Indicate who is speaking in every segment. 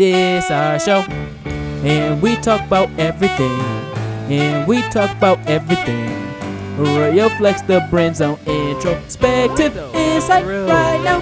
Speaker 1: This our show, and we talk about everything, and we talk about everything. Royal flex the brains on introspective insight right now.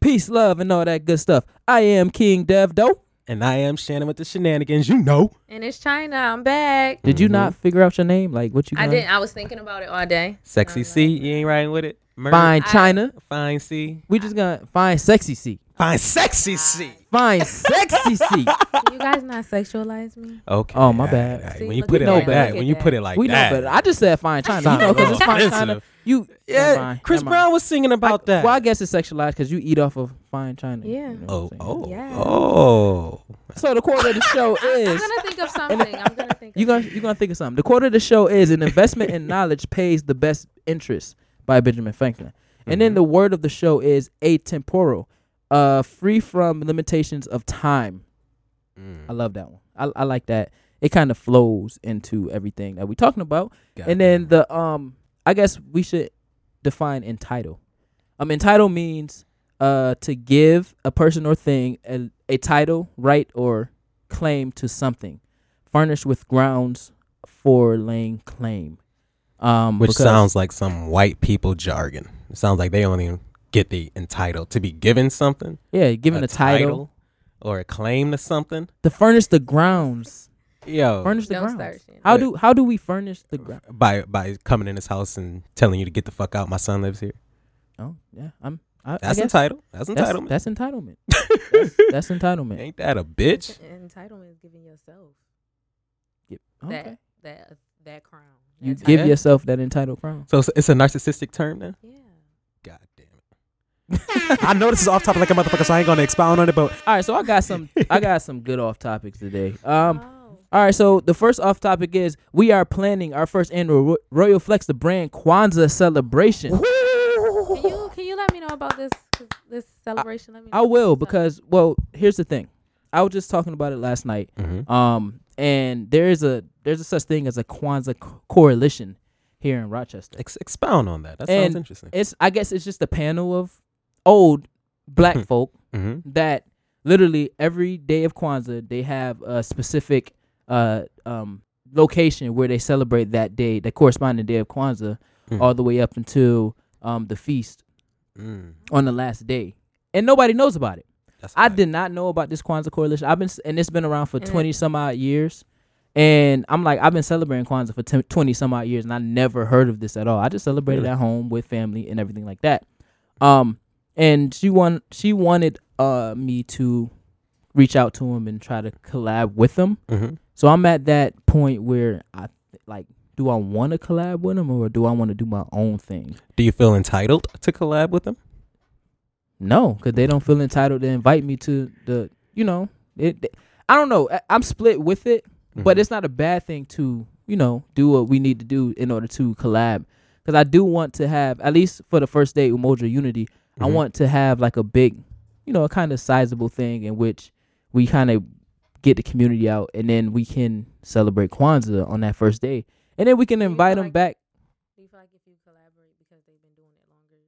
Speaker 1: Peace, love, and all that good stuff. I am King Dev Doe.
Speaker 2: And I am Shannon with the shenanigans. You know.
Speaker 3: And it's China. I'm back.
Speaker 1: Did
Speaker 2: Mm-hmm.
Speaker 1: you not figure out your name? Like what you?
Speaker 3: I
Speaker 1: gonna-
Speaker 3: didn't. I was thinking about it all day.
Speaker 2: Sexy C. You ain't riding with it. Murder.
Speaker 1: Fine,
Speaker 3: I-
Speaker 1: China.
Speaker 2: Fine C.
Speaker 1: We just gonna find sexy C.
Speaker 2: Fine sexy C.
Speaker 1: Fine, sexy C.
Speaker 3: Can you guys not sexualize me?
Speaker 2: Okay.
Speaker 1: Oh, my
Speaker 2: all
Speaker 1: bad.
Speaker 2: all
Speaker 3: See,
Speaker 2: when you
Speaker 3: look
Speaker 2: put
Speaker 3: at
Speaker 2: it
Speaker 1: that.
Speaker 2: like
Speaker 1: Look
Speaker 2: that,
Speaker 3: at
Speaker 2: when you
Speaker 3: that.
Speaker 2: put it like
Speaker 1: we know
Speaker 2: that.
Speaker 1: better. I just said fine China, you
Speaker 2: Sound
Speaker 1: know, because it's fine
Speaker 2: offensive.
Speaker 1: China. You
Speaker 2: Yeah,
Speaker 1: never mind,
Speaker 2: Chris
Speaker 1: never mind.
Speaker 2: Brown was singing about
Speaker 1: I-
Speaker 2: that.
Speaker 1: Well, I guess it's sexualized because you eat off of fine China.
Speaker 3: Yeah.
Speaker 1: you know
Speaker 2: oh,
Speaker 1: what I'm saying.
Speaker 2: oh,
Speaker 3: Yeah.
Speaker 2: oh.
Speaker 1: So the quote of the show
Speaker 3: I'm
Speaker 1: is
Speaker 3: gonna think of something. I'm gonna think.
Speaker 1: you gonna you gonna think of something. The quote of the show is an investment in knowledge pays the best interest by Benjamin Franklin. And
Speaker 2: Mm-hmm.
Speaker 1: then the word of the show is atemporal, uh, free from limitations of time.
Speaker 2: Mm.
Speaker 1: I love that one. I, I like that. It kind of flows into everything that we're talking about. and then the um i guess we should define entitle um entitle means uh to give a person or thing a, a title right or claim to something furnished with grounds for laying claim um
Speaker 2: which
Speaker 1: because-
Speaker 2: sounds like some white people jargon. It sounds like they don't even get the entitled to be given something,
Speaker 1: yeah given a, title,
Speaker 2: or a claim to something.
Speaker 1: to furnish the grounds
Speaker 2: Yo,
Speaker 1: furnish the
Speaker 3: Don't
Speaker 1: grounds
Speaker 3: start, Shannon.
Speaker 1: how
Speaker 2: Wait.
Speaker 1: do how do we furnish the ground
Speaker 2: by by coming in this house and telling you to get the fuck out. My son lives here.
Speaker 1: oh yeah i'm I,
Speaker 2: That's
Speaker 1: I guess
Speaker 2: entitled. That's
Speaker 1: that's,
Speaker 2: entitlement.
Speaker 1: that's entitlement that's, that's entitlement
Speaker 2: Ain't that a bitch?
Speaker 3: Entitlement is giving yourself
Speaker 1: okay.
Speaker 3: that that that crown.
Speaker 1: you
Speaker 3: That
Speaker 1: give
Speaker 2: Yeah.
Speaker 1: yourself that entitled crown
Speaker 2: So it's, it's a narcissistic term then.
Speaker 3: title. Yeah.
Speaker 2: God damn it.
Speaker 4: I know this is off topic like a motherfucker, so I ain't gonna expound on it, but
Speaker 1: All right, so I got some I got some good off topics today. Um
Speaker 3: oh.
Speaker 1: all right, so the first off topic is we are planning our first annual Ro- Royal Flex the brand Kwanzaa celebration.
Speaker 3: Oh. Can you can you let me know about this 'cause this celebration? let me. Know
Speaker 1: I will
Speaker 3: about this.
Speaker 1: because well, here's the thing. I was just talking about it last night.
Speaker 2: Mhm.
Speaker 1: Um and there is a there's a such thing as a Kwanzaa co- coalition here in Rochester.
Speaker 2: Ex- expound on that. That
Speaker 1: And
Speaker 2: sounds interesting.
Speaker 1: It's I guess it's just a panel of old black folk
Speaker 2: mm-hmm.
Speaker 1: that literally every day of Kwanzaa they have a specific uh um location where they celebrate that day, the corresponding day of Kwanzaa,
Speaker 2: Mm.
Speaker 1: all the way up until um the feast
Speaker 2: Mm.
Speaker 1: on the last day, and nobody knows about it.
Speaker 2: That's
Speaker 1: I
Speaker 2: tight.
Speaker 1: did not know about this Kwanzaa coalition. I've been s- and it's been around for
Speaker 3: And it-
Speaker 1: twenty some odd years. And I'm like, I've been celebrating Kwanzaa for 10, 20 some odd years, and I never heard of this at all. I just celebrated
Speaker 2: Really?
Speaker 1: at home with family and everything like that. Um, and she won. She wanted uh me to reach out to him and try to collab with him.
Speaker 2: Mhm.
Speaker 1: So I'm at that point where I like, do I want to collab with him or do I want to do my own thing?
Speaker 2: Do you feel entitled to collab with them?
Speaker 1: No, because they don't feel entitled to invite me to the, you know, it. th- I don't know. I, I'm split with it, but
Speaker 2: Mhm.
Speaker 1: it's not a bad thing to, you know, do what we need to do in order to collab. Because I do want to have, at least for the first day, Umoja Unity, I
Speaker 2: Mhm.
Speaker 1: want to have like a big, you know, a kind of sizable thing in which we kind of get the community out and then we can celebrate Kwanzaa on that first day. And then we can
Speaker 3: Do you
Speaker 1: invite them
Speaker 3: like-
Speaker 1: back
Speaker 3: Do you feel like if you collaborate because they've been doing it longer,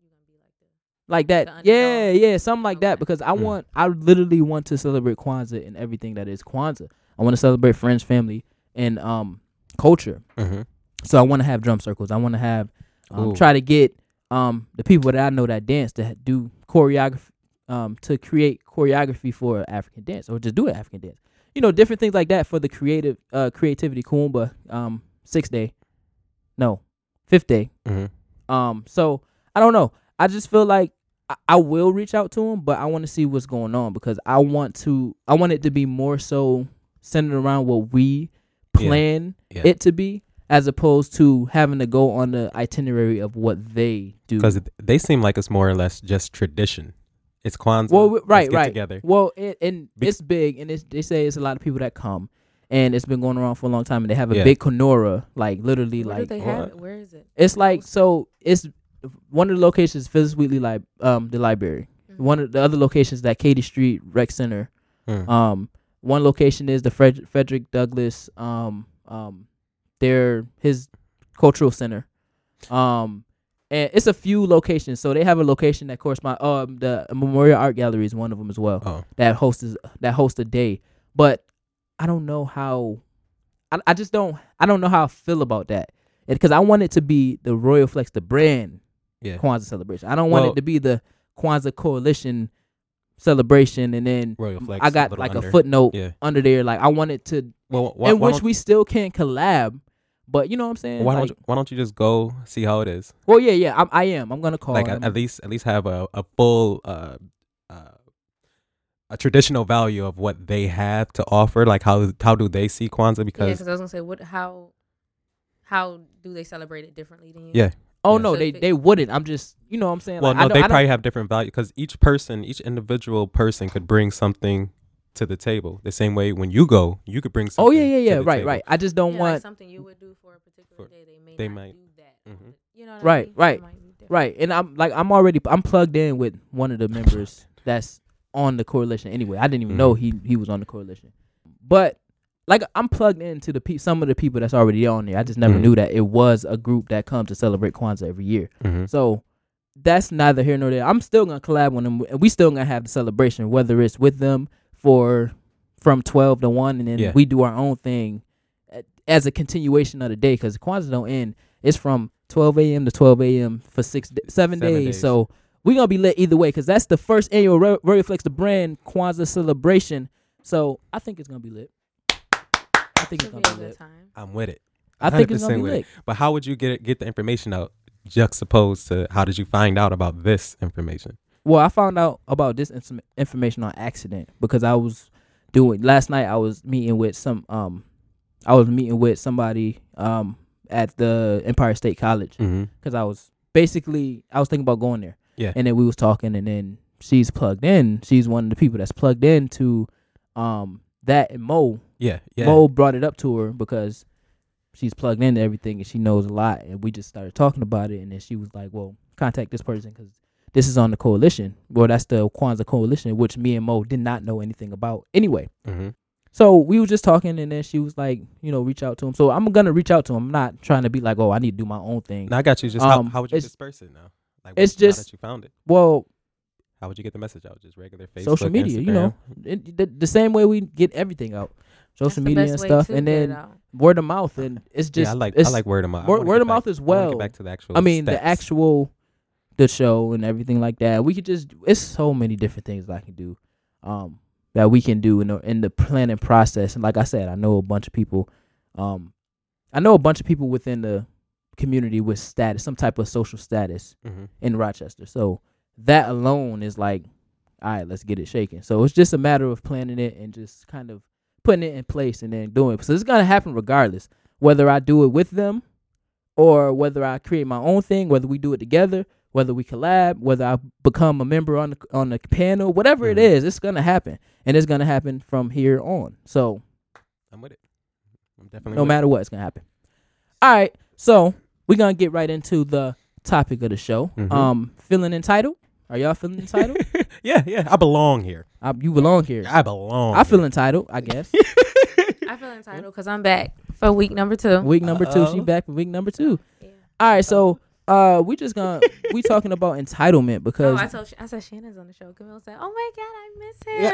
Speaker 3: you're gonna be like this?
Speaker 1: like that.
Speaker 3: The
Speaker 1: Yeah,
Speaker 3: underdog.
Speaker 1: yeah, something like that.
Speaker 3: Okay.
Speaker 1: Because I
Speaker 2: Mm.
Speaker 1: want, I literally want to celebrate Kwanzaa and everything that is Kwanzaa. I want to celebrate friends, family, and um culture.
Speaker 2: Mhm.
Speaker 1: So I want to have drum circles. I want to have um,
Speaker 2: Ooh.
Speaker 1: try to get um the people that I know that dance to ha- do choreography um to create choreography for a African dance or just do an African dance. You know, different things like that for the creative uh creativity Kumba um sixth day, no, fifth day.
Speaker 2: Mhm.
Speaker 1: Um, so I don't know. I just feel like I, I will reach out to him, but I want to see what's going on because I want to. I want it to be more so centered around what we
Speaker 2: Yeah.
Speaker 1: plan
Speaker 2: Yeah.
Speaker 1: it to be, as opposed to having to go on the itinerary of what they do.
Speaker 2: because they seem like it's more or less just tradition. It's Kwanzaa.
Speaker 1: Well, w- right,
Speaker 2: Let's get
Speaker 1: right.
Speaker 2: Together.
Speaker 1: Well, it, and
Speaker 2: Be-
Speaker 1: it's big, and it's, they say it's a lot of people that come, and it's been going around for a long time, and they have a
Speaker 2: Yeah.
Speaker 1: big Kenora, like literally,
Speaker 3: Where
Speaker 1: like
Speaker 3: do they have
Speaker 2: what?
Speaker 3: it? Where is it?
Speaker 1: It's like so. It's one of the locations is Phyllis Wheatley, like um, the library.
Speaker 3: Mhm.
Speaker 1: One of the other locations that Katy Street Rec Center.
Speaker 2: Mm.
Speaker 1: Um, one location is the Fred- Frederick Douglass. Um, um, their his cultural center. Um, and it's a few locations. So they have a location that corresponds. Um, the Memorial Art Gallery is one of them as well.
Speaker 2: Oh,
Speaker 1: That hosts that hosts a day, but I don't know how. I, I just don't. I don't know how I feel about that. Because I want it to be the Royal Flex, the brand
Speaker 2: yeah.
Speaker 1: Kwanzaa celebration. I don't want
Speaker 2: Well-
Speaker 1: it to be the Kwanzaa Coalition celebration, and then
Speaker 2: Royal Flex.
Speaker 1: I got
Speaker 2: little
Speaker 1: like
Speaker 2: under.
Speaker 1: a footnote
Speaker 2: Yeah.
Speaker 1: under there. Like I want it to,
Speaker 2: Well, why,
Speaker 1: in
Speaker 2: why
Speaker 1: which
Speaker 2: don't,
Speaker 1: we still can't collab. But you know what I'm saying?
Speaker 2: why
Speaker 1: Like-
Speaker 2: don't you, why don't you just go see how it is?
Speaker 1: well, yeah, yeah. I'm, Oh, I am. I'm gonna call.
Speaker 2: like uh,
Speaker 1: him.
Speaker 2: at, at least at least have a, a full uh, uh, a traditional value of what they have to offer. Like how how do they see Kwanzaa?
Speaker 3: Yeah,
Speaker 2: Because
Speaker 3: because I was gonna say, what? How? How do they celebrate it differently than you?
Speaker 2: Yeah.
Speaker 1: oh
Speaker 2: yeah.
Speaker 1: no, they they wouldn't. I'm just, you know what I'm saying?
Speaker 2: well,
Speaker 1: Like, I
Speaker 2: no,
Speaker 1: don't-
Speaker 2: they
Speaker 1: I don't-
Speaker 2: probably have different value because each person, each individual person, could bring something to the table. The same way when you go, you could bring. something
Speaker 1: Oh yeah, yeah,
Speaker 2: to
Speaker 1: yeah.
Speaker 2: the
Speaker 1: Right,
Speaker 2: table.
Speaker 1: right. I just don't
Speaker 3: Yeah, like
Speaker 1: want.
Speaker 3: something you would do for a particular
Speaker 2: For-
Speaker 3: day. They may
Speaker 2: they
Speaker 3: not
Speaker 2: might-
Speaker 3: do that.
Speaker 2: Mhm.
Speaker 3: You know what
Speaker 1: Right,
Speaker 3: I mean? It
Speaker 1: right,
Speaker 3: might be different.
Speaker 1: Right, and I'm like I'm already I'm plugged in with one of the members that's on the coalition anyway. I didn't even know
Speaker 2: Mhm.
Speaker 1: he he was on the coalition, but like I'm plugged into the pe- some of the people that's already on there. I just never
Speaker 2: Mhm.
Speaker 1: knew that it was a group that comes to celebrate Kwanzaa every year.
Speaker 2: Mhm.
Speaker 1: So that's neither here nor there. I'm still gonna collab with them, and we still gonna have the celebration, whether it's with them for from twelve to one, and then
Speaker 2: Yeah.
Speaker 1: we do our own thing a- as a continuation of the day because Kwanzaa don't end. It's from twelve a.m. to twelve a.m. for six d- seven
Speaker 2: Seven
Speaker 1: days.
Speaker 2: days.
Speaker 1: So we gonna be lit either way because that's the first annual Ro- Royal Flex the brand Kwanzaa celebration. So I think it's gonna be lit. I think it's
Speaker 3: Should be
Speaker 1: gonna
Speaker 3: a
Speaker 1: be
Speaker 3: good
Speaker 1: lit.
Speaker 3: time.
Speaker 2: I'm with it.
Speaker 1: I think it's gonna
Speaker 2: 100%
Speaker 1: be
Speaker 2: with
Speaker 1: lit.
Speaker 2: But how would you get it, get the information out? Juxtaposed to how did you find out about this information?
Speaker 1: Well, I found out about this ins- information on accident because I was doing last night. I was meeting with some um, I was meeting with somebody um at the Empire State College
Speaker 2: Mm-hmm.
Speaker 1: because I was basically I was thinking about going there.
Speaker 2: Yeah.
Speaker 1: And then we was talking, and then she's plugged in. She's one of the people that's plugged in to um that and Mo.
Speaker 2: Yeah, yeah.
Speaker 1: Mo brought it up to her because she's plugged into everything and she knows a lot. And we just started talking about it. And then she was like, well, contact this person because this is on the coalition. Well, that's the Kwanzaa coalition, which me and Mo did not know anything about anyway.
Speaker 2: hmm
Speaker 1: So we was just talking, and then she was like, you know, reach out to him. So I'm gonna reach out to him. I'm not trying to be like, oh, I need to do my own thing.
Speaker 2: Now I got you. Just
Speaker 1: Um,
Speaker 2: how, how would you
Speaker 1: it's-
Speaker 2: disperse it now? Like,
Speaker 1: it's
Speaker 2: now
Speaker 1: just-
Speaker 2: that you found it.
Speaker 1: Well,
Speaker 2: How would you get the message out? Just regular Facebook,
Speaker 1: Social media, you know. it, the, the same way we get everything out,
Speaker 3: That's
Speaker 1: social
Speaker 3: the
Speaker 1: media
Speaker 3: best
Speaker 1: and
Speaker 3: way
Speaker 1: stuff,
Speaker 3: to
Speaker 1: and
Speaker 3: get it
Speaker 1: then
Speaker 3: out.
Speaker 1: word of mouth, and it's just
Speaker 2: yeah, I like I
Speaker 1: it's-
Speaker 2: like word of mouth. I
Speaker 1: word-
Speaker 2: wanna
Speaker 1: word
Speaker 2: get
Speaker 1: of mouth
Speaker 2: back-
Speaker 1: as
Speaker 2: I wanna
Speaker 1: well.
Speaker 2: Get back to the actual.
Speaker 1: I mean,
Speaker 2: steps.
Speaker 1: the actual, the show and everything like that. We could just. It's so many different things I can do, um, that we can do in the in the planning process. And like I said, I know a bunch of people, um, I know a bunch of people within the community with status, some type of social status
Speaker 2: Mhm.
Speaker 1: in Rochester. So that alone is like, all right, let's get it shaking. So it's just a matter of planning it and just kind of putting it in place and then doing it. So it's gonna happen regardless, whether I do it with them or whether I create my own thing, whether we do it together, whether we collab, whether I become a member on the on the panel, whatever it
Speaker 2: Mhm.
Speaker 1: is, it's gonna happen. And it's gonna happen from here on. So
Speaker 2: I'm with it. I'm definitely
Speaker 1: no
Speaker 2: with
Speaker 1: matter what, it's gonna happen. All right, so we're gonna get right into the topic of the show.
Speaker 2: Mhm.
Speaker 1: Um, feeling entitled? Are y'all feeling entitled?
Speaker 2: It. Yeah, yeah. I belong here.
Speaker 1: I, you belong here.
Speaker 2: I belong.
Speaker 1: I feel entitled, I guess.
Speaker 3: I feel entitled because I'm back for week number two.
Speaker 1: week number two, she
Speaker 2: Uh-oh.
Speaker 1: back for week number two.
Speaker 3: Yeah.
Speaker 1: All right, so uh, we just gonna we talking about entitlement
Speaker 3: Oh,
Speaker 1: because I,
Speaker 3: I told Sh- I said Shannon's on the show. Camille said, "Oh my God, I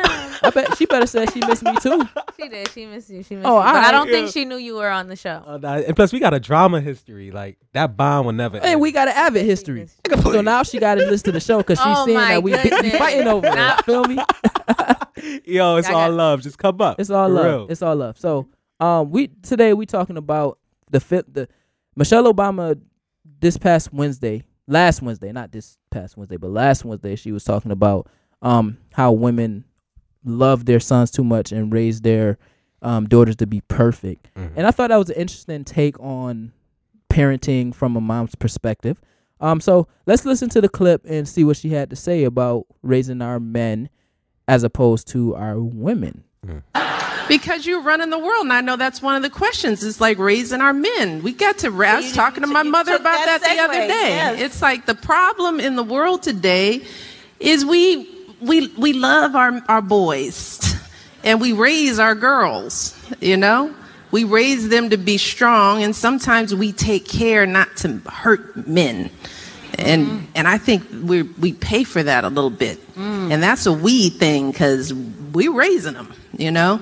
Speaker 3: miss
Speaker 2: Yeah.
Speaker 3: him."
Speaker 1: bet she better said she missed me too.
Speaker 3: she did. She missed you. She missed
Speaker 1: Oh,
Speaker 3: you. But
Speaker 1: alright.
Speaker 3: I don't
Speaker 2: Yeah.
Speaker 3: think she knew you were on the show.
Speaker 2: Uh, nah, and plus, we got a drama history. Like that bond will never.
Speaker 1: And
Speaker 2: end.
Speaker 1: we got an avid history. So now she got to listen to the show because she's
Speaker 3: Oh
Speaker 1: seeing
Speaker 3: my
Speaker 1: that we, be- we
Speaker 3: goodness.
Speaker 1: fighting over
Speaker 3: Nah.
Speaker 1: it. Feel me?
Speaker 2: Yo, it's
Speaker 3: I
Speaker 2: all
Speaker 3: got-
Speaker 2: love. Just come up.
Speaker 1: It's all
Speaker 2: For
Speaker 1: love.
Speaker 2: real.
Speaker 1: It's all love. So, um, we today we talking about the fifth. The Michelle Obama this past Wednesday, last Wednesday, not this past Wednesday, but last Wednesday, she was talking about um how women love their sons too much and raise their um daughters to be perfect.
Speaker 2: Mhm.
Speaker 1: And I thought that was an interesting take on parenting from a mom's perspective. Um, so let's listen to the clip and see what she had to say about raising our men as opposed to our women.
Speaker 5: Because you're running the world, and I know that's one of the questions. It's like raising our men. We got to. I was talking to my mother about that, the other day. It's like the problem in the world today is we we we love our our boys, and we raise our girls. You know, we raise them to be strong, and sometimes we take care not to hurt men. and and I think we we pay for that a little bit, and that's a we thing because we're raising them, you know,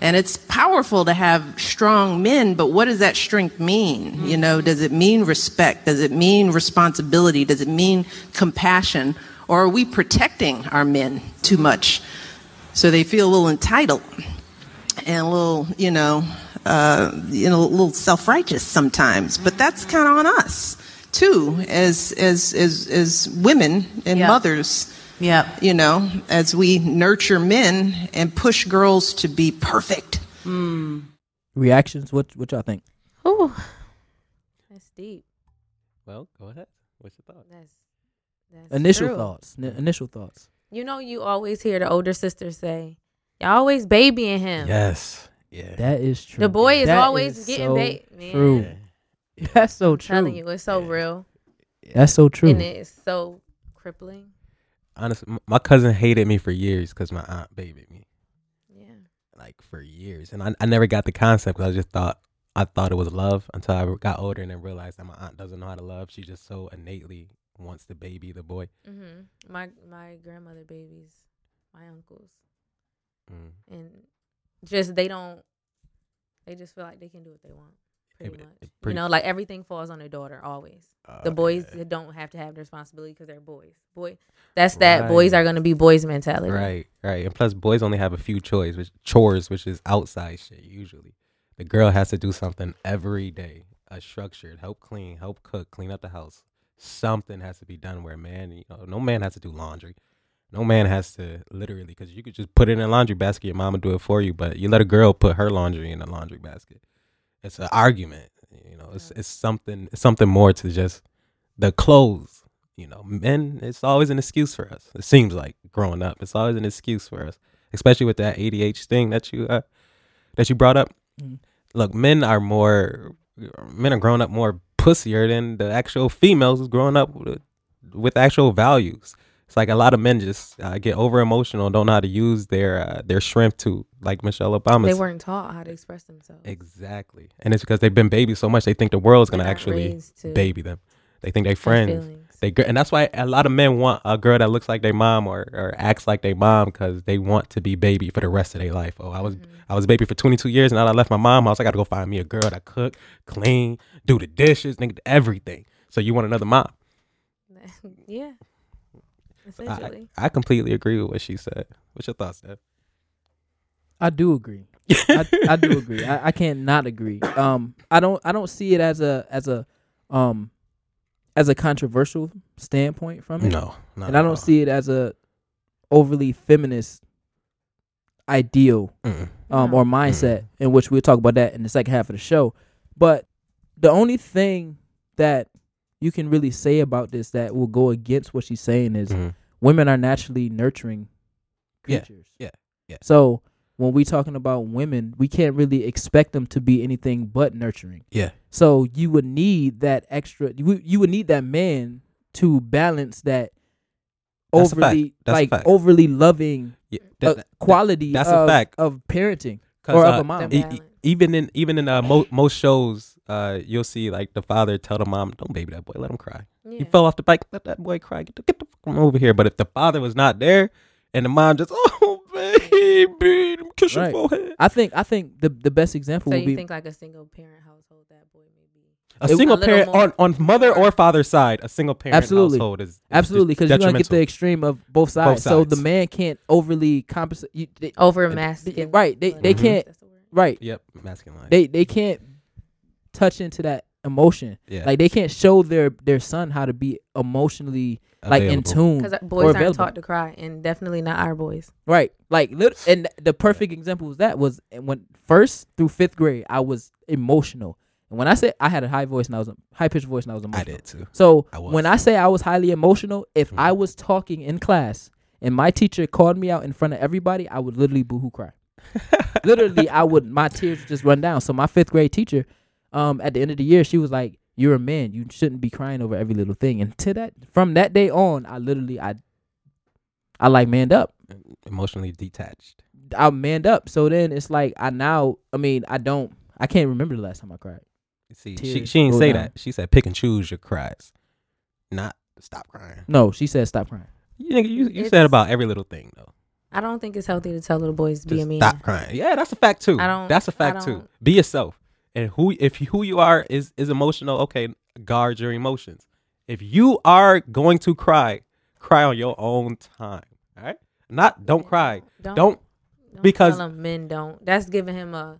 Speaker 5: and it's powerful to have strong men. But what does that strength mean? You know, does it mean respect? Does it mean responsibility? Does it mean compassion? Or are we protecting our men too much, so they feel a little entitled? and a little, you know, uh, you know, a little self-righteous sometimes. But that's kind of on us too, as as as as women and
Speaker 6: Yeah.
Speaker 5: mothers.
Speaker 6: Yeah.
Speaker 5: You know, as we nurture men and push girls to be perfect.
Speaker 1: Reactions? What what y'all think?
Speaker 3: Ooh. That's deep.
Speaker 2: Well, go ahead. What's your thought?
Speaker 3: That's that's
Speaker 1: Initial
Speaker 3: true.
Speaker 1: thoughts. N- initial thoughts.
Speaker 3: You know, you always hear the older sisters say, "Y'all always babying him.
Speaker 2: Yes. Yeah.
Speaker 1: That is true.
Speaker 3: The boy is
Speaker 1: That
Speaker 3: always getting
Speaker 1: so
Speaker 3: bait- man.
Speaker 1: True. That's so true.
Speaker 3: Telling you, it's so real
Speaker 1: That's so true.
Speaker 3: and it's so crippling.
Speaker 2: Honestly, m- my cousin hated me for years because my aunt babied me
Speaker 3: Yeah.
Speaker 2: like for years, and I, I never got the concept. 'cause I just thought I thought it was love until I got older and then realized that my aunt doesn't know how to love. She just so innately wants to baby the boy.
Speaker 3: Mm-hmm. My my grandmother babies, my uncles,
Speaker 2: Mm.
Speaker 3: and just they don't. They just feel like they can do what they want, pretty
Speaker 2: It-
Speaker 3: much.
Speaker 2: it pretty-
Speaker 3: you know, like everything falls on their daughter always.
Speaker 2: Uh,
Speaker 3: the boys
Speaker 2: yeah.
Speaker 3: don't have to have the responsibility because they're boys. Boy, that's that. Boys
Speaker 2: Right.
Speaker 3: are gonna be boys mentality.
Speaker 2: Right, right. And plus, boys only have a few chores, which chores, which is outside shit usually. The girl has to do something every day, a structured, help clean, help cook, clean up the house. Something has to be done where a man, you know, no man has to do laundry. No man has to literally, because you could just put it in a laundry basket. Your mama do it for you, but you let a girl put her laundry in a laundry basket. It's an argument, you know. It's it's something it's something more to just the clothes you know, men, it's always an excuse for us. It seems like growing up, it's always an excuse for us, especially with that ADH thing that you uh, that you brought up.
Speaker 3: Mm.
Speaker 1: Mhm.
Speaker 2: Look, men are more men are growing up more pussier than the actual females is growing up with, with actual values. It's like a lot of men just uh, get over emotional, don't know how to use their uh, their shrimp to like Michelle Obama.
Speaker 3: They
Speaker 2: said.
Speaker 3: weren't taught how to express themselves.
Speaker 2: exactly, and it's because they've been babied so much they think the world's
Speaker 3: They're
Speaker 2: gonna
Speaker 3: not
Speaker 2: actually
Speaker 3: raised to
Speaker 2: baby them. They think they
Speaker 3: have
Speaker 2: friends.
Speaker 3: feelings.
Speaker 2: They gr- and that's why a lot of men want a girl that looks like their mom or, or acts like their mom because they want to be baby for the rest of their life. Oh, I was I was baby for 22 years and now that I left my mom house. I got to go find me a girl that cook, clean, do the dishes, nigga, everything. So you want another mom?
Speaker 3: Mm-hmm. yeah.
Speaker 2: I,
Speaker 3: Essentially,
Speaker 2: I completely agree with what she said. What's your thoughts, Steph?
Speaker 1: I do agree. I, I do agree. I, I can't not agree. Um, I don't. I don't see it as a as a um as a controversial standpoint from it,
Speaker 2: No, not
Speaker 1: and I
Speaker 2: at
Speaker 1: don't
Speaker 2: all.
Speaker 1: see it as a overly feminist ideal
Speaker 2: Mm.
Speaker 1: um,
Speaker 3: No.
Speaker 1: or mindset, in which we'll talk about that in the second half of the show. But the only thing that you can really say about this that will go against what she's saying is
Speaker 2: Mhm.
Speaker 1: women are naturally nurturing
Speaker 2: Yeah,
Speaker 1: creatures.
Speaker 2: yeah, yeah.
Speaker 1: So when we talking about women, we can't really expect them to be anything but nurturing.
Speaker 2: Yeah.
Speaker 1: So you would need that extra. You would- you would need that man to balance that
Speaker 2: That's a fact.
Speaker 1: overly
Speaker 2: That's a
Speaker 1: like
Speaker 2: fact.
Speaker 1: overly loving
Speaker 2: Yeah,
Speaker 1: uh,
Speaker 2: that- that-
Speaker 1: quality
Speaker 2: that's a
Speaker 1: of,
Speaker 2: fact.
Speaker 1: of parenting.
Speaker 2: 'Cause,
Speaker 1: Or of a
Speaker 2: uh,
Speaker 1: mom.
Speaker 2: e- e-
Speaker 3: Balance.
Speaker 2: even in even in uh, mo- most shows, uh, you'll see like the father tell the mom, "Don't baby that boy, let him cry."
Speaker 3: yeah.
Speaker 2: You fell off the bike. Let that boy cry. Get the, get the fuck from over here. But if the father was not there, and the mom just, oh baby, kiss
Speaker 1: Right.
Speaker 2: your forehead.
Speaker 1: I think I think the the best example
Speaker 3: so
Speaker 1: would
Speaker 3: you
Speaker 1: be
Speaker 3: think like a single parent household that boy may be
Speaker 2: A
Speaker 1: It-
Speaker 2: single
Speaker 3: A little
Speaker 2: parent on,
Speaker 3: more.
Speaker 2: on mother or father's side, a single parent
Speaker 1: Absolutely.
Speaker 2: household is, is
Speaker 1: absolutely because you're gonna get the
Speaker 2: detrimental.
Speaker 1: extreme of both sides. So the
Speaker 2: sides.
Speaker 1: man can't overly compensate. You, they,
Speaker 3: over
Speaker 1: they-
Speaker 3: masculine.
Speaker 1: right? They they
Speaker 2: Mhm.
Speaker 1: can't right.
Speaker 2: yep masculine.
Speaker 1: They they can't touch into that emotion.
Speaker 2: yeah,
Speaker 1: Like they can't show their their son how to be emotionally like in
Speaker 2: available.
Speaker 1: tune.
Speaker 3: because
Speaker 1: Mm, or
Speaker 3: uh, boys
Speaker 1: available.
Speaker 3: aren't taught to cry, and definitely not our boys.
Speaker 1: Right. Like lit- and the perfect example was that was when first through fifth grade I was emotional. And when I say I had a high voice and I was a high pitched voice and I was emotional.
Speaker 2: I did too.
Speaker 1: So
Speaker 2: I was. Mm-hmm.
Speaker 1: when I say I was highly emotional, if I was talking in class and my teacher called me out in front of everybody, I would literally boohoo cry. literally, I would my tears would just run down. So my fifth grade teacher, um, at the end of the year, she was like, "You're a man. You shouldn't be crying over every little thing." And to that, from that day on, I literally I, I like manned up.
Speaker 2: Emotionally detached.
Speaker 1: I manned up. So then it's like I now, I mean, I don't, I can't remember the last time I cried.
Speaker 2: See, she
Speaker 1: Tears
Speaker 2: she ain't
Speaker 1: go
Speaker 2: say
Speaker 1: down.
Speaker 2: that. She said pick and choose your cries, not Stop crying.
Speaker 1: No, she said stop crying.
Speaker 2: You nigga, you, you said
Speaker 3: It's-
Speaker 2: about every little thing though.
Speaker 3: I don't think it's healthy to tell little boys to be a
Speaker 2: Just
Speaker 3: man.
Speaker 2: stop crying. Yeah, that's a fact too.
Speaker 3: I don't-
Speaker 2: that's a
Speaker 3: I
Speaker 2: fact too.
Speaker 3: don't-
Speaker 2: Be yourself. And who if you- who you are is is emotional, okay, guard your emotions. If you are going to cry, cry on your own time. All right? Not don't cry.
Speaker 3: Don't-
Speaker 2: Don't,
Speaker 3: Don't
Speaker 2: because-
Speaker 3: tell him men don't. That's giving him a,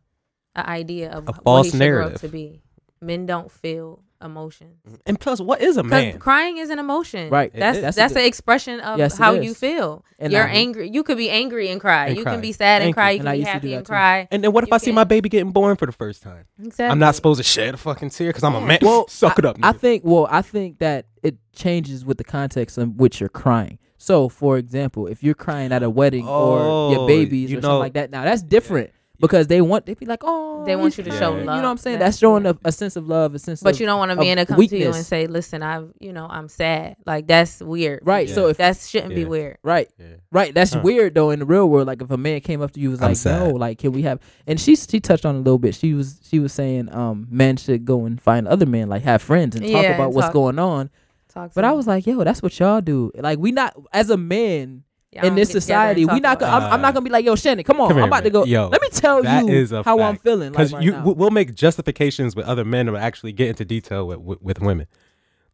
Speaker 3: a idea of
Speaker 2: A
Speaker 3: what
Speaker 2: false
Speaker 3: he should grow up
Speaker 2: narrative.
Speaker 3: to be. Men don't feel emotion.
Speaker 2: and plus what is a man?
Speaker 3: crying is an emotion.
Speaker 1: Right. It
Speaker 3: That's
Speaker 1: is.
Speaker 3: that's,
Speaker 1: That's a
Speaker 3: an expression of
Speaker 1: Yes, it
Speaker 3: how you
Speaker 1: is.
Speaker 3: feel.
Speaker 1: And
Speaker 3: You're
Speaker 1: I-
Speaker 3: angry. You could be angry and cry.
Speaker 2: And
Speaker 3: you
Speaker 2: cry.
Speaker 3: can be sad
Speaker 2: Thank
Speaker 3: and cry.
Speaker 2: you.
Speaker 3: You
Speaker 1: And I
Speaker 3: can be
Speaker 1: used to do
Speaker 3: happy
Speaker 1: that
Speaker 3: and
Speaker 1: too.
Speaker 3: cry.
Speaker 2: And then what if
Speaker 3: You
Speaker 2: I see
Speaker 3: can-
Speaker 2: my baby getting born for the first time?
Speaker 3: Exactly.
Speaker 2: I'm not supposed to shed a fucking tear because I'm a man.
Speaker 1: Well,
Speaker 2: suck it up.
Speaker 1: I
Speaker 2: nigga.
Speaker 1: think. Well, I think that it changes with the context in which you're crying. So, for example, if you're crying at a wedding or
Speaker 2: Oh,
Speaker 1: your babies
Speaker 2: you
Speaker 1: or
Speaker 2: know-
Speaker 1: something like that, now that's different because they want they be like, oh,
Speaker 3: They want
Speaker 1: he's
Speaker 3: you to
Speaker 1: crying,"
Speaker 2: show
Speaker 1: You know what I'm
Speaker 3: love.
Speaker 1: saying?
Speaker 3: That's-
Speaker 1: That's showing
Speaker 3: yeah.
Speaker 1: a, a sense of love, a sense
Speaker 3: But
Speaker 1: of
Speaker 3: you don't want a
Speaker 1: of
Speaker 3: man to come to you and
Speaker 1: weakness.
Speaker 3: say, "Listen, I've you know I'm sad." Like that's weird.
Speaker 1: right.
Speaker 2: Yeah.
Speaker 1: So if
Speaker 3: That shouldn't be
Speaker 2: Yeah.
Speaker 3: weird.
Speaker 1: right,
Speaker 2: Yeah.
Speaker 1: Right, that's
Speaker 2: Huh.
Speaker 1: weird though in the real world. Like if a man came up to you and was
Speaker 2: I'm
Speaker 1: like, "No,
Speaker 2: sad.
Speaker 1: like can we have?" And she she touched on it a little bit. She was she was saying, um, men should go and find other men, like have friends and talk
Speaker 3: Yeah,
Speaker 1: about
Speaker 3: and
Speaker 1: what's
Speaker 3: talk.
Speaker 1: going on.
Speaker 3: Talk to
Speaker 1: But I
Speaker 3: me.
Speaker 1: was like, "Yo, that's what y'all do." Like we not as a man
Speaker 3: Y'all
Speaker 1: in
Speaker 3: don't
Speaker 1: this
Speaker 3: get together and
Speaker 1: society, we
Speaker 3: talk
Speaker 1: not.
Speaker 3: about
Speaker 1: Gonna, I'm, I'm not
Speaker 2: it.
Speaker 1: gonna be like, "Yo, Shannon, come on,
Speaker 2: Come
Speaker 1: I'm
Speaker 2: here,
Speaker 1: about to
Speaker 2: man.
Speaker 1: go."
Speaker 2: Yo,
Speaker 1: let me tell
Speaker 2: That
Speaker 1: you
Speaker 2: is a
Speaker 1: how I'm
Speaker 2: fact.
Speaker 1: feeling. Because
Speaker 2: because
Speaker 1: like,
Speaker 2: you
Speaker 1: right now.
Speaker 2: w- we'll make justifications with other men or actually get into detail with with, with women.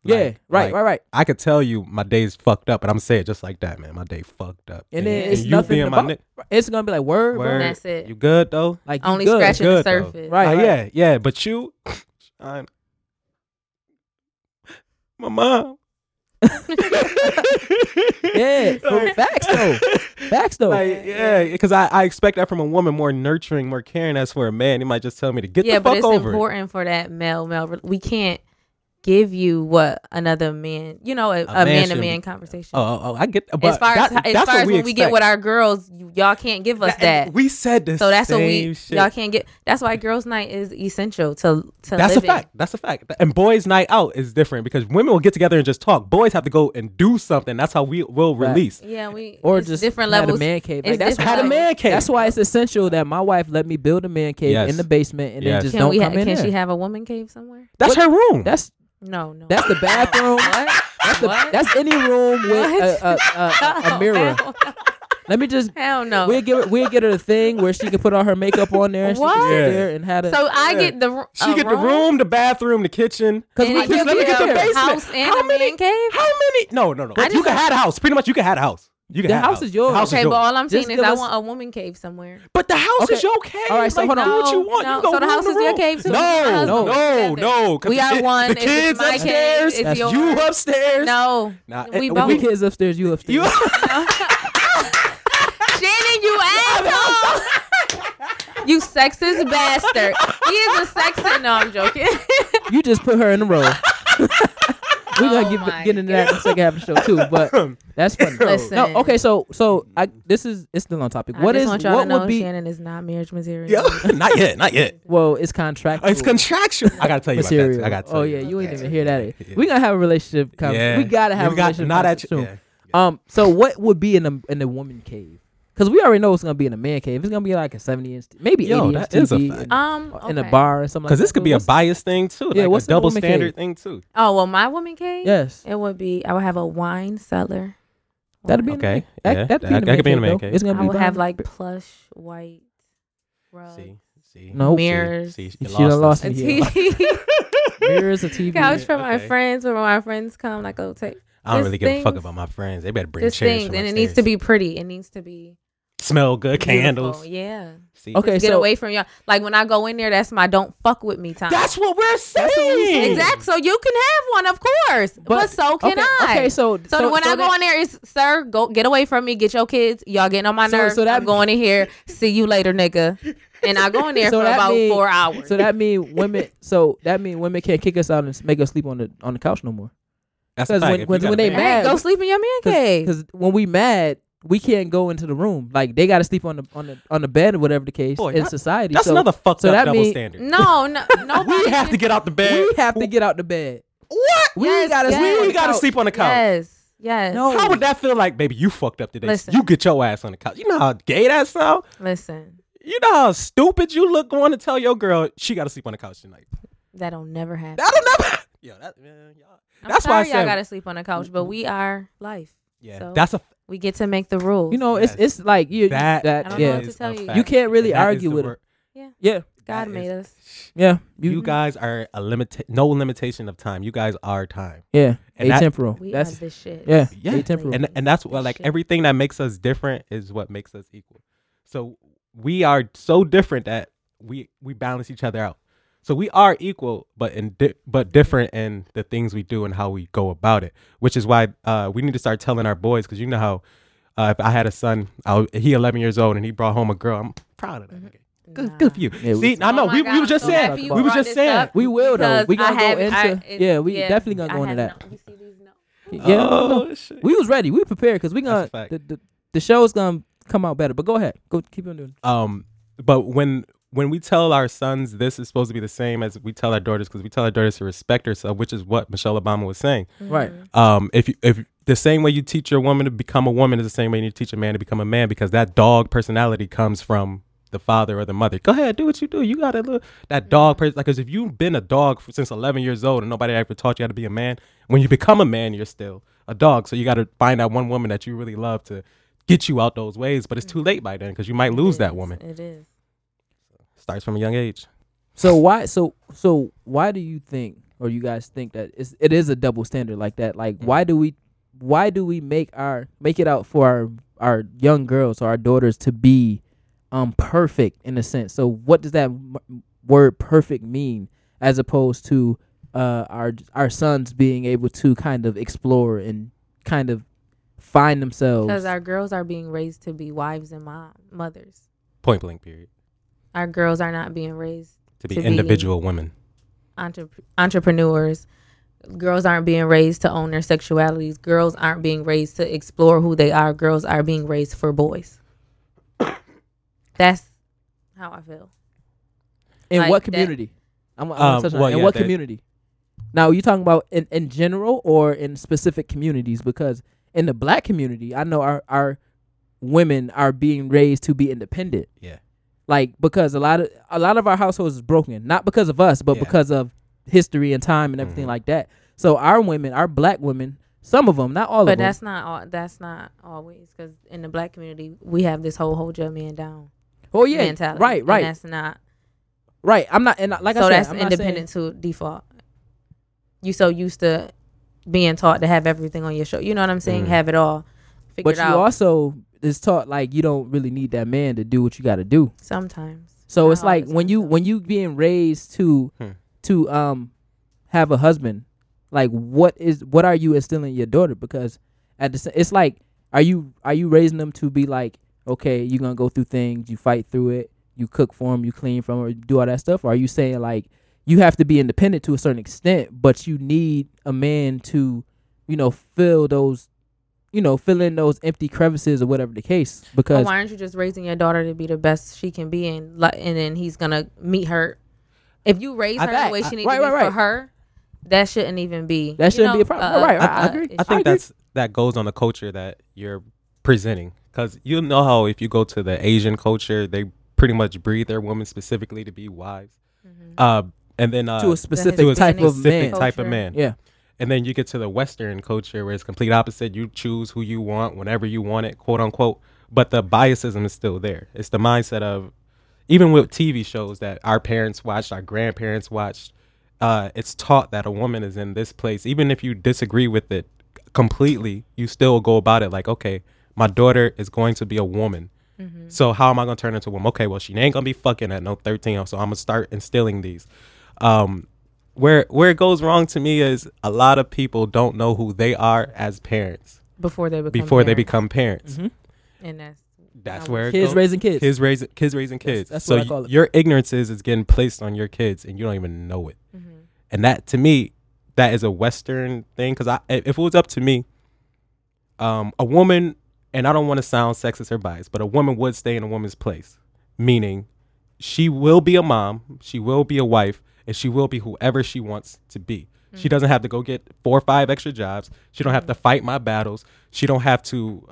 Speaker 1: yeah,
Speaker 2: Like-
Speaker 1: right,
Speaker 2: like,
Speaker 1: right, right.
Speaker 2: I could tell you my day's fucked up, and I'm saying it just like that, man. My day fucked up.
Speaker 1: And then it's
Speaker 2: you
Speaker 1: nothing
Speaker 2: being
Speaker 1: about-
Speaker 2: my ni-
Speaker 1: It's gonna be like word, bro.
Speaker 2: word.
Speaker 3: That's it.
Speaker 2: You good though?
Speaker 1: like you
Speaker 3: only
Speaker 1: good.
Speaker 3: scratching the
Speaker 2: Good, though.
Speaker 3: surface.
Speaker 1: Right,
Speaker 2: Like,
Speaker 1: right.
Speaker 2: Yeah, yeah. But you, I'm, my mom.
Speaker 1: Yeah, for
Speaker 2: Like-
Speaker 1: facts though. Facts
Speaker 3: Oh.
Speaker 1: though.
Speaker 2: Like, yeah, because I, I expect that from a woman more nurturing, more caring. As for a man, he might just tell me to get
Speaker 3: yeah,
Speaker 2: the
Speaker 3: but
Speaker 2: fuck
Speaker 3: it's
Speaker 2: over. it.
Speaker 3: important for that male male. re- We can't give you what another man, you know, a,
Speaker 2: A
Speaker 3: a
Speaker 2: man
Speaker 3: man to
Speaker 2: shouldn't
Speaker 3: man
Speaker 2: be-
Speaker 3: conversation.
Speaker 2: Oh, oh, oh, I get. But
Speaker 3: as far as
Speaker 2: that-
Speaker 3: as
Speaker 2: that's
Speaker 3: far
Speaker 2: what
Speaker 3: as when we get
Speaker 2: expect.
Speaker 3: with our girls, y- y'all can't give us
Speaker 2: And
Speaker 3: that.
Speaker 2: we said this.
Speaker 3: So that's what we
Speaker 2: shit.
Speaker 3: y'all can't get. That's why girls' night is essential to to
Speaker 2: That's a
Speaker 3: living.
Speaker 2: fact. That's a fact. And boys' night out is different because women will get together and just talk. Boys have to go and do something. That's how we will
Speaker 1: Right.
Speaker 2: release.
Speaker 3: Yeah, we
Speaker 1: or
Speaker 3: it's
Speaker 1: just
Speaker 3: different
Speaker 1: had
Speaker 3: levels.
Speaker 1: a man cave. Like,
Speaker 3: it's
Speaker 1: that's
Speaker 3: different
Speaker 2: Had a
Speaker 3: levels.
Speaker 2: man cave.
Speaker 1: That's why it's essential that my wife let me build a man cave
Speaker 2: Yes.
Speaker 1: in the basement and
Speaker 2: Yes.
Speaker 1: then just
Speaker 3: Can
Speaker 1: don't
Speaker 3: we? Ha-
Speaker 1: come in
Speaker 3: can
Speaker 1: there.
Speaker 3: she have a woman cave somewhere?
Speaker 2: That's her room.
Speaker 1: that's
Speaker 3: No, no.
Speaker 1: that's the bathroom.
Speaker 3: what?
Speaker 1: That's, the,
Speaker 3: What?
Speaker 1: that's any room with
Speaker 3: What?
Speaker 1: a, a, a, a, a mirror.
Speaker 3: Hell,
Speaker 1: Let me just
Speaker 3: hell no.
Speaker 1: we'll get her- we'll get her a thing where she can put all her makeup on there. And she can
Speaker 3: What?
Speaker 1: sit
Speaker 2: Yeah.
Speaker 1: there and have a
Speaker 3: so I get the r-
Speaker 2: she
Speaker 3: a
Speaker 2: get the room, the bathroom, the kitchen.
Speaker 1: because
Speaker 3: And
Speaker 1: we
Speaker 3: it could
Speaker 1: just let
Speaker 3: be
Speaker 1: me get
Speaker 3: a
Speaker 1: the basement.
Speaker 3: house and
Speaker 2: How
Speaker 3: a man
Speaker 2: many-
Speaker 3: cave.
Speaker 2: How many? No, no, no.
Speaker 3: I
Speaker 2: You
Speaker 3: just-
Speaker 2: can have a house. Pretty much, you can have a house. You can
Speaker 1: The
Speaker 2: have
Speaker 1: house
Speaker 2: a
Speaker 1: is yours.
Speaker 2: The house
Speaker 3: Okay,
Speaker 2: is
Speaker 3: but
Speaker 2: yours.
Speaker 3: all I'm
Speaker 1: Just
Speaker 3: saying is
Speaker 1: give
Speaker 3: I
Speaker 1: us-
Speaker 3: want a woman cave somewhere.
Speaker 2: But the house
Speaker 1: Okay.
Speaker 2: is your cave.
Speaker 1: All right, so
Speaker 2: Like,
Speaker 1: hold on.
Speaker 2: Do what you
Speaker 3: No,
Speaker 2: want.
Speaker 3: no,
Speaker 2: you go
Speaker 3: so the
Speaker 2: room
Speaker 3: house
Speaker 2: to
Speaker 3: is your
Speaker 2: room.
Speaker 3: cave, so it's my
Speaker 2: No, no, no,
Speaker 3: husband's.
Speaker 2: no. 'cause
Speaker 3: We
Speaker 2: the
Speaker 3: are
Speaker 2: kid-
Speaker 3: one.
Speaker 2: The
Speaker 3: It's
Speaker 2: kids
Speaker 3: my cave.
Speaker 2: upstairs.
Speaker 3: It's That's-
Speaker 2: You
Speaker 3: yours.
Speaker 2: upstairs.
Speaker 3: No,
Speaker 2: Nah,
Speaker 3: we
Speaker 2: and-
Speaker 3: both.
Speaker 1: We kids upstairs, you upstairs.
Speaker 2: You.
Speaker 3: Shannon, you asshole! you sexist bastard. He is a sexist. No, I'm joking.
Speaker 1: You just put her in a row. We're gonna
Speaker 3: Oh
Speaker 1: give,
Speaker 3: my
Speaker 1: get into that in the second half of the show too, but that's funny.
Speaker 3: Listen.
Speaker 1: No, okay, so so I this is it's still on topic. What
Speaker 3: I just
Speaker 1: is
Speaker 3: want y'all
Speaker 1: what
Speaker 3: to know
Speaker 1: would be?
Speaker 3: Shannon is not marriage material.
Speaker 2: Yeah. not yet. Not yet.
Speaker 1: Well, it's contractual.
Speaker 2: It's contractual. I gotta tell you about that.
Speaker 1: material.
Speaker 2: too. I gotta tell
Speaker 1: oh
Speaker 2: you
Speaker 1: yeah,
Speaker 2: about
Speaker 1: you ain't
Speaker 2: that.
Speaker 1: even hear that.
Speaker 2: Yeah.
Speaker 1: We gonna have a relationship conversation. We gotta have
Speaker 2: We
Speaker 1: a
Speaker 2: got-
Speaker 1: relationship
Speaker 2: not at
Speaker 1: conversation
Speaker 2: you.
Speaker 1: soon. Um, so what would be in a in a woman cave? Because we already know it's gonna be in a man cave. It's gonna be like a seventy inch, maybe
Speaker 2: Yo,
Speaker 1: eighty
Speaker 2: that
Speaker 1: inch
Speaker 2: is a
Speaker 1: TV
Speaker 2: fact.
Speaker 1: in-
Speaker 3: Um,
Speaker 1: in a
Speaker 3: okay.
Speaker 1: bar or something. like
Speaker 2: Because this
Speaker 1: that.
Speaker 2: could
Speaker 1: So
Speaker 2: be a
Speaker 1: what's-
Speaker 2: bias thing too.
Speaker 1: Yeah,
Speaker 2: Yeah, like
Speaker 1: what's
Speaker 2: a
Speaker 1: the
Speaker 2: double
Speaker 1: woman
Speaker 2: standard
Speaker 1: cave?
Speaker 2: thing too.
Speaker 3: Oh well, my woman cave.
Speaker 1: Yes,
Speaker 3: It would be. I would have a wine cellar.
Speaker 1: that'd be in the
Speaker 2: Okay,
Speaker 1: man- that-
Speaker 2: yeah,
Speaker 1: that'd
Speaker 2: that- that could be in a
Speaker 1: man though.
Speaker 2: man cave.
Speaker 1: It's gonna
Speaker 3: I
Speaker 1: be
Speaker 3: would have
Speaker 1: brown.
Speaker 3: like plush white rug,
Speaker 2: See, see,
Speaker 1: no
Speaker 3: mirrors,
Speaker 2: see,
Speaker 1: She done lost
Speaker 3: a
Speaker 1: me here.
Speaker 3: TV,
Speaker 1: mirrors, a TV.
Speaker 3: couch for my
Speaker 2: Okay.
Speaker 3: friends. When my friends come, like I'll take
Speaker 2: I don't
Speaker 3: This
Speaker 2: really give a fuck
Speaker 3: things-
Speaker 2: about my friends. They better bring
Speaker 3: this
Speaker 2: chairs.
Speaker 3: thing,
Speaker 2: from
Speaker 3: and it needs to
Speaker 2: upstairs.
Speaker 3: be pretty. It needs to be
Speaker 2: smell good,
Speaker 3: beautiful.
Speaker 2: candles.
Speaker 3: Yeah.
Speaker 2: See,
Speaker 1: Okay,
Speaker 3: Get
Speaker 1: so
Speaker 3: away from y'all. Like when I go in there, that's my don't fuck with me time.
Speaker 2: that's what we're saying.
Speaker 3: exactly. So you can have one, of course, but, so can
Speaker 1: okay,
Speaker 3: I.
Speaker 1: Okay, so
Speaker 3: So, when I go
Speaker 1: that-
Speaker 3: in there, it's sir, go get away from me, get your kids. Y'all getting on my
Speaker 1: So-
Speaker 3: nerves.
Speaker 1: so
Speaker 3: So
Speaker 1: that-
Speaker 3: that I'm going in here. See you later, nigga. And I go in there
Speaker 1: So
Speaker 3: for
Speaker 1: that
Speaker 3: about
Speaker 1: mean-
Speaker 3: four hours.
Speaker 1: So that mean women. So that mean women can't kick us out and s- make us sleep on the on the couch no more.
Speaker 2: That's
Speaker 1: Because
Speaker 2: a fact.
Speaker 1: when-
Speaker 2: If you
Speaker 1: when-
Speaker 2: got
Speaker 1: when
Speaker 2: a
Speaker 1: they mad-
Speaker 2: man-
Speaker 3: go sleep in your man cave.
Speaker 1: Because when we mad, we can't go into the room. Like they got to sleep on the on the on the bed or whatever the case
Speaker 2: Boy,
Speaker 1: in
Speaker 2: that-
Speaker 1: society.
Speaker 2: that's
Speaker 1: so,
Speaker 2: another fucked
Speaker 1: so
Speaker 2: up
Speaker 1: that
Speaker 2: double
Speaker 1: mean-
Speaker 2: standard.
Speaker 3: no, no, nobody.
Speaker 2: we have to get out the bed.
Speaker 1: We have to get out the bed.
Speaker 2: What?
Speaker 1: We
Speaker 3: Yes,
Speaker 1: gotta
Speaker 3: yes.
Speaker 1: sleep. on
Speaker 2: We
Speaker 1: the
Speaker 2: gotta
Speaker 1: couch.
Speaker 2: sleep on the couch.
Speaker 3: Yes, yes.
Speaker 1: No.
Speaker 2: How would that feel like, baby? You fucked up today.
Speaker 3: Listen.
Speaker 2: You get your ass on the couch. You know how gay that sound.
Speaker 3: Listen,
Speaker 2: You know how stupid you look going to tell your girl she got to sleep on the couch tonight.
Speaker 3: that'll never happen.
Speaker 2: That'll never. Yo, that man, y'all.
Speaker 3: I'm
Speaker 2: That's why I
Speaker 3: sorry y'all
Speaker 2: said-
Speaker 3: gotta sleep on the couch, but we are life.
Speaker 2: Yeah,
Speaker 3: So-
Speaker 2: that's a f-
Speaker 3: We get to make the rules.
Speaker 1: You know,
Speaker 2: Yes.
Speaker 1: it's it's like you
Speaker 2: that.
Speaker 1: that,
Speaker 3: I don't know
Speaker 1: yeah.
Speaker 3: what to
Speaker 2: is
Speaker 3: tell
Speaker 2: a
Speaker 3: you.
Speaker 2: fact.
Speaker 1: You can't really
Speaker 2: That is
Speaker 1: argue
Speaker 2: the
Speaker 1: with it.
Speaker 2: word.
Speaker 1: Yeah,
Speaker 3: God
Speaker 2: that
Speaker 3: made
Speaker 2: is-
Speaker 3: us.
Speaker 1: yeah.
Speaker 2: You, guys are a limit, no limitation of time. You guys are time,
Speaker 1: yeah,
Speaker 2: and that-
Speaker 1: atemporal.
Speaker 3: We
Speaker 1: That's
Speaker 3: are the shit.
Speaker 1: yeah,
Speaker 2: Yeah.
Speaker 1: atemporal.
Speaker 2: and and that's what like
Speaker 3: Shit.
Speaker 2: everything that makes us different is what makes us equal. So we are so different that we we balance each other out. So we are equal, but in di- but different in the things we do and how we go about it. Which is why uh, we need to start telling our boys because you know how uh, if I had a son, I would, he 11 years old and he brought home a girl, I'm proud of that. nigga. Good, good for you.
Speaker 1: Yeah, we-
Speaker 2: See, I know
Speaker 3: Mm-hmm. Oh my
Speaker 2: we, we
Speaker 3: God,
Speaker 2: were just
Speaker 3: I'm so
Speaker 2: saying
Speaker 3: happy you
Speaker 2: we were
Speaker 3: brought
Speaker 2: just
Speaker 3: this
Speaker 2: saying
Speaker 3: up
Speaker 1: We will, though.
Speaker 3: because
Speaker 1: We gonna
Speaker 3: I
Speaker 1: go
Speaker 3: haven't-
Speaker 1: into- yeah, we definitely gonna
Speaker 3: I
Speaker 1: go into
Speaker 3: have no- you see these notes?
Speaker 1: yeah.
Speaker 2: Oh, shit.
Speaker 1: we was ready. We prepared because we
Speaker 2: That's
Speaker 1: gonna
Speaker 2: a fact.
Speaker 1: the, the the show's gonna come out better. But go ahead, go keep on doing. it.
Speaker 2: um but when when we tell our sons this is supposed to be the same as we tell our daughters because we tell our daughters to respect herself which is what michelle obama was saying
Speaker 3: Mm.
Speaker 1: Right.
Speaker 2: um if you if the same way you teach your woman to become a woman is the same way you need to teach a man to become a man because that dog personality comes from the father or the mother go ahead do what you do you gotta look that dog person like because if you've been a dog for, since 11 years old and nobody ever taught you how to be a man when you become a man you're still a dog so you gotta find that one woman that you really love to get you out those ways but it's too late by then because you might lose that woman
Speaker 3: Mm. It is.
Speaker 2: starts from a young age.
Speaker 1: So why so so why do you think or you guys think that it's, it is a double standard like that? Like why do we why do we make our make it out for our our young girls or our daughters to be um perfect in a sense? So what does that m- word perfect mean as opposed to uh our our sons being able to kind of explore and kind of find themselves?
Speaker 3: Because our girls are being raised to be wives and mom mothers.
Speaker 2: Point blank period.
Speaker 3: Our girls are not being raised
Speaker 2: To be
Speaker 3: To be-
Speaker 2: individual women.
Speaker 3: entrep- entrepreneurs. Girls aren't being raised to own their sexualities. Girls aren't being raised to explore who they are. Girls are being raised for boys. That's how I feel.
Speaker 1: In
Speaker 3: Like
Speaker 1: what
Speaker 3: that.
Speaker 1: community? I'm, I'm gonna
Speaker 2: Um,
Speaker 1: touch on
Speaker 2: well,
Speaker 1: that. in
Speaker 2: yeah,
Speaker 1: what
Speaker 2: that-
Speaker 1: community? Now, are you talking about in, in general or in specific communities? Because in the black community, I know our, our women are being raised to be independent.
Speaker 2: Yeah.
Speaker 1: Like because a lot of a lot of our households is broken, not because of us, but
Speaker 2: Yeah.
Speaker 1: because of history and time and everything
Speaker 2: Mhm.
Speaker 1: like that. So our women, our black women, some of them, not all
Speaker 3: But
Speaker 1: of them.
Speaker 3: that's not all, that's not always because in the black community we have this whole hold your man down
Speaker 1: oh yeah,
Speaker 3: mentality.
Speaker 1: right,
Speaker 3: and
Speaker 1: right,
Speaker 3: that's not.
Speaker 1: right. I'm not, and I- like I
Speaker 3: so
Speaker 1: said,
Speaker 3: that's
Speaker 1: I'm not saying-
Speaker 3: independent to default. You so used to being taught to have everything on your show. You know what I'm saying?
Speaker 2: Mm.
Speaker 3: Have it all figured
Speaker 1: But you
Speaker 3: out.
Speaker 1: also is taught like you don't really need that man to do what you got to do.
Speaker 3: sometimes.
Speaker 1: So
Speaker 3: Not
Speaker 1: it's like
Speaker 3: always,
Speaker 1: when you
Speaker 3: sometimes.
Speaker 1: when you being raised to
Speaker 2: Hmm.
Speaker 1: to um have a husband, like what is what are you instilling in your daughter? Because at the sa- it's like are you are you raising them to be like okay you're gonna go through things you fight through it you cook for them you clean from them do all that stuff or are you saying like you have to be independent to a certain extent but you need a man to you know fill those you know fill in those empty crevices or whatever the case
Speaker 3: But
Speaker 1: because
Speaker 3: why aren't you just raising your daughter to be the best she can be, and li- and then he's gonna meet her? If you raise
Speaker 2: I
Speaker 3: her
Speaker 2: bet.
Speaker 3: the way
Speaker 2: I-
Speaker 3: she needs
Speaker 1: right,
Speaker 3: to be
Speaker 1: right, right.
Speaker 3: for her, that shouldn't even be.
Speaker 1: That
Speaker 3: you
Speaker 1: shouldn't be a problem. Right, right, I- I
Speaker 3: uh,
Speaker 1: agree.
Speaker 3: issue.
Speaker 2: I think
Speaker 1: agree.
Speaker 2: that's that goes on the culture that you're presenting. Cause you know how if you go to the Asian culture, they pretty much breed their women specifically to be wives. Uh, and then uh,
Speaker 1: to a
Speaker 2: to a
Speaker 1: specific type of
Speaker 2: specific
Speaker 1: man
Speaker 2: type of
Speaker 3: Culture.
Speaker 2: man.
Speaker 1: yeah
Speaker 2: And then you get to the Western culture where it's complete opposite. You choose who you want whenever you want it, quote unquote. But the biasism is still there. It's the mindset of even with TV shows that our parents watched, our grandparents watched. Uh, it's taught that a woman is in this place, even if you disagree with it completely. You still go about it like, okay, my daughter is going to be a woman. So how am I gonna turn into a woman? Okay, well she ain't gonna be fucking at no thirteen, so I'm gonna start instilling these. Um, where where it goes wrong to me is a lot of people don't know who they are as parents
Speaker 3: before they become
Speaker 2: before they
Speaker 3: parents. Mm-hmm.
Speaker 2: become parents.
Speaker 3: and that's
Speaker 2: That's
Speaker 3: I
Speaker 2: where it
Speaker 1: kids
Speaker 2: goes.
Speaker 1: raising kids
Speaker 2: kids raising kids raising kids.
Speaker 1: that's
Speaker 2: so
Speaker 1: what I
Speaker 2: y-
Speaker 1: call it.
Speaker 2: your ignorance is is getting placed on your kids, and you don't even know it.
Speaker 1: Mm-hmm.
Speaker 2: And that to me, that is a Western thing. Because I, if it was up to me, um, a woman, and I don't want to sound sexist or biased, but a woman would stay in a woman's place, meaning she will be a mom, she will be a wife, and she will be whoever she wants to be. She
Speaker 1: Mm.
Speaker 2: doesn't have to go get four or five extra jobs. She don't have
Speaker 1: Mm-hmm.
Speaker 2: to fight my battles. She don't have to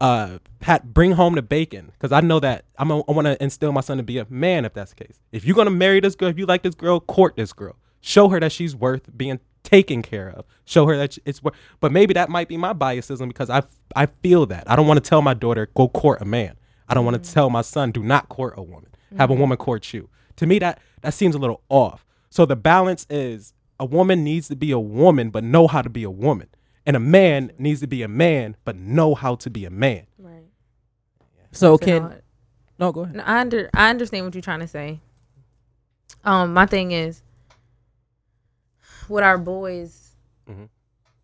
Speaker 2: uh, Pat, bring home the bacon because I know that I'm a, i am I want to instill my son to be a man if that's the case. If you're gonna marry this girl, if you like this girl, court this girl. Show her that she's worth being taken care of. Show her that it's worth. But maybe that might be my biasism because I I feel that I don't want to tell my daughter go court a man. I don't want to tell my son do not court a woman. Have a woman court you. To me that that seems a little off. So the balance is a woman needs to be a woman but know how to be a woman, and a man needs to be a man but know how to be a man.
Speaker 3: Right.
Speaker 1: So
Speaker 3: So
Speaker 1: can
Speaker 3: now-
Speaker 1: no go ahead.
Speaker 3: No, I under I understand what you're trying to say. Um, my thing is with our boys,
Speaker 2: Mhm.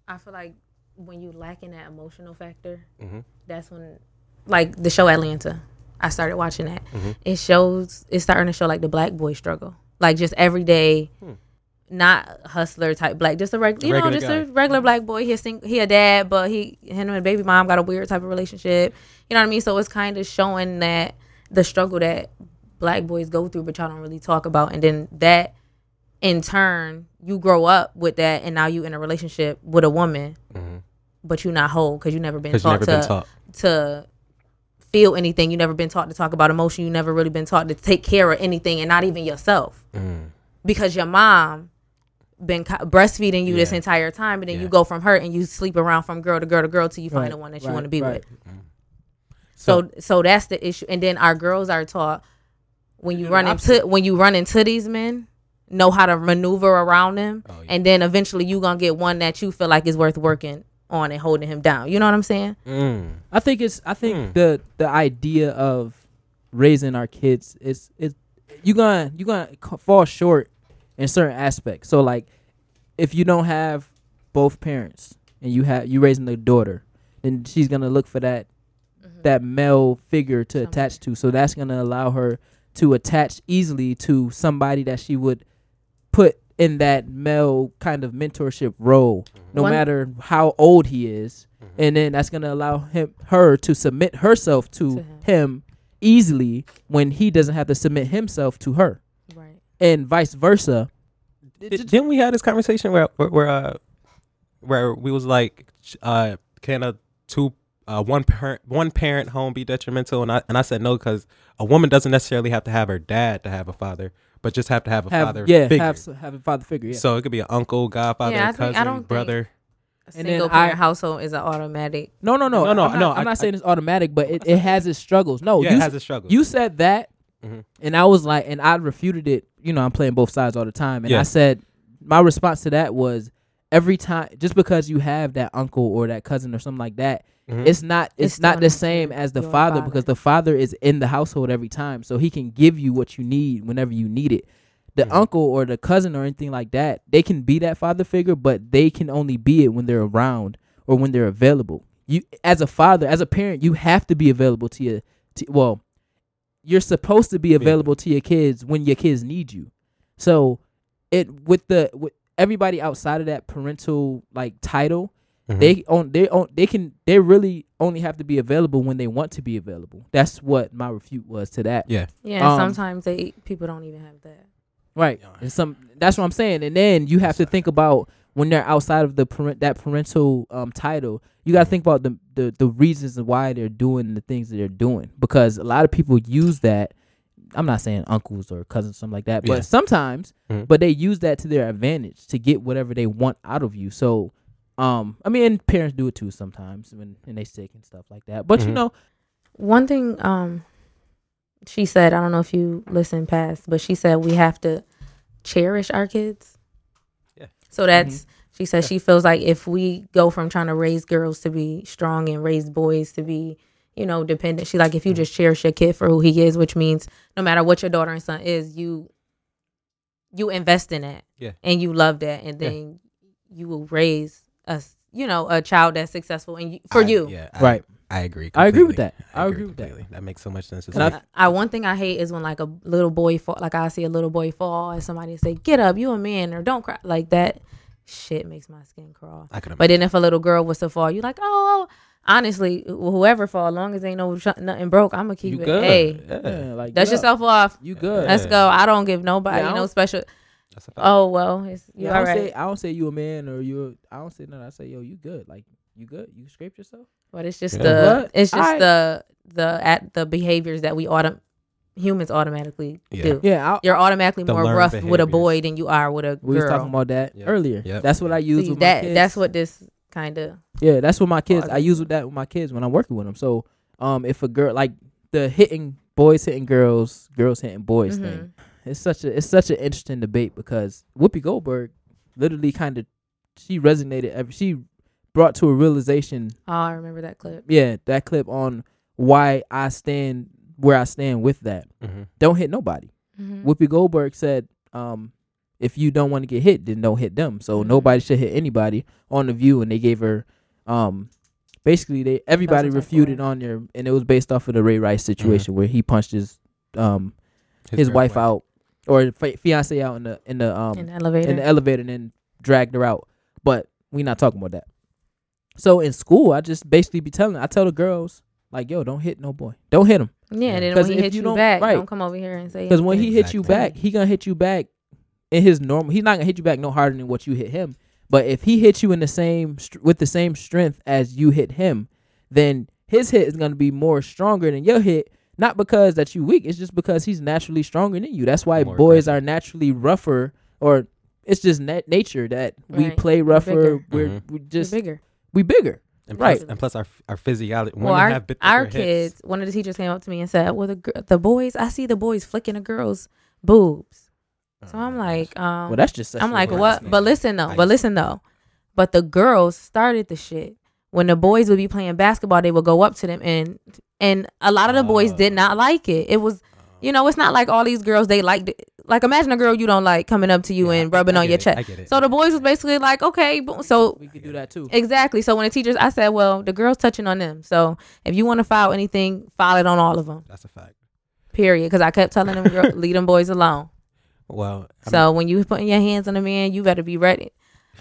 Speaker 3: I feel like when you lacking that emotional factor,
Speaker 2: Mhm.
Speaker 3: that's when like the show Atlanta. I started watching that.
Speaker 2: Mm-hmm.
Speaker 3: It shows it's starting to show like the black boy struggle. Like just everyday not hustler type black, just a reg- you know,
Speaker 2: Hmm. Regular
Speaker 3: just a
Speaker 2: guy. Hmm.
Speaker 3: regular black boy. He's sing- he a dad, but he him and baby mom got a weird type of relationship. You know what I mean? So it's kind of showing that the struggle that black boys go through, but y'all don't really talk about, and then that in turn you grow up with that, and now you in a relationship with a woman,
Speaker 2: Mm-hmm.
Speaker 3: but you not whole because you never been
Speaker 2: 'Cause you
Speaker 3: taught
Speaker 2: never
Speaker 3: to
Speaker 2: been taught.
Speaker 3: to feel anything. You never been taught to talk about emotion. You never really been taught to take care of anything, and not even yourself,
Speaker 2: Mm-hmm.
Speaker 3: because your mom been co- breastfeeding you this
Speaker 2: Yeah.
Speaker 3: entire time, and then you
Speaker 2: Yeah.
Speaker 3: go from her and you sleep around from girl to girl to girl till you find
Speaker 1: Right,
Speaker 3: the one that you
Speaker 1: right,
Speaker 3: want to be
Speaker 1: right.
Speaker 3: with. So so that's the issue. And then our girls are taught when you run into when you run into these men, know how to maneuver around them,
Speaker 2: yeah.
Speaker 3: and then eventually you gonna get one that you feel like is worth working on and holding him down. You know what I'm saying?
Speaker 2: Mm.
Speaker 1: I think it's I think the the idea of raising our kids is is you gonna you gonna c- fall short in certain aspects. So like if you don't have both parents and you have you raising a daughter, then she's gonna look for that that male figure to attach to. So that's gonna allow her to attach easily to somebody that she would put in that male kind of mentorship role, no
Speaker 3: One-
Speaker 1: matter how old he is. And then that's gonna allow him her to submit herself to,
Speaker 3: To
Speaker 1: him.
Speaker 3: him.
Speaker 1: easily when he doesn't have to submit himself to her.
Speaker 3: Right.
Speaker 1: And vice versa.
Speaker 2: Did, didn't we have this conversation where where where, uh, where we was like, sh- uh, can a two uh, one parent one parent home be detrimental? And I and I said no because a woman doesn't necessarily have to have her dad to have a father, but just have to have a
Speaker 1: Have
Speaker 2: father
Speaker 1: yeah,
Speaker 2: figure.
Speaker 1: have s- have a father figure, yeah.
Speaker 2: So it could be an uncle, godfather,
Speaker 3: Yeah, I
Speaker 2: cousin,
Speaker 3: think- I don't think-
Speaker 2: brother.
Speaker 3: A
Speaker 1: And then
Speaker 3: single parent
Speaker 1: I-
Speaker 3: household is an automatic.
Speaker 1: No, no, no,
Speaker 2: No, no,
Speaker 1: I'm not,
Speaker 2: no,
Speaker 1: I'm
Speaker 2: I-
Speaker 1: not saying it's automatic, but it, it has its struggles. No, Oh,
Speaker 2: yeah,
Speaker 1: you,
Speaker 2: it
Speaker 1: s-
Speaker 2: has a struggle.
Speaker 1: you said that,
Speaker 2: Mhm.
Speaker 1: and I was like, and I refuted it. You know, I'm playing both sides all the time, and I
Speaker 2: Yeah.
Speaker 1: said my response to that was every time, just because you have that uncle or that cousin or something like that,
Speaker 2: Mhm.
Speaker 1: it's not it's,
Speaker 3: It's
Speaker 1: not
Speaker 3: still
Speaker 1: the
Speaker 3: not
Speaker 1: same
Speaker 3: your-
Speaker 1: as the
Speaker 3: your
Speaker 1: father,
Speaker 3: father.
Speaker 1: because the father is in the household every time, so he can give you what you need whenever you need it. The uncle or the cousin or anything like that, they can be that father figure, but they can only be it when they're around or when they're available. You, as a father, as a parent, you have to be available to your, to, well, you're supposed to be available to your kids when your kids need you. So it with the with everybody outside of that parental like title,
Speaker 2: Mm-hmm.
Speaker 1: they on they on they can they really only have to be available when they want to be available. That's what my refute was to that.
Speaker 2: yeah.
Speaker 3: Yeah,
Speaker 1: Um,
Speaker 3: sometimes they people don't even have that.
Speaker 1: Right. And some that's what I'm saying. And then you have to think about when they're outside of the parent that parental um title, you gotta think about the, the the reasons why they're doing the things that they're doing. Because a lot of people use that I'm not saying uncles or cousins, something like that, but
Speaker 2: Yeah.
Speaker 1: sometimes
Speaker 2: Mhm.
Speaker 1: but they use that to their advantage to get whatever they want out of you. So um I mean and parents do it too sometimes when and they sick and stuff like that. But you
Speaker 2: Mhm.
Speaker 1: know,
Speaker 3: One thing um she said, I don't know if you listened past, but she said we have to cherish our kids.
Speaker 2: Yeah. Mm-hmm.
Speaker 3: So that's she says she feels like if we go from trying to raise girls to be strong and raise boys to be, you know, dependent, she like if you
Speaker 2: Mm-hmm.
Speaker 3: just cherish your kid for who he is, which means no matter what your daughter and son is, you you invest in that.
Speaker 2: Yeah.
Speaker 3: And you love that and
Speaker 2: Yeah.
Speaker 3: then you will raise us you know, a child that's successful and you, for
Speaker 2: I-
Speaker 3: you.
Speaker 2: Yeah,
Speaker 1: Right.
Speaker 2: I, I agree.
Speaker 1: I agree with
Speaker 2: completely.
Speaker 1: that. I agree with that.
Speaker 2: completely. That makes so much sense. It's
Speaker 1: And I-
Speaker 2: like-
Speaker 3: I one thing I hate is when like a little boy fall, like I see a little boy fall and somebody say, "Get up, you a man," or "Don't cry." Like that shit makes my skin crawl.
Speaker 2: I could imagine.
Speaker 3: But then if a little girl was to fall, you like, "Oh, honestly, wh- whoever fall, as long as ain't no sh- nothing broke, I'm gonna keep
Speaker 2: you
Speaker 3: it."
Speaker 2: good.
Speaker 3: Hey,
Speaker 2: Yeah.
Speaker 1: yeah, like
Speaker 3: dust
Speaker 1: get up.
Speaker 3: yourself off.
Speaker 1: You good.
Speaker 3: Let's go. I don't give nobody
Speaker 1: Yeah, I
Speaker 3: no
Speaker 1: don't-
Speaker 3: special.
Speaker 2: That's a fact.
Speaker 3: Oh well, it's, you
Speaker 1: Yeah, I
Speaker 3: all
Speaker 1: don't
Speaker 3: right.
Speaker 1: say I don't say you a man or you. I don't say nothing. I say yo, you good. Like you good. You scraped yourself.
Speaker 3: But it's just
Speaker 2: Yeah.
Speaker 3: the
Speaker 1: What?
Speaker 3: it's just
Speaker 1: I-
Speaker 3: the the at the behaviors that we autom- humans automatically
Speaker 2: Yeah.
Speaker 3: do.
Speaker 1: Yeah, I,
Speaker 3: You're automatically
Speaker 2: The
Speaker 3: more
Speaker 2: learned
Speaker 3: rough with a
Speaker 2: behaviors.
Speaker 3: boy than you are with a
Speaker 1: we was
Speaker 3: girl.
Speaker 1: talking about that
Speaker 2: Yep.
Speaker 1: earlier.
Speaker 2: Yep.
Speaker 1: That's what I use
Speaker 3: See,
Speaker 1: with
Speaker 3: that
Speaker 1: my kids.
Speaker 3: that's what this kind of
Speaker 1: Yeah, that's what my kids. Oh, I
Speaker 3: Closet.
Speaker 1: use with that with my kids when I'm working with them. So, um, if a girl like the hitting boys hitting girls, girls hitting boys
Speaker 3: mm-hmm.
Speaker 1: thing, it's such a it's such an interesting debate because Whoopi Goldberg literally kind of she resonated. ev- She brought to a realization.
Speaker 3: Oh, I remember that clip.
Speaker 1: Yeah, that clip on why I stand where I stand with that.
Speaker 2: Mm-hmm.
Speaker 1: Don't hit nobody.
Speaker 3: Mhm.
Speaker 1: Whoopi Goldberg said, um, if you don't want to get hit, then don't hit them. So
Speaker 3: Mhm.
Speaker 1: nobody should hit anybody on the view and they gave her um basically they everybody
Speaker 3: Thousands of Mm-hmm.
Speaker 1: refuted
Speaker 3: dollars.
Speaker 1: on there and it was based off of the Ray Rice situation where he punched his um his, wife out or fi- fiance out in the in the um
Speaker 3: In the elevator.
Speaker 1: in the elevator and then dragged her out. But we not talking about that. So in school, I just basically be telling I tell the girls like, yo, don't hit no boy, don't hit him.
Speaker 3: yeah, and then
Speaker 1: 'Cause
Speaker 3: when he
Speaker 1: if
Speaker 3: hit
Speaker 1: you
Speaker 3: you,
Speaker 1: don't-
Speaker 3: back,
Speaker 1: right.
Speaker 3: don't come over here and say
Speaker 1: Because when
Speaker 3: anything.
Speaker 1: he hits you
Speaker 2: Exactly.
Speaker 1: back, he gonna hit you back in his normal. He's not gonna hit you back no harder than what you hit him. But if he hits you in the same str- with the same strength as you hit him, then his hit is gonna be more stronger than your hit. Not because that you weak, it's just because he's naturally stronger than you. That's why
Speaker 2: More
Speaker 1: boys
Speaker 2: aggressive.
Speaker 1: are naturally rougher, or it's just nat- nature that we
Speaker 3: Right.
Speaker 1: play
Speaker 3: We're
Speaker 1: rougher.
Speaker 3: bigger.
Speaker 1: We're,
Speaker 2: Mhm.
Speaker 1: we
Speaker 3: You're
Speaker 1: just
Speaker 3: bigger.
Speaker 1: we bigger.
Speaker 2: and
Speaker 1: right.
Speaker 2: plus, And plus, our our physiology.
Speaker 3: Well,
Speaker 2: women
Speaker 3: our,
Speaker 2: have bit thicker
Speaker 3: our
Speaker 2: hips.
Speaker 3: kids, one of the teachers came up to me and said, "Well, the gir- the boys, I see the boys flicking the girls' boobs." So
Speaker 2: Oh
Speaker 3: I'm
Speaker 2: my
Speaker 3: like,
Speaker 2: gosh.
Speaker 3: um,
Speaker 1: Well, Mm, that's just such
Speaker 3: I'm
Speaker 1: a
Speaker 3: like,
Speaker 1: word.
Speaker 3: what? But listen though. But listen though. But the girls started the shit. When the boys would be playing basketball, they would go up to them and and a lot of the boys did
Speaker 2: Oh.
Speaker 3: not like it. It was, you know, it's not like all these girls they liked. It. Like imagine a girl you don't like coming up to you
Speaker 2: Yeah,
Speaker 3: and
Speaker 2: I-
Speaker 3: rubbing
Speaker 2: I
Speaker 3: on
Speaker 2: get
Speaker 3: your
Speaker 2: it, I
Speaker 3: chest.
Speaker 2: get it.
Speaker 3: So the boys was basically like, okay, boom. so
Speaker 1: we could do that too.
Speaker 3: exactly. So when the teachers, I said, well, the girls touching on them. So if you want to file anything, file it on all of them.
Speaker 2: That's a fact.
Speaker 3: Period. Because I kept telling them, girl, leave them boys alone.
Speaker 2: Well, I mean,
Speaker 3: So when you putting your hands on a man, you better be ready.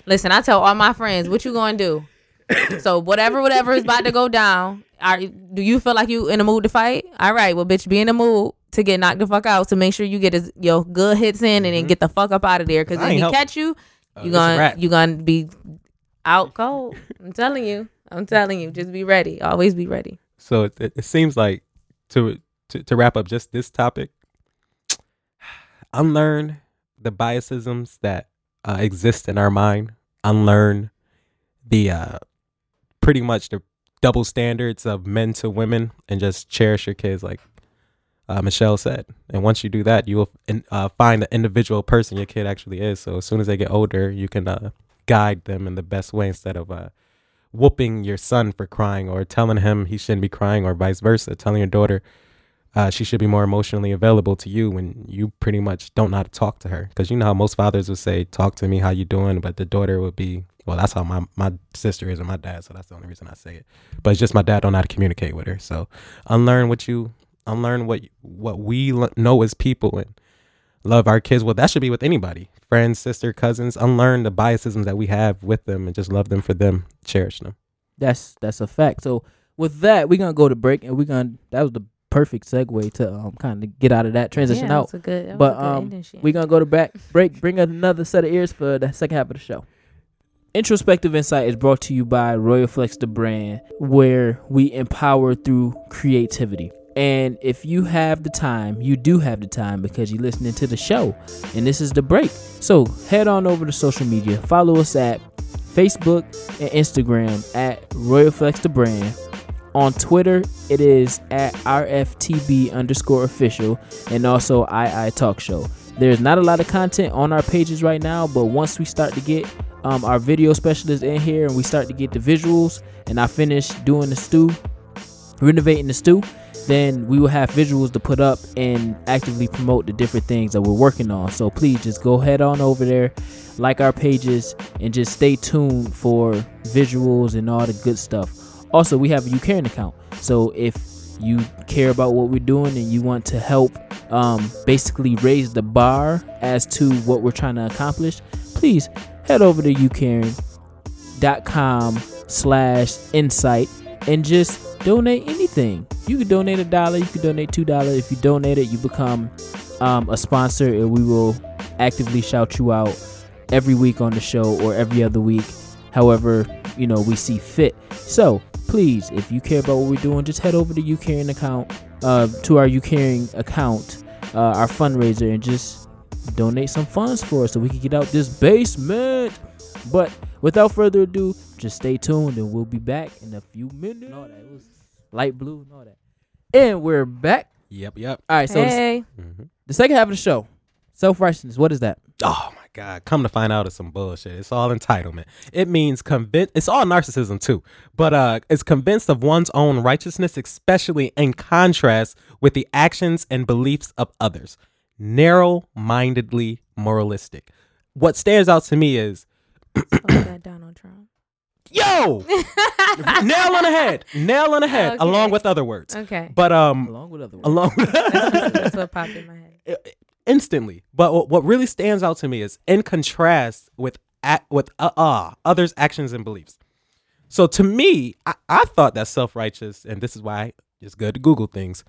Speaker 3: Listen, I tell all my friends, what you gonna do? so whatever, whatever is about to go down. Are do you feel like you in the mood to fight? All right, well, bitch, be in the mood to get knocked the fuck out. So make sure you get his, your good hits in and then
Speaker 2: Mhm.
Speaker 3: get the fuck up out of there. Because
Speaker 2: I
Speaker 3: if
Speaker 2: ain't
Speaker 3: he
Speaker 2: helping.
Speaker 3: catch you,
Speaker 2: uh, it's
Speaker 3: you
Speaker 2: a
Speaker 3: gonna
Speaker 2: wrap.
Speaker 3: you gonna be out cold. I'm telling you. I'm telling you. Just be ready. Always be ready.
Speaker 2: So it, it, it seems like to, to to wrap up just this topic, unlearn the biasisms that uh, exist in our mind. Unlearn the uh, pretty much the double standards of men to women, and just cherish your kids, like uh, Michelle said. And once you do that, you will in, uh, find the individual person your kid actually is. So as soon as they get older, you can uh, guide them in the best way instead of uh, whooping your son for crying or telling him he shouldn't be crying or vice versa telling your daughter uh, she should be more emotionally available to you when you pretty much don't know how to talk to her because you know how most fathers would say talk to me how you doing but the daughter would be well that's how my, my sister is and my dad so that's the only reason i say it but it's just my dad don't know how to communicate with her so unlearn what you unlearn what what we l- know as people and love our kids well that should be with anybody friends sister cousins unlearn the biasisms that we have with them and just love them for them cherish them
Speaker 1: That's that's a fact. So with that, we're gonna go to break, and we're gonna that was the perfect segue to um kind of get out of that transition
Speaker 3: Yeah,
Speaker 1: out.
Speaker 3: that's a good- that was
Speaker 1: But,
Speaker 3: a good
Speaker 1: um,
Speaker 3: ending shit.
Speaker 1: We're gonna go to back break, bring another set of ears for the second half of the show. Introspective Insight is brought to you by Royal Flex the brand, where we empower through creativity. And if you have the time, you do have the time because you're listening to the show, and this is the break. So head on over to social media, follow us at Facebook and Instagram at Royal Flex the brand. On Twitter, it is at RFTB underscore official and also II Talk Show. There's not a lot of content on our pages right now, but once we start to get um, our video specialist in here and we start to get the visuals, and I finish doing the stew, renovating the stew, then we will have visuals to put up and actively promote the different things that we're working on. So please just go head on over there, like our pages, and just stay tuned for visuals and all the good stuff. Also, we have a UCaring account. So if you care about what we're doing and you want to help um, basically raise the bar as to what we're trying to accomplish, please head over to ucaring.com slash insight and just donate anything. You could donate a dollar, you could donate two dollars. If you donate it, you become um, a sponsor and we will actively shout you out every week on the show or every other week, however, you know, we see fit. So please, if you care about what we're doing, just head over to you caring account, uh, to our you caring account, uh, our fundraiser, and just donate some funds for us so we can get out this basement. But without further ado, just stay tuned and we'll be back in a few minutes. And all that. It was light blue and all that. And we're back.
Speaker 2: Yep, yep.
Speaker 1: All right, so the-
Speaker 3: hey,
Speaker 2: Mhm.
Speaker 1: the second half of the show, self righteousness. What is that?
Speaker 2: Oh my God! Come to find out, it's some bullshit. It's all entitlement. It means convinced. It's all narcissism too, but uh, it's convinced of one's own righteousness, especially in contrast with the actions and beliefs of others. Narrow-mindedly moralistic. What stands out to me is
Speaker 3: fuck that Donald Trump.
Speaker 2: yo, nail on the head, nail on the head,
Speaker 3: Okay.
Speaker 2: along with other words.
Speaker 3: Okay,
Speaker 2: But um,
Speaker 1: Along with other words.
Speaker 2: along.
Speaker 3: that's what popped in my head.
Speaker 2: instantly. But what- what really stands out to me is in contrast with a with uh, uh others' actions and beliefs. So to me, I, I thought that self righteous, and this is why it's good to Google things.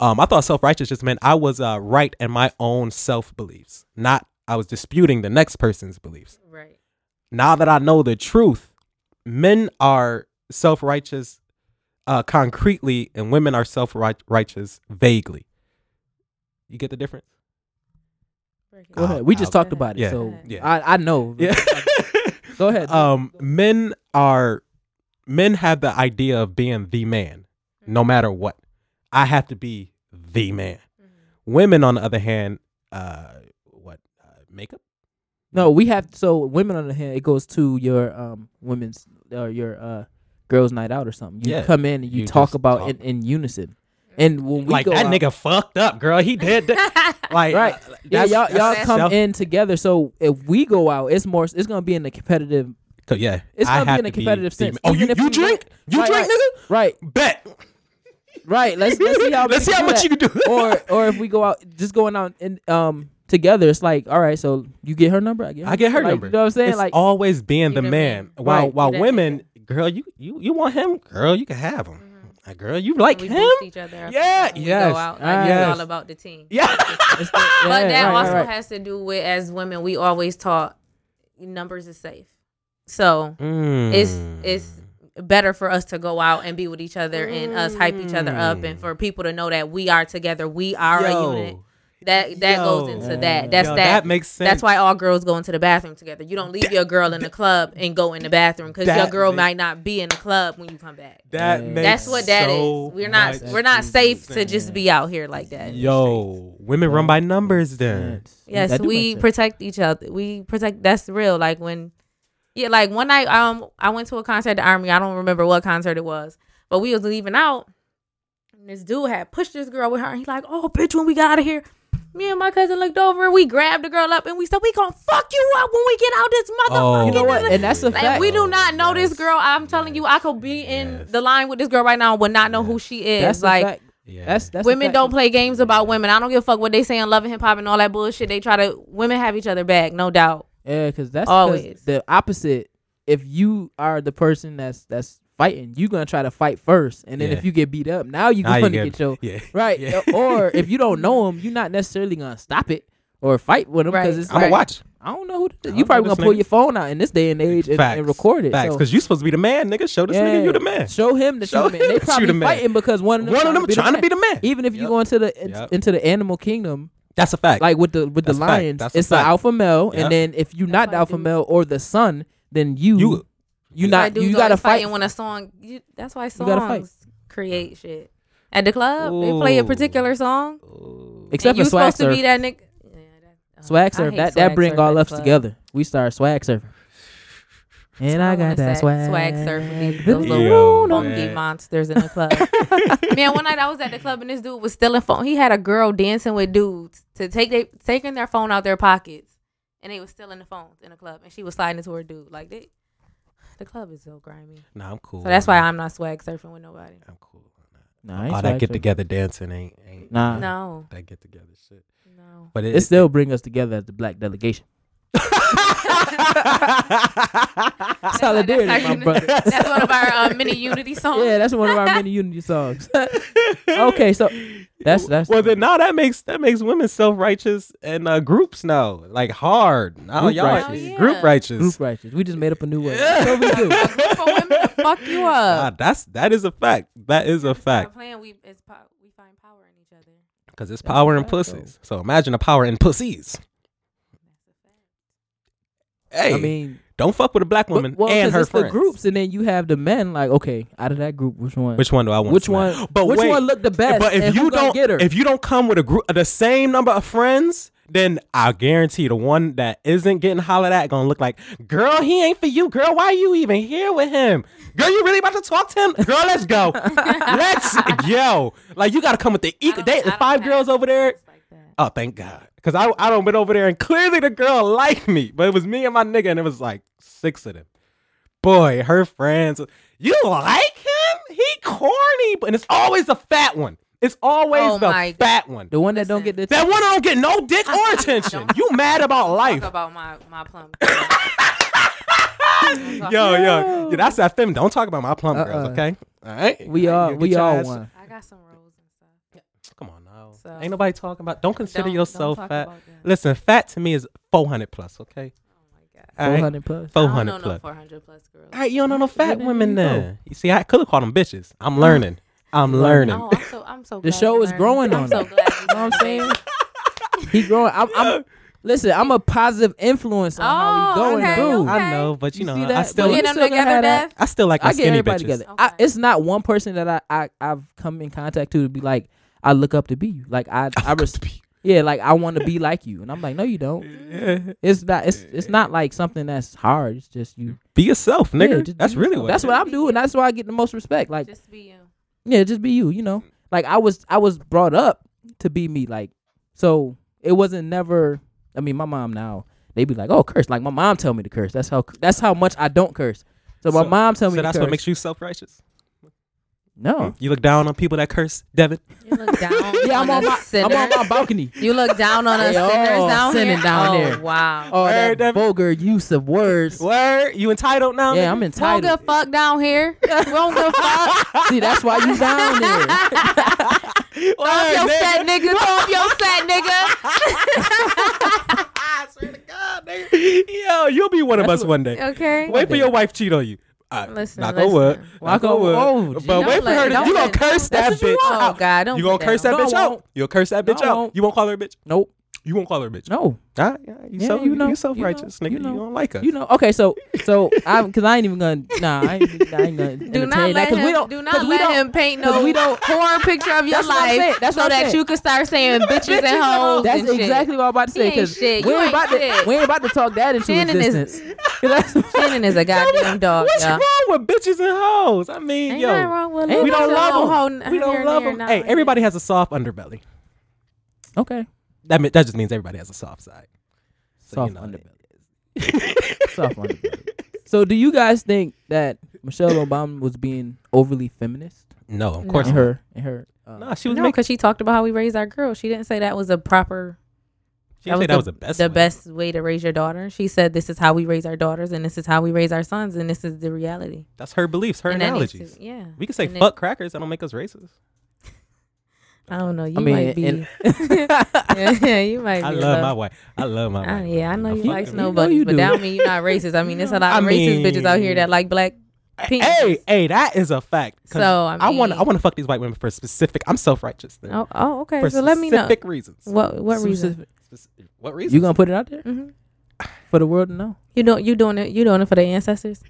Speaker 2: Um, I thought self righteous just meant I was uh, right in my own self beliefs, not I was disputing the next person's beliefs
Speaker 3: Right.
Speaker 2: now that I know the truth, men are self righteous uh, concretely, and women are self righteous vaguely. You get the difference?
Speaker 1: Go ahead.
Speaker 2: Oh,
Speaker 1: We just
Speaker 2: oh,
Speaker 1: talked about it,
Speaker 2: yeah,
Speaker 1: so
Speaker 2: yeah.
Speaker 1: I, I know.
Speaker 2: Yeah.
Speaker 1: Go ahead.
Speaker 2: um, men are men have the idea of being the man, no matter what. I have to be the man. Women, on the other hand, uh, what uh, makeup?
Speaker 1: no, we have so women on the hand. It goes to your um women's or your uh girls' night out or something. You
Speaker 2: Yeah.
Speaker 1: come in and you,
Speaker 2: You
Speaker 1: talk
Speaker 2: just
Speaker 1: about
Speaker 2: talk.
Speaker 1: In, in unison, and when we
Speaker 2: like
Speaker 1: go
Speaker 2: that
Speaker 1: out-
Speaker 2: nigga fucked up, girl. He did. That. like
Speaker 1: Right.
Speaker 2: uh,
Speaker 1: Yeah,
Speaker 2: that's-
Speaker 1: y'all y'all
Speaker 2: that's
Speaker 1: come
Speaker 2: self-
Speaker 1: in together. So if we go out, it's more. It's gonna be in the competitive.
Speaker 2: Co- yeah,
Speaker 1: It's
Speaker 2: I
Speaker 1: gonna be
Speaker 2: have
Speaker 1: in a
Speaker 2: to be
Speaker 1: competitive
Speaker 2: the-
Speaker 1: sense.
Speaker 2: Oh,
Speaker 1: Even
Speaker 2: you,
Speaker 1: if
Speaker 2: you
Speaker 1: we
Speaker 2: drink?
Speaker 1: win-
Speaker 2: You
Speaker 1: Right,
Speaker 2: drink,
Speaker 1: right.
Speaker 2: nigga?
Speaker 1: Right,
Speaker 2: Bet.
Speaker 1: right. Let's let's see how
Speaker 2: Let's
Speaker 1: we
Speaker 2: see how
Speaker 1: do
Speaker 2: much
Speaker 1: that.
Speaker 2: you can do.
Speaker 1: or or if we go out just going out and um together it's like all right so you get her number i get her
Speaker 2: I get her
Speaker 1: Like,
Speaker 2: number.
Speaker 1: you know what i'm saying
Speaker 2: It's
Speaker 1: like
Speaker 2: always being the
Speaker 3: the
Speaker 2: man.
Speaker 3: man.
Speaker 2: While
Speaker 1: Right.
Speaker 2: while
Speaker 3: You that
Speaker 2: women, girl, you you you want him, girl, you can have him. Uh, Girl, you like
Speaker 3: Mm-hmm. we
Speaker 2: him?
Speaker 3: boost each other up.
Speaker 2: Yeah,
Speaker 3: when we
Speaker 2: yes,
Speaker 3: Go out. Like,
Speaker 2: yes.
Speaker 3: It's all about the team.
Speaker 2: Yeah.
Speaker 1: it's the- yeah,
Speaker 3: But that
Speaker 1: right,
Speaker 3: also
Speaker 1: right, right.
Speaker 3: has to do with as women, we always taught numbers is safe. So it's
Speaker 2: Mm.
Speaker 3: it's better for us to go out and be with each other and us hype each other up and for people to know that we are together. We are
Speaker 2: Mm. Yo.
Speaker 3: a unit. That that
Speaker 2: Yo. Mm.
Speaker 3: goes into that. That's
Speaker 2: Yo,
Speaker 3: that.
Speaker 2: that makes sense.
Speaker 3: That's why all girls go into the bathroom together. You don't leave your girl in the club and go in the bathroom because your
Speaker 2: That
Speaker 3: girl
Speaker 2: make-
Speaker 3: might not be in the club when you come back.
Speaker 2: that
Speaker 1: That's
Speaker 2: makes
Speaker 3: That's what that is.
Speaker 2: so
Speaker 3: We're not
Speaker 2: much
Speaker 3: we're not safe to
Speaker 2: sense.
Speaker 3: just be out here like that.
Speaker 2: Yo, women run by numbers then.
Speaker 1: That
Speaker 3: Yes,
Speaker 1: do make
Speaker 3: we
Speaker 1: sense.
Speaker 3: protect each other. We protect. That's real. Like when, yeah, like one night, um, I went to a concert at the Army. I don't remember what concert it was, but we was leaving out. And this dude had pushed this girl with her, and he's like, "Oh, bitch, when we got out of here." Me and my cousin looked over. We grabbed the girl up, and we said, "We gonna fuck you up when we get out this motherfucking."
Speaker 2: Oh,
Speaker 1: you know what and that's a
Speaker 3: Like,
Speaker 1: fact
Speaker 3: we do not know
Speaker 2: Yes.
Speaker 3: this girl. I'm telling you, I could be in
Speaker 2: Yes.
Speaker 3: the line with this girl right now and would not know who she is.
Speaker 1: that's
Speaker 3: like
Speaker 1: a fact.
Speaker 2: Yeah.
Speaker 1: that's that's a
Speaker 3: women
Speaker 1: fact.
Speaker 3: don't play games about women. I don't give a fuck what they say on Love and Hip Hop and all that bullshit. They try to women have each other back, no doubt.
Speaker 1: yeah because that's 'cause
Speaker 3: Always.
Speaker 1: the opposite if you are the person that's that's fighting you're gonna try to fight first and then
Speaker 2: Yeah.
Speaker 1: if you get beat up now you're
Speaker 2: Now you
Speaker 1: gonna
Speaker 2: get-
Speaker 1: get, your
Speaker 2: yeah.
Speaker 1: right uh,
Speaker 2: Yeah.
Speaker 1: or if you don't know them you're not necessarily gonna stop it or fight with them because
Speaker 3: Right.
Speaker 1: it's
Speaker 2: I'm
Speaker 1: like
Speaker 2: gonna watch.
Speaker 1: i don't know who to do.
Speaker 2: don't
Speaker 1: you
Speaker 2: know
Speaker 1: probably
Speaker 2: this
Speaker 1: gonna pull
Speaker 2: nigga.
Speaker 1: your phone out in this day and age and,
Speaker 2: Facts.
Speaker 1: and record it
Speaker 2: Facts,
Speaker 1: so-
Speaker 2: because you supposed to be the man, nigga. Show this nigga you the man.
Speaker 1: Show him that
Speaker 2: Show
Speaker 1: you the man.
Speaker 2: him
Speaker 1: They
Speaker 2: that you
Speaker 1: probably
Speaker 2: the man.
Speaker 1: fighting because one of them,
Speaker 2: One of them trying to be the man.
Speaker 1: Even if you
Speaker 2: Yep.
Speaker 1: go into the in-
Speaker 2: Yep.
Speaker 1: into the animal kingdom,
Speaker 2: That's a fact.
Speaker 1: like with the with
Speaker 2: That's
Speaker 1: the
Speaker 2: a fact.
Speaker 1: lions,
Speaker 2: That's a
Speaker 1: it's the
Speaker 2: fact.
Speaker 1: alpha male,
Speaker 2: Yep.
Speaker 1: and then if you not the
Speaker 3: why
Speaker 1: alpha
Speaker 3: dudes-
Speaker 1: male or the son, then you you
Speaker 2: You-
Speaker 1: you
Speaker 3: Why
Speaker 1: not
Speaker 3: dudes
Speaker 1: you gotta
Speaker 3: always
Speaker 1: fight.
Speaker 3: fighting when a song. You, that's why
Speaker 1: gotta fight.
Speaker 3: songs create shit. At the club, they play a
Speaker 2: Ooh.
Speaker 3: particular song.
Speaker 1: Except
Speaker 3: and
Speaker 1: for
Speaker 3: you
Speaker 1: swag
Speaker 3: supposed to
Speaker 1: surf,
Speaker 3: be that uh, nigga.
Speaker 1: swag surf that that bring all us together. We start swag surfing, and I,
Speaker 3: I
Speaker 1: got
Speaker 3: wanna
Speaker 1: that
Speaker 3: say
Speaker 1: swag
Speaker 3: swag surf would be those
Speaker 1: Ooh,
Speaker 3: little
Speaker 2: Yo,
Speaker 3: funky
Speaker 2: man.
Speaker 3: monsters in the club. Man, one night I was at the club and this dude was stealing phone. He had a girl dancing with dudes to take they taking their phone out their pockets, and they was stealing the phones in the club. And she was sliding into her dude like they, the club is so grimy.
Speaker 2: nah, I'm cool.
Speaker 3: So that's why I'm not swag surfing with nobody.
Speaker 2: I'm cool.
Speaker 1: Nah, I ain't
Speaker 2: All Oh, that
Speaker 1: swag
Speaker 2: get
Speaker 1: surfing.
Speaker 2: together dancing ain't ain't
Speaker 1: Nah.
Speaker 3: No,
Speaker 2: that get together shit.
Speaker 3: no.
Speaker 2: But it,
Speaker 1: It still bring us together as the black delegation. Solidarity,
Speaker 3: That's
Speaker 1: my
Speaker 3: our-
Speaker 1: brother.
Speaker 3: That's one of our uh, mini unity songs.
Speaker 1: Yeah, that's one of our many unity songs. okay, so That's that's
Speaker 2: Well then now that makes that makes women self righteous and uh, groups now. Like hard. Now
Speaker 1: Group
Speaker 2: y'all
Speaker 1: righteous.
Speaker 2: righteous.
Speaker 3: Oh, yeah.
Speaker 2: group righteous.
Speaker 1: group righteous. We just made up a new word. That's what we do.
Speaker 3: for women to fuck you
Speaker 2: Ah,
Speaker 3: up.
Speaker 2: that's that is a fact. That is a fact.
Speaker 3: Playing, we it's po- we find power in each other.
Speaker 2: Because it's power in
Speaker 1: a fact, though.
Speaker 2: pussies. So imagine a power in pussies. Hey,
Speaker 1: I mean,
Speaker 2: don't fuck with a black
Speaker 1: but-
Speaker 2: woman
Speaker 1: well,
Speaker 2: and
Speaker 1: 'cause
Speaker 2: her
Speaker 1: it's
Speaker 2: friends.
Speaker 1: the groups, and then you have the men. Like, okay, out of that group, which one?
Speaker 2: Which one do I want?
Speaker 1: Which
Speaker 2: to smash?
Speaker 1: one- which one look the best
Speaker 2: But
Speaker 1: and
Speaker 2: if
Speaker 1: who
Speaker 2: you
Speaker 1: gonna
Speaker 2: don't,
Speaker 1: get her?
Speaker 2: if you don't come with a group, the same number of friends, then I guarantee the one that isn't getting hollered at gonna look like, girl, he ain't for you. Girl, why you even here with him? Girl, you really about to talk to him? Girl, let's go. let's go. Like you gotta come with the equal. They, the five girls over there. Oh, thank God. Cause I I don't went over there and clearly the girl liked me, but it was me and my nigga, and it was like six of them. Boy, her friends. You like him? He corny, but and it's always the fat one. It's always
Speaker 3: Oh
Speaker 2: the
Speaker 3: my
Speaker 2: fat one.
Speaker 1: the one that don't get the
Speaker 2: That one don't get no dick or attention. you mad
Speaker 1: Oh,
Speaker 2: about life?
Speaker 3: about my my plum.
Speaker 2: Yo, yo, yeah, that's that fem. Don't talk about my plump girls,
Speaker 1: Uh-uh.
Speaker 2: okay? All right.
Speaker 1: we
Speaker 2: You
Speaker 1: all
Speaker 2: get
Speaker 1: we
Speaker 2: your
Speaker 1: all
Speaker 2: ass-
Speaker 1: one.
Speaker 3: I got some rolls and stuff.
Speaker 2: Come on now.
Speaker 3: So-
Speaker 2: Ain't nobody talking about. Don't consider
Speaker 3: Don't- don't
Speaker 2: yourself
Speaker 3: talk
Speaker 2: fat.
Speaker 3: about that.
Speaker 2: Listen, fat to me is four hundred plus, okay?
Speaker 3: Oh my god.
Speaker 2: All
Speaker 1: Four
Speaker 2: right?
Speaker 1: hundred plus.
Speaker 2: Four
Speaker 3: I
Speaker 2: hundred
Speaker 3: don't know no
Speaker 2: plus.
Speaker 3: 400 plus girls.
Speaker 2: All right, you don't know no fat
Speaker 1: there
Speaker 2: women
Speaker 1: you go.
Speaker 2: then. You see, I could have called them bitches. I'm
Speaker 1: Oh.
Speaker 2: learning. I'm learning.
Speaker 3: Oh, I'm so I'm so
Speaker 1: The
Speaker 3: glad
Speaker 1: show
Speaker 3: you
Speaker 1: is
Speaker 3: learned.
Speaker 1: growing
Speaker 3: I'm
Speaker 1: on
Speaker 3: so
Speaker 1: it.
Speaker 3: glad you
Speaker 1: You know what I'm saying? He growing. I'm, I'm listen. I'm a positive influence on how we
Speaker 3: Oh,
Speaker 1: going
Speaker 3: okay,
Speaker 1: through.
Speaker 3: okay.
Speaker 2: I know, but you,
Speaker 1: You see
Speaker 2: know, I
Speaker 1: that?
Speaker 2: still,
Speaker 1: But
Speaker 3: Get
Speaker 1: you
Speaker 3: them
Speaker 1: still gonna
Speaker 3: together,
Speaker 1: have that?
Speaker 3: Dev.
Speaker 2: I still like my
Speaker 1: I get
Speaker 2: skinny
Speaker 1: everybody
Speaker 2: bitches.
Speaker 1: together. I,
Speaker 3: Okay.
Speaker 1: it's not one person that I, I I've come in contact to to be like I look up to be you. Like I I, res- yeah, like I want to be like you, and I'm like, no, you don't. It's not. It's it's not like something that's hard. It's just you.
Speaker 2: Be yourself,
Speaker 1: yeah,
Speaker 2: nigga.
Speaker 1: just be
Speaker 2: that's really
Speaker 1: yourself.
Speaker 2: what.
Speaker 1: That's
Speaker 2: it
Speaker 1: what
Speaker 2: is.
Speaker 1: I'm doing. That's why I get the most respect. Like
Speaker 3: Just be you.
Speaker 1: yeah, just be you. You know, like I was I was brought up to be me. Like so it wasn't never. I mean, my mom now they be like, oh, curse. Like my mom tell me to curse. That's how that's how much I don't curse. So my
Speaker 2: So-
Speaker 1: mom tell me.
Speaker 2: So
Speaker 1: to
Speaker 2: that's
Speaker 1: curse.
Speaker 2: what makes you self righteous.
Speaker 1: no.
Speaker 2: You look down on people that curse, Devin.
Speaker 3: You look down.
Speaker 1: Yeah,
Speaker 3: on
Speaker 1: I'm on
Speaker 3: us
Speaker 1: my I'm
Speaker 3: sinners.
Speaker 1: on my balcony.
Speaker 3: You look down on us
Speaker 1: They all
Speaker 3: sinners down
Speaker 1: sinning
Speaker 3: here.
Speaker 1: down
Speaker 3: oh,
Speaker 1: there.
Speaker 3: Wow.
Speaker 1: Oh,
Speaker 2: Word,
Speaker 1: that
Speaker 2: Devin.
Speaker 1: vulgar use of words.
Speaker 2: Word, you entitled now?
Speaker 1: Yeah, I'm
Speaker 3: We don't give
Speaker 1: entitled.
Speaker 3: a fuck down here. We don't give a fuck.
Speaker 1: See, that's why you down there.
Speaker 2: Word,
Speaker 3: Throw your
Speaker 2: nigga.
Speaker 3: fat nigga. Throw up your fat nigga.
Speaker 2: I swear to God, nigga. Yo, you'll be one of us one day.
Speaker 3: Okay.
Speaker 2: Wait for your wife to cheat on you. Uh,
Speaker 3: Listen,
Speaker 2: knock
Speaker 3: listen.
Speaker 2: on wood.
Speaker 1: Knock
Speaker 2: Knock
Speaker 1: on
Speaker 2: on
Speaker 1: wood.
Speaker 2: wood. but
Speaker 1: Don't
Speaker 2: wait for
Speaker 3: let-
Speaker 2: her. To,
Speaker 3: don't
Speaker 2: you gonna
Speaker 3: let-
Speaker 2: curse that
Speaker 3: that's what you
Speaker 2: bitch
Speaker 3: want.
Speaker 2: out.
Speaker 3: Oh, God, don't
Speaker 2: you
Speaker 3: put
Speaker 2: gonna
Speaker 3: that
Speaker 2: curse
Speaker 1: on.
Speaker 2: that
Speaker 1: No,
Speaker 2: bitch
Speaker 1: I
Speaker 2: out.
Speaker 1: won't.
Speaker 2: You'll curse that
Speaker 1: No,
Speaker 2: bitch
Speaker 1: I
Speaker 2: out.
Speaker 1: won't.
Speaker 2: You won't call her a bitch.
Speaker 1: Nope.
Speaker 2: You won't call her a bitch.
Speaker 1: No.
Speaker 2: All right, all right. Ah, You,
Speaker 1: Yeah,
Speaker 2: self,
Speaker 1: you
Speaker 2: you,
Speaker 1: know,
Speaker 2: know,
Speaker 1: you
Speaker 2: you self-rigghts, nigga. You,
Speaker 1: know,
Speaker 2: don't like us.
Speaker 1: You know. Okay. So so I'm because I ain't even gonna. Nah. I ain't, I ain't gonna
Speaker 3: Do
Speaker 1: entertain
Speaker 3: not
Speaker 1: that
Speaker 3: let
Speaker 1: because
Speaker 3: him.
Speaker 1: we don't.
Speaker 3: do
Speaker 1: 'cause
Speaker 3: not
Speaker 1: we
Speaker 3: let
Speaker 1: don't,
Speaker 3: him paint
Speaker 1: 'cause
Speaker 3: no
Speaker 1: we don't-
Speaker 3: porn picture of your
Speaker 1: That's what I'm saying.
Speaker 3: life.
Speaker 1: That's
Speaker 3: so
Speaker 1: what I'm
Speaker 3: that
Speaker 1: saying.
Speaker 3: you can start saying bitches and hoes.
Speaker 1: That's
Speaker 3: and shit.
Speaker 1: exactly what I'm about to say.
Speaker 3: He ain't
Speaker 1: Because we
Speaker 3: shit. You
Speaker 1: ain't
Speaker 3: ain't
Speaker 1: about to
Speaker 3: shit.
Speaker 1: we ain't about to talk that into
Speaker 3: Shannon is-
Speaker 1: existence. 'Cause that's-
Speaker 3: Shannon is a goddamn dog.
Speaker 2: What's
Speaker 3: y'all.
Speaker 2: wrong with bitches and hoes? I mean,
Speaker 3: Ain't
Speaker 2: yo,
Speaker 3: nothing wrong with
Speaker 1: Ain't
Speaker 2: we don't
Speaker 1: nothing
Speaker 2: love them.
Speaker 3: Hoe,
Speaker 2: We don't love them. Hey, everybody has a soft underbelly.
Speaker 1: okay.
Speaker 2: That mean, that just means everybody has a soft side. So,
Speaker 1: Soft
Speaker 2: you know,
Speaker 1: underbelly. Soft underbelly. So do you guys think that Michelle Obama was being overly feminist?
Speaker 2: No, of
Speaker 3: No.
Speaker 2: course
Speaker 1: in
Speaker 2: not.
Speaker 1: her in her uh,
Speaker 2: No, she was
Speaker 3: No,
Speaker 2: making.
Speaker 3: because she talked about how we raised our girls. She didn't say that was a proper.
Speaker 2: She said that was the best. way.
Speaker 3: The best way to raise your daughter. She said, "This is how we raise our daughters, and this is how we raise our sons, and this is the reality."
Speaker 2: That's her beliefs, her
Speaker 3: And that needs to-
Speaker 2: analogies.
Speaker 3: yeah.
Speaker 2: We could say
Speaker 3: And it-
Speaker 2: fuck crackers. That'll make us racist.
Speaker 3: I don't know. You
Speaker 1: mean,
Speaker 3: might be.
Speaker 1: and-
Speaker 3: yeah, you might.
Speaker 2: I
Speaker 3: be
Speaker 2: love my
Speaker 3: low.
Speaker 2: wife. I love my
Speaker 3: I-
Speaker 2: wife.
Speaker 3: Ah, yeah, I know you
Speaker 2: fuck
Speaker 3: like
Speaker 2: it.
Speaker 1: know
Speaker 3: snow bunnies,
Speaker 1: you
Speaker 3: but
Speaker 1: do.
Speaker 3: that don't mean you're not racist. I mean, there's a lot of
Speaker 2: I
Speaker 3: racist bitches out here
Speaker 2: mean-
Speaker 3: that like black. Pink.
Speaker 2: Hey, hey, that is a fact. 'Cause
Speaker 3: So, I
Speaker 2: want,
Speaker 3: mean-
Speaker 2: I want to fuck these white women for specific. I'm self righteous.
Speaker 3: Oh, oh, okay.
Speaker 2: for
Speaker 3: so let me know
Speaker 2: specific reasons.
Speaker 3: what what reason
Speaker 1: specific-
Speaker 2: Spec- What reasons?
Speaker 1: You gonna put it out there
Speaker 3: Mhm.
Speaker 1: for the world to know?
Speaker 3: you don't you doing it you doing it for the ancestors.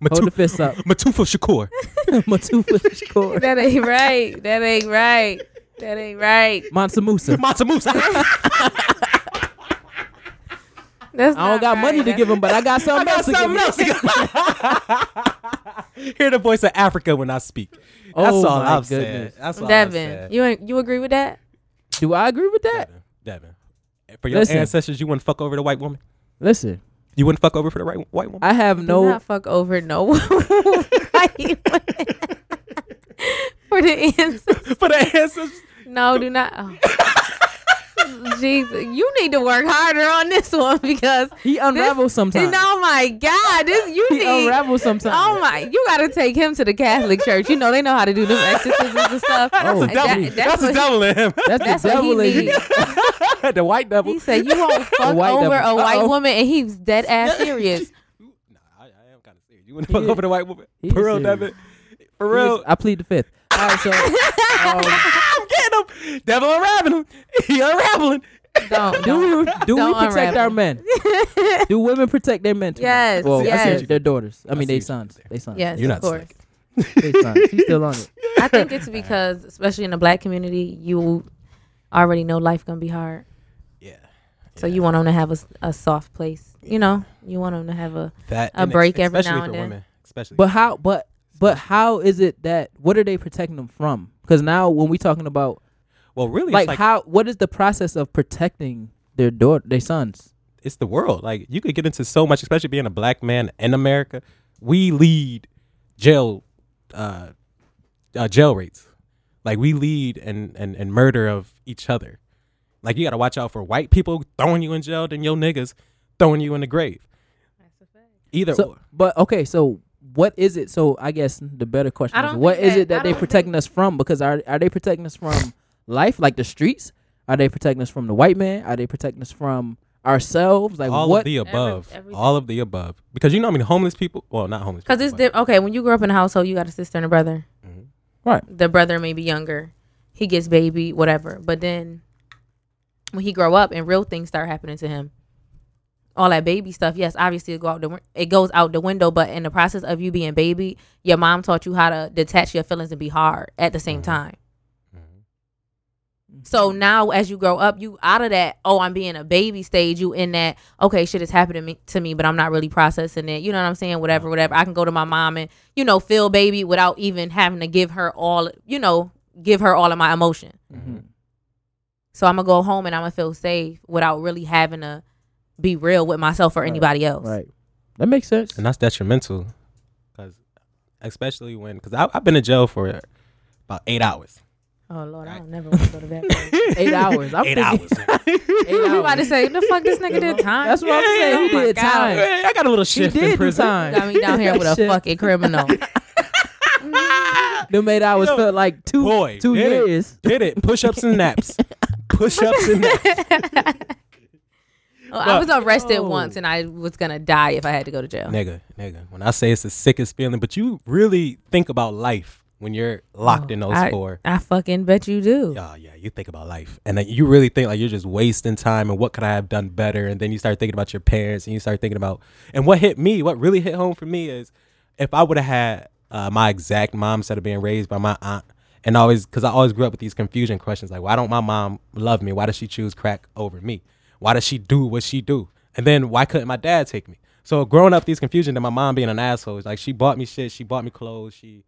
Speaker 1: Hold the
Speaker 2: Matu-
Speaker 1: fist up,
Speaker 2: Matufa Shakur.
Speaker 1: Matufa Shakur,
Speaker 3: That ain't right. That ain't right. That ain't right.
Speaker 1: Mansa Musa.
Speaker 2: Mata Musa.
Speaker 3: That's
Speaker 1: I don't got money to give him, but I got something else to give him.
Speaker 2: Hear the voice of Africa when I speak. That's
Speaker 1: Oh
Speaker 2: all
Speaker 1: my
Speaker 2: I'm saying.
Speaker 1: goodness.
Speaker 2: That's all I'm
Speaker 3: Devin,
Speaker 2: saying.
Speaker 3: you ain't, you agree with that?
Speaker 1: Do I agree with that?
Speaker 2: Devin, Devin. For your
Speaker 1: Listen.
Speaker 2: ancestors, you wouldn't fuck over the white woman.
Speaker 1: Listen,
Speaker 2: You wouldn't fuck over for the right white woman.
Speaker 1: I have
Speaker 3: No,
Speaker 1: no.
Speaker 3: not fuck over no one. Why you- for the ancestors.
Speaker 2: for the ancestors,
Speaker 3: No, do not. Oh. Jesus, you need to work harder on this one because
Speaker 1: He unravels
Speaker 3: this,
Speaker 1: sometimes.
Speaker 3: Oh my God, this you
Speaker 1: He
Speaker 3: need
Speaker 1: unravels sometimes.
Speaker 3: Oh my, you got to take him to the Catholic Church. You know they know how to do them exorcisms and stuff.
Speaker 1: That's a
Speaker 3: That-
Speaker 1: devil.
Speaker 2: Oh, That's a
Speaker 3: what-
Speaker 2: devil in him.
Speaker 1: That's,
Speaker 3: That's
Speaker 1: the
Speaker 3: what he
Speaker 1: devil in you.
Speaker 3: needs.
Speaker 2: the white devil.
Speaker 3: He said, "You won't fuck
Speaker 1: white
Speaker 3: over
Speaker 1: devil.
Speaker 3: a white
Speaker 1: Uh-oh.
Speaker 3: woman," and he's dead ass serious.
Speaker 2: Nah, I, I am kind of serious. You want to fuck
Speaker 1: is-
Speaker 2: over the white woman?
Speaker 1: he
Speaker 2: For
Speaker 1: is
Speaker 2: real,
Speaker 1: serious.
Speaker 2: Devin. For real.
Speaker 1: I plead the fifth. All right, so um,
Speaker 2: I'm getting him. Devil unraveling him. He unraveling.
Speaker 3: Don't,
Speaker 1: do we,
Speaker 3: don't.
Speaker 1: do we
Speaker 3: Don't
Speaker 1: protect
Speaker 3: unravel.
Speaker 1: our men? do women protect their men? too?
Speaker 3: Yes,
Speaker 1: Well, I
Speaker 3: yes.
Speaker 1: said their daughters. I mean,
Speaker 2: see
Speaker 1: they
Speaker 2: what you
Speaker 1: sons. They sons.
Speaker 3: Yes,
Speaker 2: You're
Speaker 3: of
Speaker 2: not
Speaker 3: course.
Speaker 2: slick.
Speaker 1: They sons. She's still on it.
Speaker 3: I think it's because, especially in the black community, you already know life gonna be hard.
Speaker 2: Yeah.
Speaker 3: So you want them to have a, s- a soft place. You know, you want them to have a.
Speaker 2: that
Speaker 3: a break every
Speaker 2: especially
Speaker 3: now and
Speaker 2: for
Speaker 3: then.
Speaker 2: Women, especially.
Speaker 1: But how? But but how is it that? What are they protecting them from? Because now when we talking about
Speaker 2: well, really,
Speaker 1: like,
Speaker 2: it's like
Speaker 1: how, what is the process of protecting their daughter, their sons?
Speaker 2: it's the world. Like you could get into so much, especially being a black man in America. We lead jail, uh, uh jail rates. Like we lead and and and murder of each other. Like you got to watch out for white people throwing you in jail than your niggas throwing you in the grave. Either
Speaker 1: So,
Speaker 2: or.
Speaker 1: but okay, so what is it? So I guess the better question
Speaker 3: I
Speaker 1: is,
Speaker 3: don't
Speaker 1: what
Speaker 3: think
Speaker 1: is
Speaker 3: that-
Speaker 1: it that
Speaker 3: I
Speaker 1: they
Speaker 3: don't
Speaker 1: protecting us from? Because are are they protecting us from life, like the streets? Are they protecting us from the white man? Are they protecting us from ourselves? Like
Speaker 2: all
Speaker 1: what?
Speaker 2: of the above,
Speaker 3: everything.
Speaker 2: all of the above. Because you know, I mean, homeless people. Well, not homeless.
Speaker 3: Because
Speaker 2: people,
Speaker 3: it's
Speaker 2: but- Mm-hmm.
Speaker 3: di- okay when you grow up in a household, you got a sister and a brother.
Speaker 1: Right.
Speaker 3: The brother may be younger, he gets baby, whatever. But then when he grow up and real things start happening to him, all that baby stuff. Yes, obviously it go out the win- it goes out the window. But in the process of you being baby, your mom taught you how to detach your feelings and be hard at the same time.
Speaker 2: Mm-hmm.
Speaker 3: So now, as you grow up, you out of that. Oh, I'm being a baby stage. You in that? Okay, shit is happening to me, to me, but I'm not really processing it. You know what I'm saying? Whatever, whatever. I can go to my mom and you know feel baby without even having to give her all. You know, give her all of my emotion.
Speaker 1: Mm-hmm.
Speaker 3: So I'm gonna go home and I'm gonna feel safe without really having to be real with myself or anybody else.
Speaker 1: Right. That makes sense.
Speaker 2: and that's detrimental because especially when because i've been in jail for about eight hours
Speaker 3: Oh Lord, I don't never want to go to that.
Speaker 1: Eight hours. I'm
Speaker 2: eight
Speaker 1: thinking
Speaker 2: hours
Speaker 1: Eight
Speaker 3: I'm about to
Speaker 1: hours.
Speaker 3: say, the fuck this nigga did time.
Speaker 1: That's what I'm saying. He
Speaker 3: Oh my
Speaker 1: did
Speaker 3: God.
Speaker 1: time.
Speaker 2: Hey, i got a little shift
Speaker 1: did
Speaker 2: in
Speaker 1: do
Speaker 2: prison
Speaker 1: time.
Speaker 3: Got me down here with a
Speaker 1: Shit.
Speaker 3: fucking criminal.
Speaker 1: Them eight hours
Speaker 2: know,
Speaker 1: felt like two
Speaker 2: boy
Speaker 1: two
Speaker 2: did
Speaker 1: years.
Speaker 2: it. did it push-ups and naps push-ups and naps
Speaker 3: Oh, I was arrested
Speaker 2: Yo.
Speaker 3: once and I was gonna die if I had to go to jail.
Speaker 2: nigga nigga when i say it's the sickest feeling but you really think about life when you're locked in those
Speaker 3: Oh, I,
Speaker 2: four
Speaker 3: I fucking bet you do.
Speaker 2: Oh yeah, you think about life, and then you really think like you're just wasting time, and what could I have done better? And then you start thinking about your parents, and you start thinking about, and what hit me, what really hit home for me is, if I would have had uh, my exact mom instead of being raised by my aunt, and always because I always grew up with these confusion questions like, why don't my mom love me? Why does she choose crack over me? Why does she do what she do? And then why couldn't my dad take me? So growing up, these confusion that my mom being an asshole is like she bought me shit, she bought me clothes, she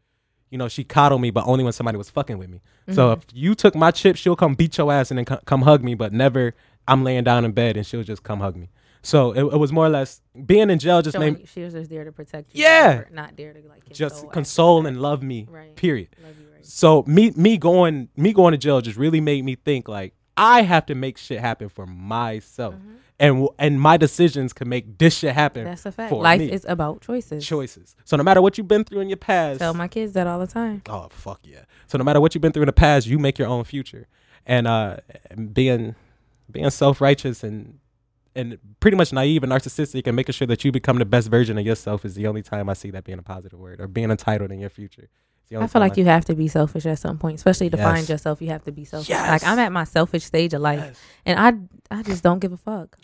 Speaker 2: you know, she coddled me, but only when somebody was fucking with me. So
Speaker 3: Mm-hmm.
Speaker 2: if you took my chip, she'll come beat your ass and then co- come hug me, but never I'm laying down in bed and she'll just come hug me. So it, it was more or less being in jail just
Speaker 3: Showing
Speaker 2: made
Speaker 3: you- She was just there to protect you.
Speaker 2: Yeah.
Speaker 3: never- Not there to like
Speaker 2: just
Speaker 3: us.
Speaker 2: console and love me.
Speaker 3: Right.
Speaker 2: Period.
Speaker 3: Love you, right.
Speaker 2: So me me going me going to jail just really made me think like I have to make shit happen for myself.
Speaker 3: Mm-hmm.
Speaker 2: And w- and my decisions can make this shit happen.
Speaker 3: That's a fact.
Speaker 2: for
Speaker 3: Life
Speaker 2: me.
Speaker 3: is about choices.
Speaker 2: choices. So no matter what you've been through in your past,
Speaker 3: Tell my kids that all the time.
Speaker 2: Oh fuck yeah! So no matter what you've been through in the past, you make your own future, and uh, being being self righteous and and pretty much naive and narcissistic and making sure that you become the best version of yourself is the only time I see that being a positive word or being entitled in your future. It's the only
Speaker 3: I feel
Speaker 2: time
Speaker 3: like you have to be selfish at some point, especially to find
Speaker 2: Yes.
Speaker 3: yourself. You have to be selfish.
Speaker 2: Yes.
Speaker 3: Like I'm at my selfish stage of life, and I I just don't give a fuck.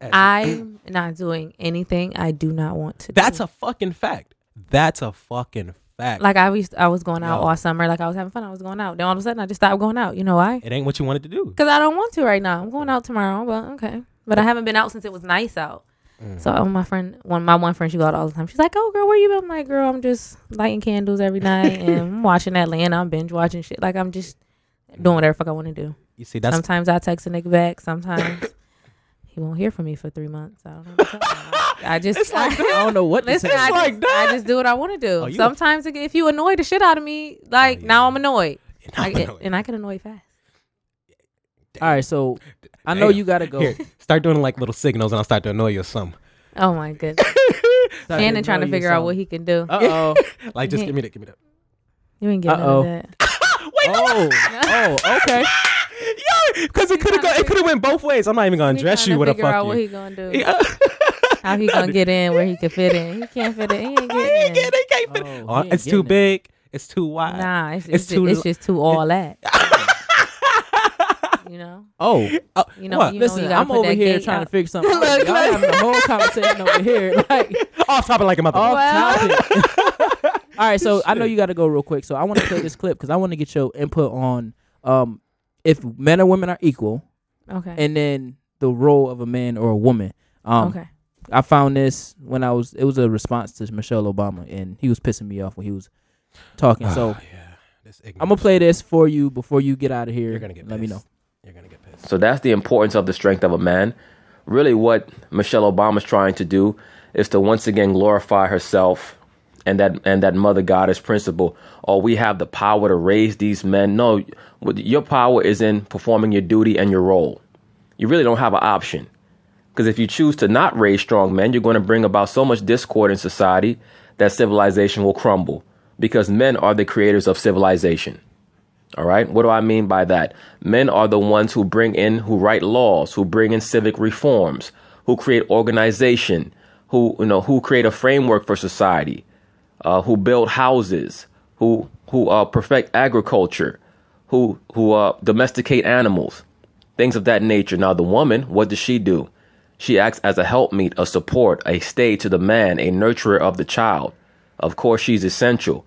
Speaker 2: Yes.
Speaker 3: I'm not doing anything I do not want to.
Speaker 2: That's
Speaker 3: do.
Speaker 2: a fucking fact. That's a fucking fact.
Speaker 3: like I used I was going out
Speaker 2: No.
Speaker 3: all summer. Like I was having fun. I was going out. Then all of a sudden I just stopped going out. You know why?
Speaker 2: it ain't what you wanted to do.
Speaker 3: Because I don't want to right now. I'm going out tomorrow, but okay. But I haven't been out since it was nice out.
Speaker 2: Mm.
Speaker 3: So
Speaker 2: Mm-hmm.
Speaker 3: oh, my friend, one my one friend, she go out all the time. She's like, "Oh, girl, where you been?" I'm like, "Girl, I'm just lighting candles every night and I'm watching Atlanta. I'm binge watching shit. Like I'm just doing whatever the fuck I want to do.
Speaker 2: You see, that's
Speaker 3: sometimes I text a nigga back. Sometimes he won't hear from me for three months. I don't know. What to tell him. I just I-
Speaker 1: I don't know what to
Speaker 3: Listen,
Speaker 1: say.
Speaker 3: I, just,
Speaker 2: like that.
Speaker 3: I just do what I want to do.
Speaker 2: Oh, you- Oh,
Speaker 3: Sometimes it, if you annoy the shit out of me, like
Speaker 2: yeah.
Speaker 3: now I'm annoyed.
Speaker 2: I'm
Speaker 3: I,
Speaker 2: annoyed.
Speaker 3: And I get annoyed fast.
Speaker 1: All right, so I know
Speaker 2: Damn.
Speaker 1: you gotta go.
Speaker 2: Here, start doing like little signals, and I'll start to annoy you or something.
Speaker 3: Oh my goodness.
Speaker 1: Sorry,
Speaker 3: Shannon
Speaker 1: ignore
Speaker 3: trying to
Speaker 1: you,
Speaker 3: figure out
Speaker 1: so-
Speaker 3: what he can do.
Speaker 1: Uh-oh.
Speaker 2: Like, just give me that, give me that.
Speaker 3: You ain't getting none
Speaker 1: Uh-oh.
Speaker 3: of that.
Speaker 1: oh. Oh, okay.
Speaker 2: Yeah, because it could have
Speaker 3: trying
Speaker 2: gone.
Speaker 3: to
Speaker 2: It could have went both ways. I'm not even gonna
Speaker 3: He
Speaker 2: dress
Speaker 3: trying
Speaker 2: you
Speaker 3: to
Speaker 2: with a
Speaker 3: figure out
Speaker 2: fuck
Speaker 3: what he
Speaker 2: you.
Speaker 3: gonna do.
Speaker 2: Yeah.
Speaker 3: How he gonna get in where he can fit in? He can't fit in. He ain't getting in.
Speaker 2: They can't fit-
Speaker 1: Oh,
Speaker 2: Oh,
Speaker 1: he ain't
Speaker 2: it's too
Speaker 1: getting it.
Speaker 2: big. It's too wide.
Speaker 3: Nah, it's,
Speaker 2: It's
Speaker 3: it's,
Speaker 2: too
Speaker 3: just, it's
Speaker 2: l-
Speaker 3: just too all that. you know,
Speaker 1: Oh,
Speaker 2: Oh,
Speaker 3: you know,
Speaker 2: what?
Speaker 3: you know,
Speaker 1: listen,
Speaker 3: you gotta
Speaker 1: I'm
Speaker 3: put
Speaker 1: over
Speaker 3: that
Speaker 1: here
Speaker 3: gate
Speaker 1: trying
Speaker 3: out.
Speaker 1: to figure something out. Y'all having a whole conversation over here. Like,
Speaker 2: off topic like a mother.
Speaker 1: off
Speaker 3: Well.
Speaker 1: topic. All right, so I know you got to go real quick. So I want to play this clip because I want to get your input on um, if men or women are equal,
Speaker 3: Okay.
Speaker 1: and then the role of a man or a woman. Um,
Speaker 3: okay.
Speaker 1: I found this when I was. It was a response to Michelle Obama, and he was pissing me off when he was talking. So
Speaker 2: Ah, yeah, this
Speaker 1: I'm gonna play this for you before you get out of here.
Speaker 2: You're gonna get.
Speaker 1: Let me know.
Speaker 2: pissed. You're gonna get pissed.
Speaker 6: So that's the importance of the strength of a man. Really, what Michelle Obama's trying to do is to once again glorify herself and that and that mother goddess principle. Oh, we have the power to raise these men. No, what- your power is in performing your duty and your role. You really don't have an option. Because if you choose to not raise strong men, you're going to bring about so much discord in society that civilization will crumble. Because men are the creators of civilization. All right. What do I mean by that? Men are the ones who bring in, who write laws, who bring in civic reforms, who create organization, who you know, who create a framework for society, uh, who build houses, who who uh, perfect agriculture, who who uh, domesticate animals, things of that nature. Now, the woman, what does she do? She acts as a helpmeet, a support, a stay to the man, a nurturer of the child. Of course, she's essential.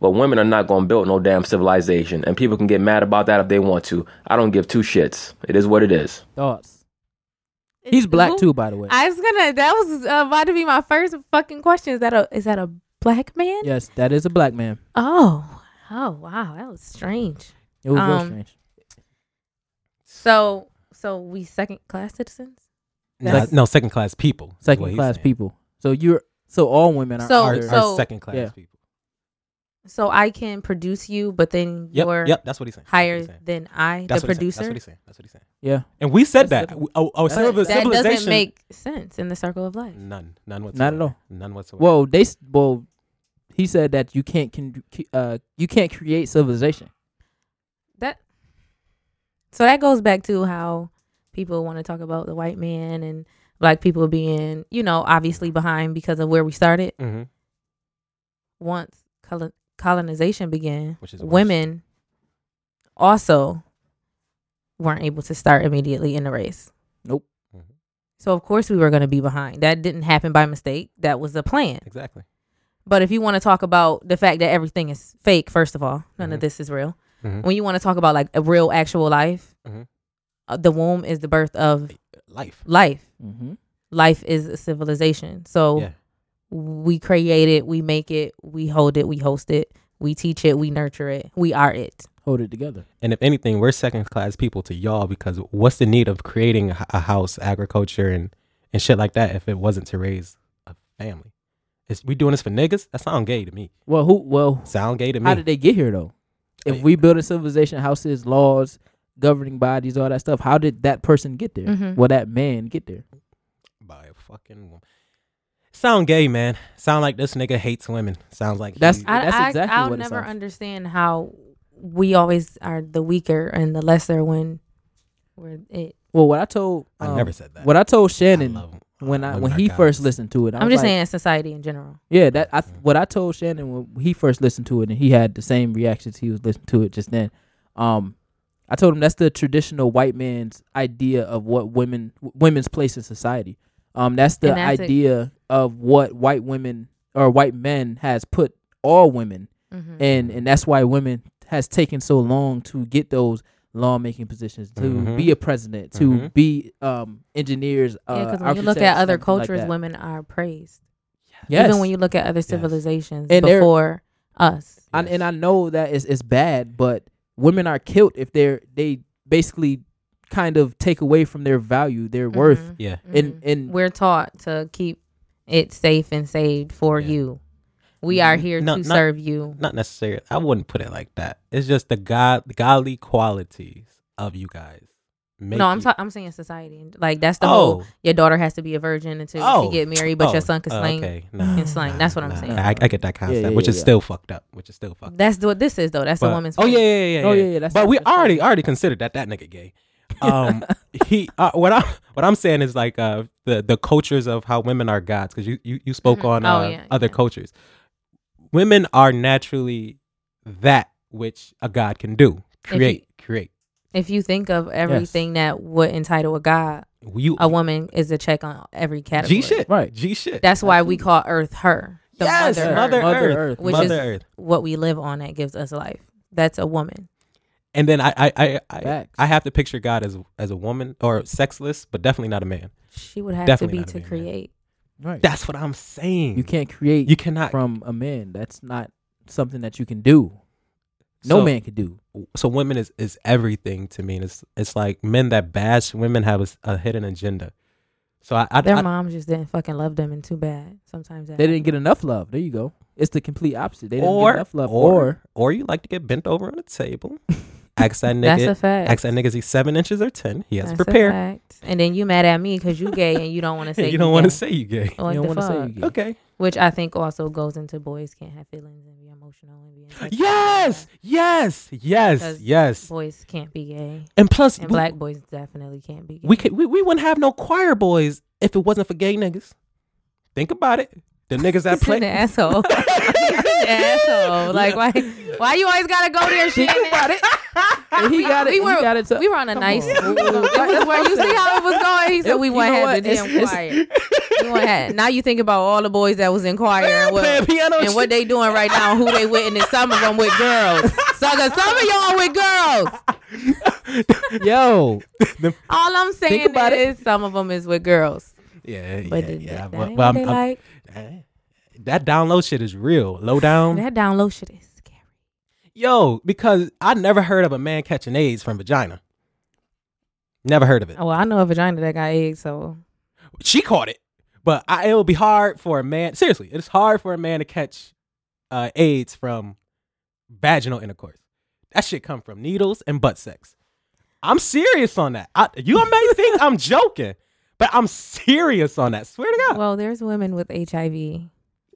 Speaker 6: But women are not going to build no damn civilization, and people can get mad about that if they want to. I don't give two shits. It is what it is.
Speaker 1: Thoughts? He's black too, by the way.
Speaker 3: I was gonna. That was uh, about to be my first fucking question. Is that a is that a black man?
Speaker 1: yes, that is a black man.
Speaker 3: Oh, oh wow, that was strange.
Speaker 1: It was real
Speaker 3: Um,
Speaker 1: strange.
Speaker 3: So, so we second class citizens.
Speaker 2: No,
Speaker 1: That's-
Speaker 2: no, second class people. is what
Speaker 1: Second
Speaker 2: he's
Speaker 1: class
Speaker 2: saying.
Speaker 1: people. So you're so all women are.
Speaker 3: So-
Speaker 2: Are,
Speaker 1: under-
Speaker 3: so-
Speaker 2: second class
Speaker 1: Yeah.
Speaker 2: people.
Speaker 3: So I can produce you, but then
Speaker 2: Yep,
Speaker 3: you're
Speaker 2: yep. That's what he's saying. That's what
Speaker 3: higher
Speaker 2: he's saying.
Speaker 3: than I,
Speaker 2: That's
Speaker 3: the
Speaker 2: what he's
Speaker 3: producer.
Speaker 2: saying. That's what he's saying. That's what he's saying.
Speaker 1: yeah.
Speaker 2: And we said
Speaker 1: That's
Speaker 2: that. Oh, oh
Speaker 1: That's-
Speaker 2: civil-
Speaker 3: that doesn't
Speaker 2: civilization. Mm.
Speaker 3: make sense in the circle of life.
Speaker 2: none. None whatsoever.
Speaker 1: Not at all.
Speaker 2: None whatsoever.
Speaker 1: Well, they s- well, he said that you can't con- uh you can't create civilization.
Speaker 3: That. So that goes back to how people want to talk about the white man and black people being, you know, obviously behind because of where we started.
Speaker 2: Mhm.
Speaker 3: Once colon- colonization began,
Speaker 2: Which is worse.
Speaker 3: women also weren't able to start immediately in the race.
Speaker 1: Nope.
Speaker 2: Mhm.
Speaker 3: So of course we were going to be behind. That didn't happen by mistake. That was the plan.
Speaker 2: Exactly.
Speaker 3: But if you want to talk about the fact that everything is fake, first of all, none
Speaker 2: Mhm.
Speaker 1: Mm-hmm.
Speaker 3: of this is real.
Speaker 2: Mhm.
Speaker 3: When you want to talk about like a real actual life,
Speaker 1: Mm-hmm.
Speaker 2: Mhm.
Speaker 3: uh, the womb is the birth of
Speaker 2: Life.
Speaker 3: life.
Speaker 1: Mm-hmm.
Speaker 3: Life is a civilization. So
Speaker 2: Yeah.
Speaker 3: we create it, we make it, we hold it, we host it, we teach it, we nurture it, we are it.
Speaker 1: Hold it together.
Speaker 2: And if anything, we're second class people to y'all because what's the need of creating a h- a house, agriculture, and and shit like that if it wasn't to raise a family? It's, we doing this for niggas? That sound gay to me.
Speaker 1: Well, who? Well,
Speaker 2: Sound gay to me.
Speaker 1: how did they get here though? If we build a civilization, houses, laws, governing bodies, all that stuff, how did that person get there?
Speaker 3: Mhm.
Speaker 1: Well, that man get there.
Speaker 2: By a fucking woman. Sound gay, man. Sound like this nigga hates women. Sounds like
Speaker 1: That's-
Speaker 2: he-
Speaker 1: I- That's exactly
Speaker 3: I'll
Speaker 1: what it
Speaker 3: never
Speaker 1: sounds.
Speaker 3: understand how we always are the weaker and the lesser when we're it.
Speaker 1: Well, what I told
Speaker 2: I
Speaker 1: um,
Speaker 2: never said that.
Speaker 1: What I told
Speaker 2: I
Speaker 1: Shannon
Speaker 2: love him.
Speaker 1: when I
Speaker 2: Women
Speaker 1: when
Speaker 2: are
Speaker 1: he
Speaker 2: gods.
Speaker 1: first listened to it, I
Speaker 3: I'm
Speaker 1: was
Speaker 3: just
Speaker 1: like,
Speaker 3: saying society in general.
Speaker 1: Yeah, that I th- what I told Shannon when he first listened to it, and he had the same reactions he was listening to it just then. Um, I told him that's the traditional white man's idea of what women w- women's place in society. Um, that's the
Speaker 3: And that's a-
Speaker 1: idea of what white women or white men has put all women
Speaker 3: Mhm.
Speaker 1: in, and that's why women has taken so long to get those lawmaking positions, to
Speaker 2: Mhm.
Speaker 1: be a president, to
Speaker 2: Mhm.
Speaker 1: be um engineers. Uh,
Speaker 3: yeah, because when you look at
Speaker 1: architects,
Speaker 3: other
Speaker 1: something like
Speaker 3: cultures,
Speaker 1: that.
Speaker 3: women are praised.
Speaker 1: yes.
Speaker 3: Even when you look at other civilizations
Speaker 1: And they're-
Speaker 3: before us.
Speaker 1: and, and I know that it's, it's bad, but women are killed if they're they basically kind of take away from their value, their worth,
Speaker 3: Mhm.
Speaker 2: Yeah.
Speaker 1: and
Speaker 3: Mhm.
Speaker 1: and
Speaker 3: We're taught to keep it safe and saved for
Speaker 2: Yeah. Mm-hmm.
Speaker 3: you. We are here
Speaker 2: No,
Speaker 3: to
Speaker 2: not-
Speaker 3: serve you.
Speaker 2: not necessarily. I wouldn't put it like that. It's just the god godly qualities of you guys. make
Speaker 3: no, I'm
Speaker 2: you-
Speaker 3: ta- I'm saying society. Like that's the
Speaker 2: Oh.
Speaker 3: whole. Your daughter has to be a virgin until
Speaker 2: Oh.
Speaker 3: she get married, but your
Speaker 2: Oh,
Speaker 3: son can
Speaker 2: oh,
Speaker 3: slang
Speaker 2: okay. No,
Speaker 3: and slang. That's what I'm
Speaker 2: nah,
Speaker 3: saying.
Speaker 2: I, I get that concept,
Speaker 1: yeah,
Speaker 2: which is
Speaker 1: yeah.
Speaker 2: still fucked up. Which is still fucked. up.
Speaker 3: That's what this is though. That's
Speaker 2: But-
Speaker 3: a woman's.
Speaker 2: Oh
Speaker 3: point.
Speaker 2: yeah, yeah, yeah.
Speaker 1: Oh,
Speaker 2: yeah,
Speaker 1: yeah, yeah, that's-
Speaker 2: but we
Speaker 1: that's fine.
Speaker 2: already already considered that that nigga gay. Um, he uh, what I what I'm saying is like uh the the cultures of how women are gods because you, you you spoke
Speaker 3: Mhm.
Speaker 2: on
Speaker 3: Oh,
Speaker 2: uh,
Speaker 3: yeah,
Speaker 2: other
Speaker 3: yeah.
Speaker 2: cultures. Women are naturally that which a god can do
Speaker 3: you-
Speaker 2: create create.
Speaker 3: If you think of everything that would entitle a god,
Speaker 2: You
Speaker 3: a woman is a check on every category.
Speaker 2: G shit
Speaker 1: Right.
Speaker 2: G shit.
Speaker 3: That's why we call Earth her. The
Speaker 2: yes,
Speaker 3: mother,
Speaker 2: Mother
Speaker 3: Earth.
Speaker 1: Mother
Speaker 2: Earth,
Speaker 1: Earth.
Speaker 3: Which
Speaker 2: Mother
Speaker 3: is-
Speaker 2: Earth.
Speaker 3: What we live on that gives us life. That's a woman.
Speaker 2: And then I I I I,
Speaker 1: Facts.
Speaker 2: I have to picture God as as a woman or sexless, but definitely not a man.
Speaker 3: She would have
Speaker 2: Definitely
Speaker 3: to
Speaker 2: not
Speaker 3: be
Speaker 2: a
Speaker 3: to
Speaker 2: man, man.
Speaker 3: create.
Speaker 1: Right.
Speaker 2: That's what I'm saying.
Speaker 1: you can't create
Speaker 2: you cannot
Speaker 1: from a man. That's not something that you can do. No
Speaker 2: So-
Speaker 1: man can do.
Speaker 2: so women is, is everything to me. And it's it's like men that bash women have a, s- a hidden agenda. So I, I,
Speaker 3: Their
Speaker 2: I-
Speaker 3: mom just didn't fucking love them, and too bad. Sometimes that
Speaker 1: They didn't get enough love. There you go. It's the complete opposite. They didn't
Speaker 2: Or-
Speaker 1: get enough love.
Speaker 2: or-
Speaker 1: Or,
Speaker 2: or you like to get bent over on a table. Ask that
Speaker 3: That's a
Speaker 2: nigga.
Speaker 3: fact.
Speaker 2: Ask that nigga is he seven inches or ten? He has to
Speaker 3: That's a
Speaker 2: prepare.
Speaker 3: fact. And then you mad at me because you gay and you don't want to say
Speaker 2: you don't want
Speaker 3: to
Speaker 2: to say you gay.
Speaker 1: you don't
Speaker 3: the
Speaker 1: want to say
Speaker 3: fuck?
Speaker 1: you get.
Speaker 2: Okay.
Speaker 3: Which I think also goes into boys can't have feelings and be emotional and be. attached.
Speaker 2: Yes. Yes. Yes.
Speaker 3: 'Cause
Speaker 2: Yes.
Speaker 3: Boys can't be gay,
Speaker 2: And plus,
Speaker 3: and
Speaker 2: we-
Speaker 3: black boys definitely can't be gay.
Speaker 2: we could we, we wouldn't have no choir boys if it wasn't for gay niggas. Think about it. The niggas that
Speaker 3: He's
Speaker 2: play.
Speaker 3: an asshole. He's an asshole. Like why? Why you always gotta go there? Shit.
Speaker 1: Think about it. And he got it.
Speaker 3: We were,
Speaker 1: he got it. To,
Speaker 3: we were on a
Speaker 1: Come
Speaker 3: nice.
Speaker 1: on.
Speaker 3: It was where you see how it was going. He said
Speaker 1: It-
Speaker 3: we
Speaker 1: you
Speaker 3: want
Speaker 1: know
Speaker 3: had the
Speaker 1: what? It's-
Speaker 3: damn
Speaker 1: it's-
Speaker 3: choir. We want had. Now you think about all the boys that was in choir and
Speaker 2: playing
Speaker 3: what,
Speaker 2: piano
Speaker 3: and what they doing right now, who they with, and then some of them with girls. Sucker, some of y'all with girls.
Speaker 1: yo,
Speaker 3: All I'm saying
Speaker 1: Think about
Speaker 3: is some of them is with girls.
Speaker 2: Yeah, yeah,
Speaker 3: But
Speaker 2: yeah.
Speaker 3: that, that
Speaker 2: Well,
Speaker 3: ain't
Speaker 2: well,
Speaker 3: what they
Speaker 2: I'm- I'm-
Speaker 3: like.
Speaker 2: eh, that down low shit is real. Low down,
Speaker 3: That down low shit is scary.
Speaker 2: yo, because I never heard of a man catching AIDS from vagina. Never heard of it.
Speaker 3: Oh, well, I know a vagina that got eggs, so
Speaker 2: She caught it, but I, it would be hard for a man. Seriously, it's hard for a man to catch uh, AIDS from vaginal intercourse. That shit come from needles and butt sex. I'm serious on that. I, you may think I'm joking, but I'm serious on that. Swear to God,
Speaker 3: well, there's women with HIV.
Speaker 2: goddamn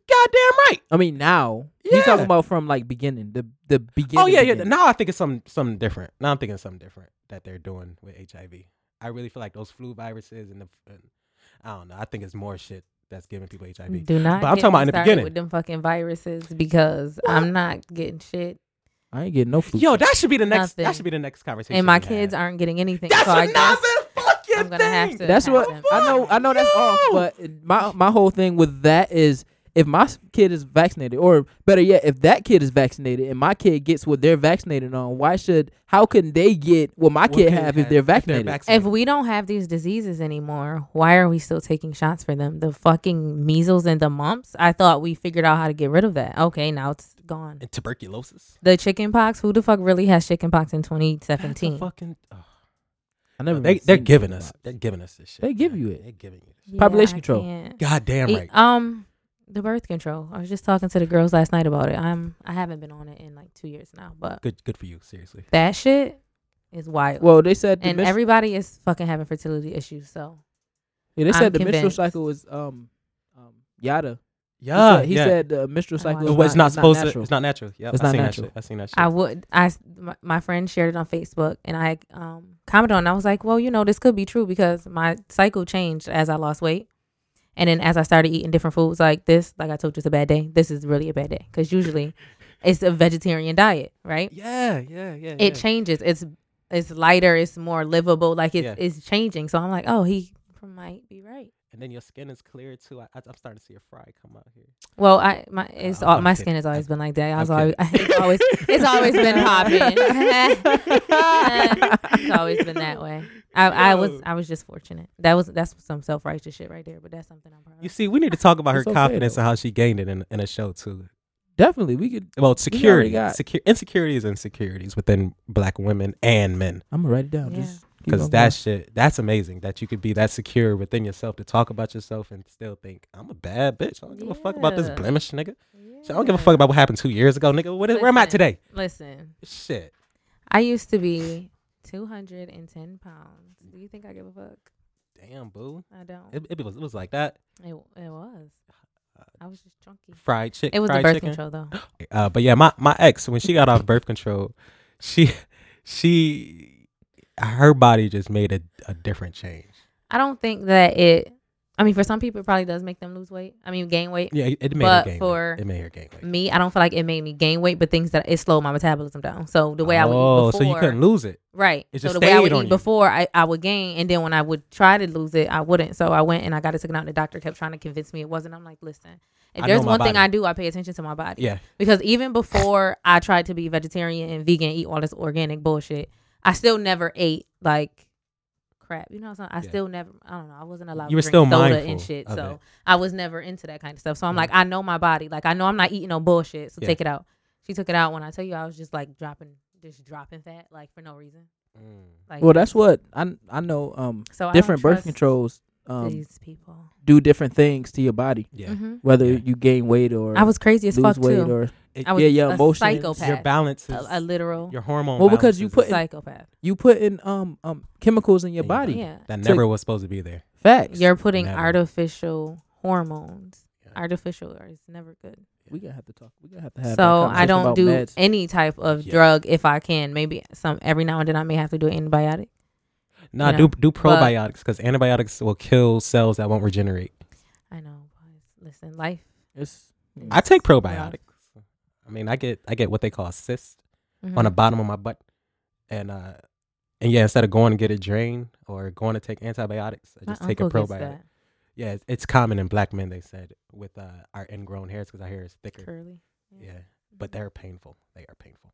Speaker 2: right.
Speaker 1: I mean now.
Speaker 2: Yeah.
Speaker 1: You talking about from like beginning, the the beginning.
Speaker 2: oh yeah, yeah.
Speaker 1: beginning.
Speaker 2: Now I think it's something something different. Now I'm thinking something different that they're doing with HIV. I really feel like those flu viruses and the and, I don't know. I think it's more shit that's giving people HIV.
Speaker 1: Mm.
Speaker 3: Do not.
Speaker 2: But I'm
Speaker 3: get
Speaker 2: talking
Speaker 3: me
Speaker 2: about in the
Speaker 3: started
Speaker 2: beginning.
Speaker 3: with them fucking viruses because I'm not getting shit,
Speaker 1: I ain't getting no flu.
Speaker 2: Yo, that should be the next. That
Speaker 3: Nothing.
Speaker 2: should be the next conversation.
Speaker 3: and my
Speaker 2: we have.
Speaker 3: kids aren't getting anything.
Speaker 2: That's
Speaker 3: so I guess
Speaker 2: another fucking
Speaker 3: I'm gonna
Speaker 2: thing.
Speaker 3: have to-
Speaker 1: that's what
Speaker 3: happen.
Speaker 1: I know. I know that's
Speaker 2: Yo!
Speaker 1: off. But my my whole thing with that is if my s- kid is vaccinated, or better yet, if that kid is vaccinated and my kid gets what they're vaccinated on, why should? How can they get what my
Speaker 2: What
Speaker 1: kid
Speaker 2: kid
Speaker 1: have if
Speaker 2: has-
Speaker 1: they're
Speaker 2: if they're
Speaker 1: vaccinated?
Speaker 2: vaccinated?
Speaker 3: if we don't have these diseases anymore, why are we still taking shots for them? The fucking measles and the mumps. I thought we figured out how to get rid of that. Okay, now it's gone.
Speaker 2: And tuberculosis.
Speaker 3: The chicken pox. Who the fuck really has chicken pox in
Speaker 2: That's
Speaker 3: 2017?
Speaker 2: a fucking. oh.
Speaker 1: I never.
Speaker 2: They
Speaker 1: even
Speaker 2: they're
Speaker 1: seen
Speaker 2: giving
Speaker 1: that.
Speaker 2: us. They're giving us this shit.
Speaker 1: They give
Speaker 2: man.
Speaker 1: you it.
Speaker 2: They're giving you. This.
Speaker 3: Yeah,
Speaker 1: Population
Speaker 3: I
Speaker 1: control.
Speaker 3: can't.
Speaker 2: Goddamn
Speaker 3: E-
Speaker 2: right.
Speaker 3: Um, the birth control. I was just talking to the girls last night about it. I'm I haven't been on it in like two years now, but
Speaker 2: good. Good for you. Seriously.
Speaker 3: that shit is wild.
Speaker 1: Well, they said the
Speaker 3: and
Speaker 1: menstru-
Speaker 3: everybody is fucking having fertility issues. So
Speaker 1: yeah, they
Speaker 3: I'm
Speaker 1: said the menstrual
Speaker 3: convinced.
Speaker 1: cycle was um, um Yada. he
Speaker 2: Yeah.
Speaker 1: said, he
Speaker 2: yeah.
Speaker 1: said the menstrual
Speaker 3: Oh, I don't
Speaker 1: cycle
Speaker 3: know.
Speaker 1: is
Speaker 2: Well, it's not
Speaker 1: not,
Speaker 2: supposed to.
Speaker 1: natural.
Speaker 2: It's not natural. Yeah,
Speaker 1: It's
Speaker 2: I
Speaker 1: not
Speaker 2: seen
Speaker 1: natural.
Speaker 2: that shit. I seen that shit.
Speaker 3: I would I s- my, my friend shared it on Facebook and I um commented on. it. I was like, well, you know, this could be true because my cycle changed as I lost weight. And then as I started eating different foods like this, like I told you, it's a bad day. This is really a bad day because usually it's a vegetarian diet, right?
Speaker 2: Yeah, yeah, yeah.
Speaker 3: it
Speaker 2: yeah.
Speaker 3: changes. It's it's lighter. It's more livable. Like it's
Speaker 2: Yeah.
Speaker 3: it's changing. So I'm like, oh, he might be right.
Speaker 2: And then your skin is clear too. I, I, I'm starting to see a fry come out here.
Speaker 3: Well, I my it's
Speaker 2: I'm-
Speaker 3: all,
Speaker 2: I'm
Speaker 3: my
Speaker 2: kidding.
Speaker 3: skin has always been like that. I was
Speaker 2: I'm
Speaker 3: always it's always it's always been popping. it's always been that way. I, I was
Speaker 2: Yo.
Speaker 3: I was just fortunate. That was that's some self righteous shit right there. But that's something I'm proud
Speaker 2: You
Speaker 3: of.
Speaker 2: see, we need to talk about her
Speaker 1: It's okay,
Speaker 2: confidence
Speaker 1: though.
Speaker 2: and how she gained it in, in a show too.
Speaker 1: Definitely, we could.
Speaker 2: Well, security,
Speaker 1: got-
Speaker 2: secu- insecurities, insecurities within black women and men.
Speaker 1: I'm gonna write it down.
Speaker 3: Yeah.
Speaker 1: Just keep
Speaker 2: Because
Speaker 1: on
Speaker 2: that shit, that's amazing that you could be that secure within yourself to talk about yourself and still think I'm a bad bitch. I don't give a fuck about this
Speaker 3: Yeah.
Speaker 2: blemish, nigga. Shit, I don't
Speaker 3: Yeah.
Speaker 2: give a fuck about what happened two years ago, nigga. What is, where am I
Speaker 3: Listen.
Speaker 2: today?
Speaker 3: Listen,
Speaker 2: Shit.
Speaker 3: I used to be 210 pounds. Do you think I give a fuck?
Speaker 2: Damn, boo.
Speaker 3: I don't. It,
Speaker 2: It, it was it was like that
Speaker 3: it was. I was just chunky.
Speaker 2: fried chick.
Speaker 3: It was the
Speaker 2: fried
Speaker 3: birth
Speaker 2: chicken.
Speaker 3: control though.
Speaker 2: Uh, but yeah, my my ex when she got off birth control, she she her body just made a, a different change.
Speaker 3: I don't think that it. I mean, for some people, it probably does make them lose weight. I mean, gain weight.
Speaker 2: Yeah, it, it made
Speaker 3: But
Speaker 2: her gain
Speaker 3: for
Speaker 2: weight. It made her gain weight.
Speaker 3: Me, I don't feel like it made me gain weight, but things that it slowed my metabolism down. So the way I would eat
Speaker 2: Oh, so
Speaker 3: before,
Speaker 2: you couldn't lose it.
Speaker 3: right?
Speaker 2: it
Speaker 3: so
Speaker 2: just
Speaker 3: the way I
Speaker 2: stayed
Speaker 3: would
Speaker 2: on
Speaker 3: eat
Speaker 2: you.
Speaker 3: before, I, I would gain, and then when I would try to lose it, I wouldn't. So I went and I got it taken out. The doctor kept trying to convince me it wasn't. I'm like, listen, if
Speaker 2: I know
Speaker 3: there's
Speaker 2: my
Speaker 3: one thing
Speaker 2: body.
Speaker 3: I do, I pay attention to my body.
Speaker 2: Yeah,
Speaker 3: Because even before I tried to be vegetarian and vegan, eat all this organic bullshit, I still never ate like crap. You know what I'm saying? I
Speaker 2: Yeah.
Speaker 3: still never, I don't know, I wasn't allowed
Speaker 2: You
Speaker 3: to
Speaker 2: were
Speaker 3: drink
Speaker 2: still
Speaker 3: soda
Speaker 2: mindful
Speaker 3: and shit.
Speaker 2: of
Speaker 3: So
Speaker 2: it.
Speaker 3: I was never into that kind of stuff. So I'm like, I know my body. Like, I know I'm not eating no bullshit. So
Speaker 2: Yeah.
Speaker 3: take it out. She took it out. When I tell you, I was just like dropping, just dropping fat, like for no reason. Like,
Speaker 1: Well, that's what I I know. Um,
Speaker 3: so I don't
Speaker 1: different birth
Speaker 3: trust
Speaker 1: controls um
Speaker 3: These people.
Speaker 1: do different things to your body,
Speaker 2: yeah.
Speaker 3: Mhm.
Speaker 1: whether
Speaker 2: Yeah.
Speaker 1: you gain weight or
Speaker 3: I was crazy as
Speaker 1: lose
Speaker 3: fuck
Speaker 1: weight
Speaker 3: too.
Speaker 1: or
Speaker 2: It-
Speaker 3: I was
Speaker 1: yeah, your
Speaker 3: a
Speaker 1: emotions,
Speaker 3: psychopath.
Speaker 2: Your balance is
Speaker 3: a, a literal
Speaker 2: your hormone.
Speaker 1: Well, because you
Speaker 2: balances
Speaker 1: put-
Speaker 2: is
Speaker 3: psychopath.
Speaker 1: you putting um um chemicals in your
Speaker 2: in
Speaker 1: body.
Speaker 3: Yeah.
Speaker 2: that
Speaker 1: to-
Speaker 2: never was supposed to be there.
Speaker 1: Facts.
Speaker 3: You're putting
Speaker 2: Never.
Speaker 3: artificial hormones.
Speaker 2: Yeah.
Speaker 3: Artificial is never good.
Speaker 1: we gonna have to talk. We gonna have to have. that
Speaker 3: so I
Speaker 1: conversation
Speaker 3: don't
Speaker 1: about
Speaker 3: do
Speaker 1: meds.
Speaker 3: any type of
Speaker 2: Yeah.
Speaker 3: drug if I can. Maybe some every now and then I may have to do an antibiotic.
Speaker 2: Nah,
Speaker 3: know,
Speaker 2: do do probiotics because antibiotics will kill cells that won't regenerate.
Speaker 3: I know. but Listen, life.
Speaker 1: It's
Speaker 2: I take probiotics. I mean, I get I get what they call a cyst on the
Speaker 3: Mhm.
Speaker 2: bottom of my butt, and uh, and yeah, instead of going to get it drained or going to take antibiotics, I
Speaker 3: My
Speaker 2: just take a
Speaker 3: uncle gets
Speaker 2: probiotic.
Speaker 3: that
Speaker 2: Yeah, it's, it's common in black men. They said with uh, our ingrown hairs because our hair is thicker.
Speaker 3: Curly.
Speaker 2: Yeah, but
Speaker 3: Mm-hmm.
Speaker 2: they're painful. They are painful.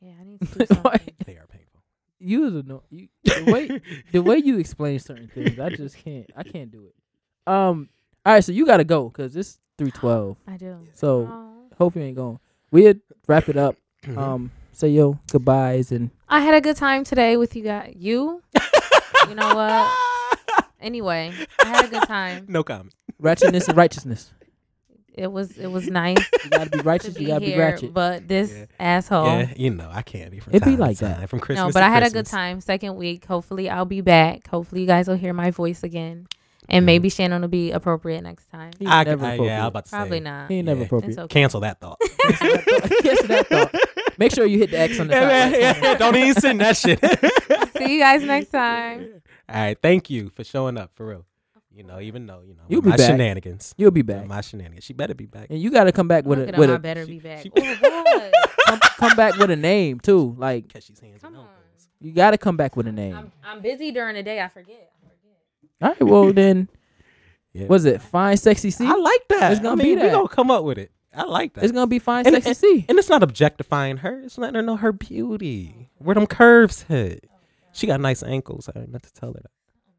Speaker 3: Yeah, I need to do
Speaker 1: Why-
Speaker 3: something.
Speaker 2: They are painful.
Speaker 1: you is anno- you, the way the way you explain certain things. I just can't. I can't do it. Um. All right. So you gotta go because it's three twelve.
Speaker 3: I do.
Speaker 1: So
Speaker 3: Aw.
Speaker 1: hope you ain't going. We'll wrap it up.
Speaker 2: Mhm.
Speaker 1: Um. Say yo goodbyes and
Speaker 3: I had a good time today with you guys. You? you know what? Anyway, I had a good time.
Speaker 2: no comment.
Speaker 1: ratchetness and righteousness.
Speaker 3: It was it was nice
Speaker 1: You gotta be
Speaker 3: to
Speaker 1: righteous.
Speaker 3: be
Speaker 1: You gotta be
Speaker 3: here,
Speaker 1: ratchet.
Speaker 3: but this
Speaker 2: Yeah.
Speaker 3: asshole.
Speaker 2: Yeah, you know I can't be from.
Speaker 1: It be
Speaker 2: time to
Speaker 1: like that.
Speaker 2: time, from Christmas.
Speaker 3: No, but
Speaker 2: to
Speaker 3: I had a good
Speaker 2: Christmas.
Speaker 3: time. Second week. Hopefully, I'll be back. Hopefully, you guys will hear my voice again. And maybe Shannon will be appropriate next time.
Speaker 1: He
Speaker 2: I,
Speaker 1: never
Speaker 2: I, yeah, I was
Speaker 1: appropriate.
Speaker 2: about to
Speaker 3: Probably
Speaker 2: say,
Speaker 3: not.
Speaker 1: He ain't never
Speaker 2: Yeah.
Speaker 3: It's
Speaker 1: appropriate.
Speaker 3: okay.
Speaker 2: Cancel that thought.
Speaker 1: Cancel that thought. Make sure you hit the X on the top.
Speaker 2: Yeah, yeah, yeah. Don't even send that shit. All
Speaker 3: See you guys next time.
Speaker 2: right, thank you for showing up for real. You know, even though you know
Speaker 1: You'll be
Speaker 2: my
Speaker 1: back.
Speaker 2: shenanigans,
Speaker 1: You'll be back.
Speaker 2: my shenanigans. She better be back.
Speaker 1: And you gotta come back with
Speaker 3: Look
Speaker 1: a
Speaker 3: at
Speaker 1: with
Speaker 3: him. I
Speaker 1: a
Speaker 3: better
Speaker 2: she-
Speaker 3: be back.
Speaker 2: she-
Speaker 3: Oh,
Speaker 1: come,
Speaker 3: God.
Speaker 1: come back with a name too. Like
Speaker 2: Catch these hands.
Speaker 3: Come
Speaker 2: and
Speaker 3: on.
Speaker 2: elbows.
Speaker 1: you gotta come back with a name.
Speaker 3: I'm, I'm busy during the day. I forget.
Speaker 1: All right, well then,
Speaker 2: Yeah.
Speaker 1: was it fine, sexy C?
Speaker 2: I like that.
Speaker 1: It's gonna
Speaker 2: I mean,
Speaker 1: be
Speaker 2: We
Speaker 1: that.
Speaker 2: gonna come up with it. I like that.
Speaker 1: It's gonna be fine,
Speaker 2: and,
Speaker 1: sexy
Speaker 2: and-
Speaker 1: C.
Speaker 2: and it's not objectifying her. It's letting her know her beauty. Where them curves hit. She got nice ankles. I meant to tell her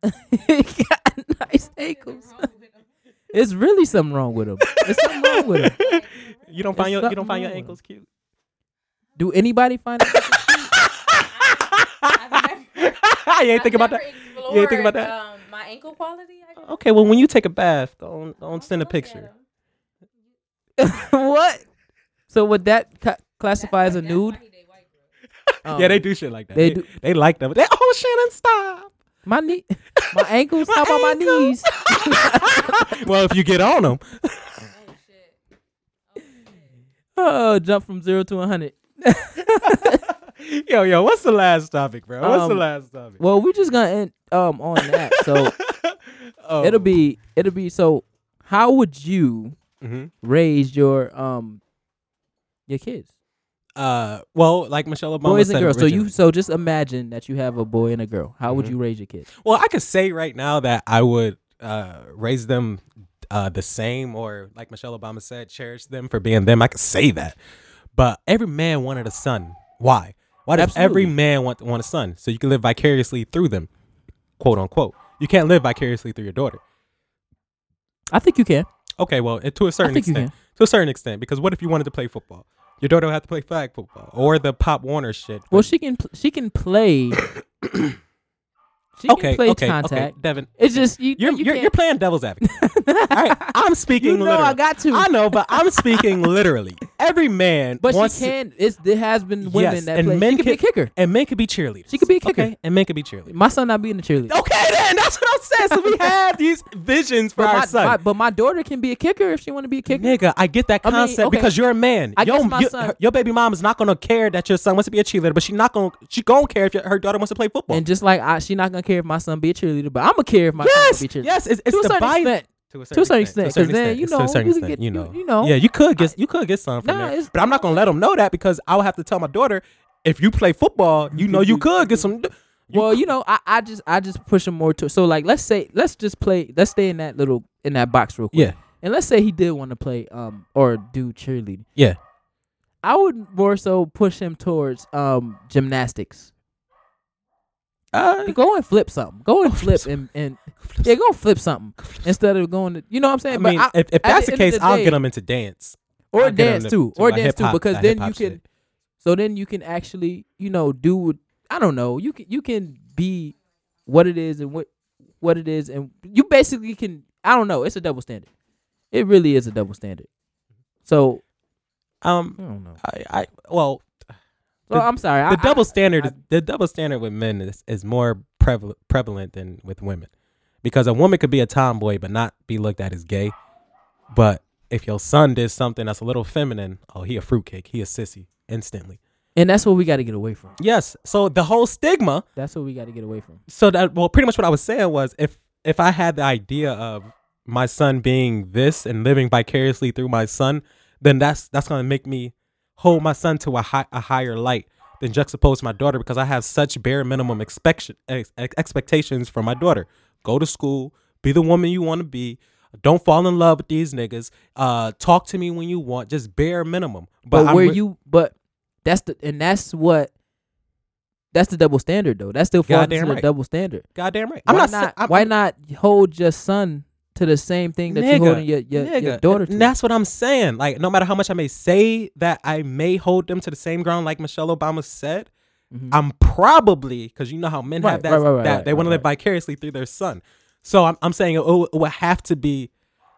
Speaker 2: that.
Speaker 1: Got nice ankles. it's really something wrong with him. It's something wrong with him.
Speaker 2: You don't find
Speaker 1: There's
Speaker 2: your you
Speaker 1: something
Speaker 2: don't find your
Speaker 1: wrong with
Speaker 2: ankles cute.
Speaker 1: Do anybody find it?
Speaker 2: you ain't think about that. You ain't think about that.
Speaker 3: Um, my ankle quality. I guess.
Speaker 2: Okay, well when you take a bath, go on, go on send a picture.
Speaker 1: what? So would that ca- classify as a nude? Um,
Speaker 2: yeah, they do shit like that.
Speaker 1: they
Speaker 2: They,
Speaker 1: do-
Speaker 2: do. They like that. But they, oh, Shannon, stop.
Speaker 1: My knee, my ankles. how about my
Speaker 2: ankle.
Speaker 1: knees?
Speaker 2: well, if you get on them,
Speaker 1: Oh, jump from zero to one hundred.
Speaker 2: yo, yo, what's the last topic, bro? What's the
Speaker 1: Um,
Speaker 2: last topic?
Speaker 1: Well, we're just gonna end um on that. So
Speaker 2: Oh.
Speaker 1: it'll be it'll be so. How would you
Speaker 2: Mhm.
Speaker 1: raise your um your kids,
Speaker 2: Uh, well, like Michelle Obama
Speaker 1: boys
Speaker 2: said
Speaker 1: and girls? So you
Speaker 2: originally- Mm-hmm.
Speaker 1: so just imagine that you have a boy and a girl. How would you raise your kids?
Speaker 2: Well, I could say right now that I would uh, raise them uh, the same, or like Michelle Obama said, cherish them for being them. I could say that, but every man wanted a son. Why? Why does every
Speaker 1: Absolutely.
Speaker 2: man want want a son? So you can live vicariously through them, quote unquote. You can't live vicariously through your daughter.
Speaker 1: I think you can.
Speaker 2: Okay, well, it- to a certain
Speaker 1: think you
Speaker 2: extent, to a certain extent, because what if you wanted to play football? Your daughter would have to play flag football or the Pop Warner shit.
Speaker 1: Well, she can pl- she can play. she
Speaker 2: okay,
Speaker 1: can play
Speaker 2: okay,
Speaker 1: contact.
Speaker 2: okay, Devin.
Speaker 1: It's just you.
Speaker 2: You're
Speaker 1: you
Speaker 2: you're,
Speaker 1: can't-
Speaker 2: you're playing devil's advocate. All right, I'm speaking.
Speaker 1: You know
Speaker 2: literally.
Speaker 1: I got to.
Speaker 2: I know, but I'm speaking literally. every man
Speaker 1: But
Speaker 2: wants
Speaker 1: she can. It's there has been women
Speaker 2: yes,
Speaker 1: that
Speaker 2: and
Speaker 1: play.
Speaker 2: men
Speaker 1: she could be a kicker.
Speaker 2: and men could be cheerleaders.
Speaker 1: She could be a kicker.
Speaker 2: Okay, and men could be cheerleaders.
Speaker 1: My son not being a cheerleader.
Speaker 2: Okay, then that's what I'm saying. So we have these visions for
Speaker 1: but,
Speaker 2: our
Speaker 1: my,
Speaker 2: son.
Speaker 1: my- but my daughter can be a kicker if she want to be a kicker.
Speaker 2: Nigga, I get that
Speaker 1: I mean,
Speaker 2: concept
Speaker 1: okay.
Speaker 2: because you're a man.
Speaker 1: I
Speaker 2: your,
Speaker 1: guess my
Speaker 2: your,
Speaker 1: son-
Speaker 2: her- your baby mom is not gonna care that your son wants to be a cheerleader, but she not gonna she gonna care if your, her daughter wants to play football.
Speaker 1: And just like I, she not gonna care if my son be a cheerleader, but I'm gonna care if my
Speaker 2: yes,
Speaker 1: son be a cheerleader.
Speaker 2: yes, it's, it's
Speaker 1: to a
Speaker 2: the
Speaker 1: certain
Speaker 2: Bible.
Speaker 1: extent. To a certain extent, because then you
Speaker 2: It's to a
Speaker 1: know
Speaker 2: certain
Speaker 1: you can
Speaker 2: extent,
Speaker 1: get
Speaker 2: you know,
Speaker 1: you know.
Speaker 2: yeah, you could get you could get some from
Speaker 1: Nah,
Speaker 2: there.
Speaker 1: it's-
Speaker 2: but I'm not gonna let them know that because I would have to tell my daughter if you play football, you know you could get some.
Speaker 1: well, you know, I, I just I just push him more to so like let's say let's just play let's stay in that little in that box real quick.
Speaker 2: Yeah.
Speaker 1: And let's say he did want to play um or do cheerleading.
Speaker 2: Yeah.
Speaker 1: I would more so push him towards um gymnastics.
Speaker 2: Uh,
Speaker 1: Go and flip something. Go and flip and, and yeah, go flip something instead of going to you know what I'm saying.
Speaker 2: I mean,
Speaker 1: but I,
Speaker 2: if, if
Speaker 1: at
Speaker 2: that's
Speaker 1: the end
Speaker 2: the,
Speaker 1: of
Speaker 2: case,
Speaker 1: the
Speaker 2: I'll
Speaker 1: day-
Speaker 2: get them into dance
Speaker 1: or
Speaker 2: I'll get him
Speaker 1: dance
Speaker 2: to-
Speaker 1: too,
Speaker 2: to
Speaker 1: or
Speaker 2: a
Speaker 1: dance too,
Speaker 2: hip-hop-
Speaker 1: because
Speaker 2: a
Speaker 1: then
Speaker 2: hip-hop
Speaker 1: you can,
Speaker 2: shit.
Speaker 1: so then you can actually, you know, do what I don't know. You can you can be what it is and what what it is, and you basically can. I don't know. It's a double standard. It really is a double standard. So
Speaker 2: Um,
Speaker 1: I don't know.
Speaker 2: I, I well,
Speaker 1: So
Speaker 2: The-
Speaker 1: I'm sorry. I,
Speaker 2: the double standard
Speaker 1: I-
Speaker 2: is the double standard with men is, is more preval- prevalent than with women because a woman could be a tomboy but not be looked at as gay but if your son did something that's a little feminine oh he a fruitcake he a sissy instantly
Speaker 1: I- and that's what we got to get away from.
Speaker 2: yes so the whole stigma
Speaker 1: That's what we got to get away from.
Speaker 2: so that well pretty much what i was saying was if if i had the idea of my son being this and living vicariously through my son then that's that's going to make me hold my son to a, high, a higher light than juxtapose my daughter because i have such bare minimum expect, ex, ex- expectations for my daughter go to school be the woman you want to be don't fall in love with these niggas uh talk to me when you want just bare minimum
Speaker 1: But,
Speaker 2: I'm
Speaker 1: where
Speaker 2: re-
Speaker 1: you, but that's the and that's what. That's the double standard, though. That still falls
Speaker 2: Goddamn
Speaker 1: into the
Speaker 2: right.
Speaker 1: double standard.
Speaker 2: goddamn right
Speaker 1: I'm why
Speaker 2: i'm not,
Speaker 1: not.
Speaker 2: sa- I'm-
Speaker 1: why not hold your son to the same thing that you're
Speaker 2: Nigga,
Speaker 1: holding your your, your
Speaker 2: nigga,
Speaker 1: daughter
Speaker 2: and
Speaker 1: to?
Speaker 2: That's what I'm saying. Like, no matter how much I may say that I may hold them to the same ground, like Michelle Obama said,
Speaker 1: Mm-hmm.
Speaker 2: I'm probably because you know how men
Speaker 1: Right,
Speaker 2: have that,
Speaker 1: right, right, right,
Speaker 2: that
Speaker 1: right,
Speaker 2: they want to
Speaker 1: right,
Speaker 2: live vicariously through their son. So I'm, I'm saying it, would- it would have to be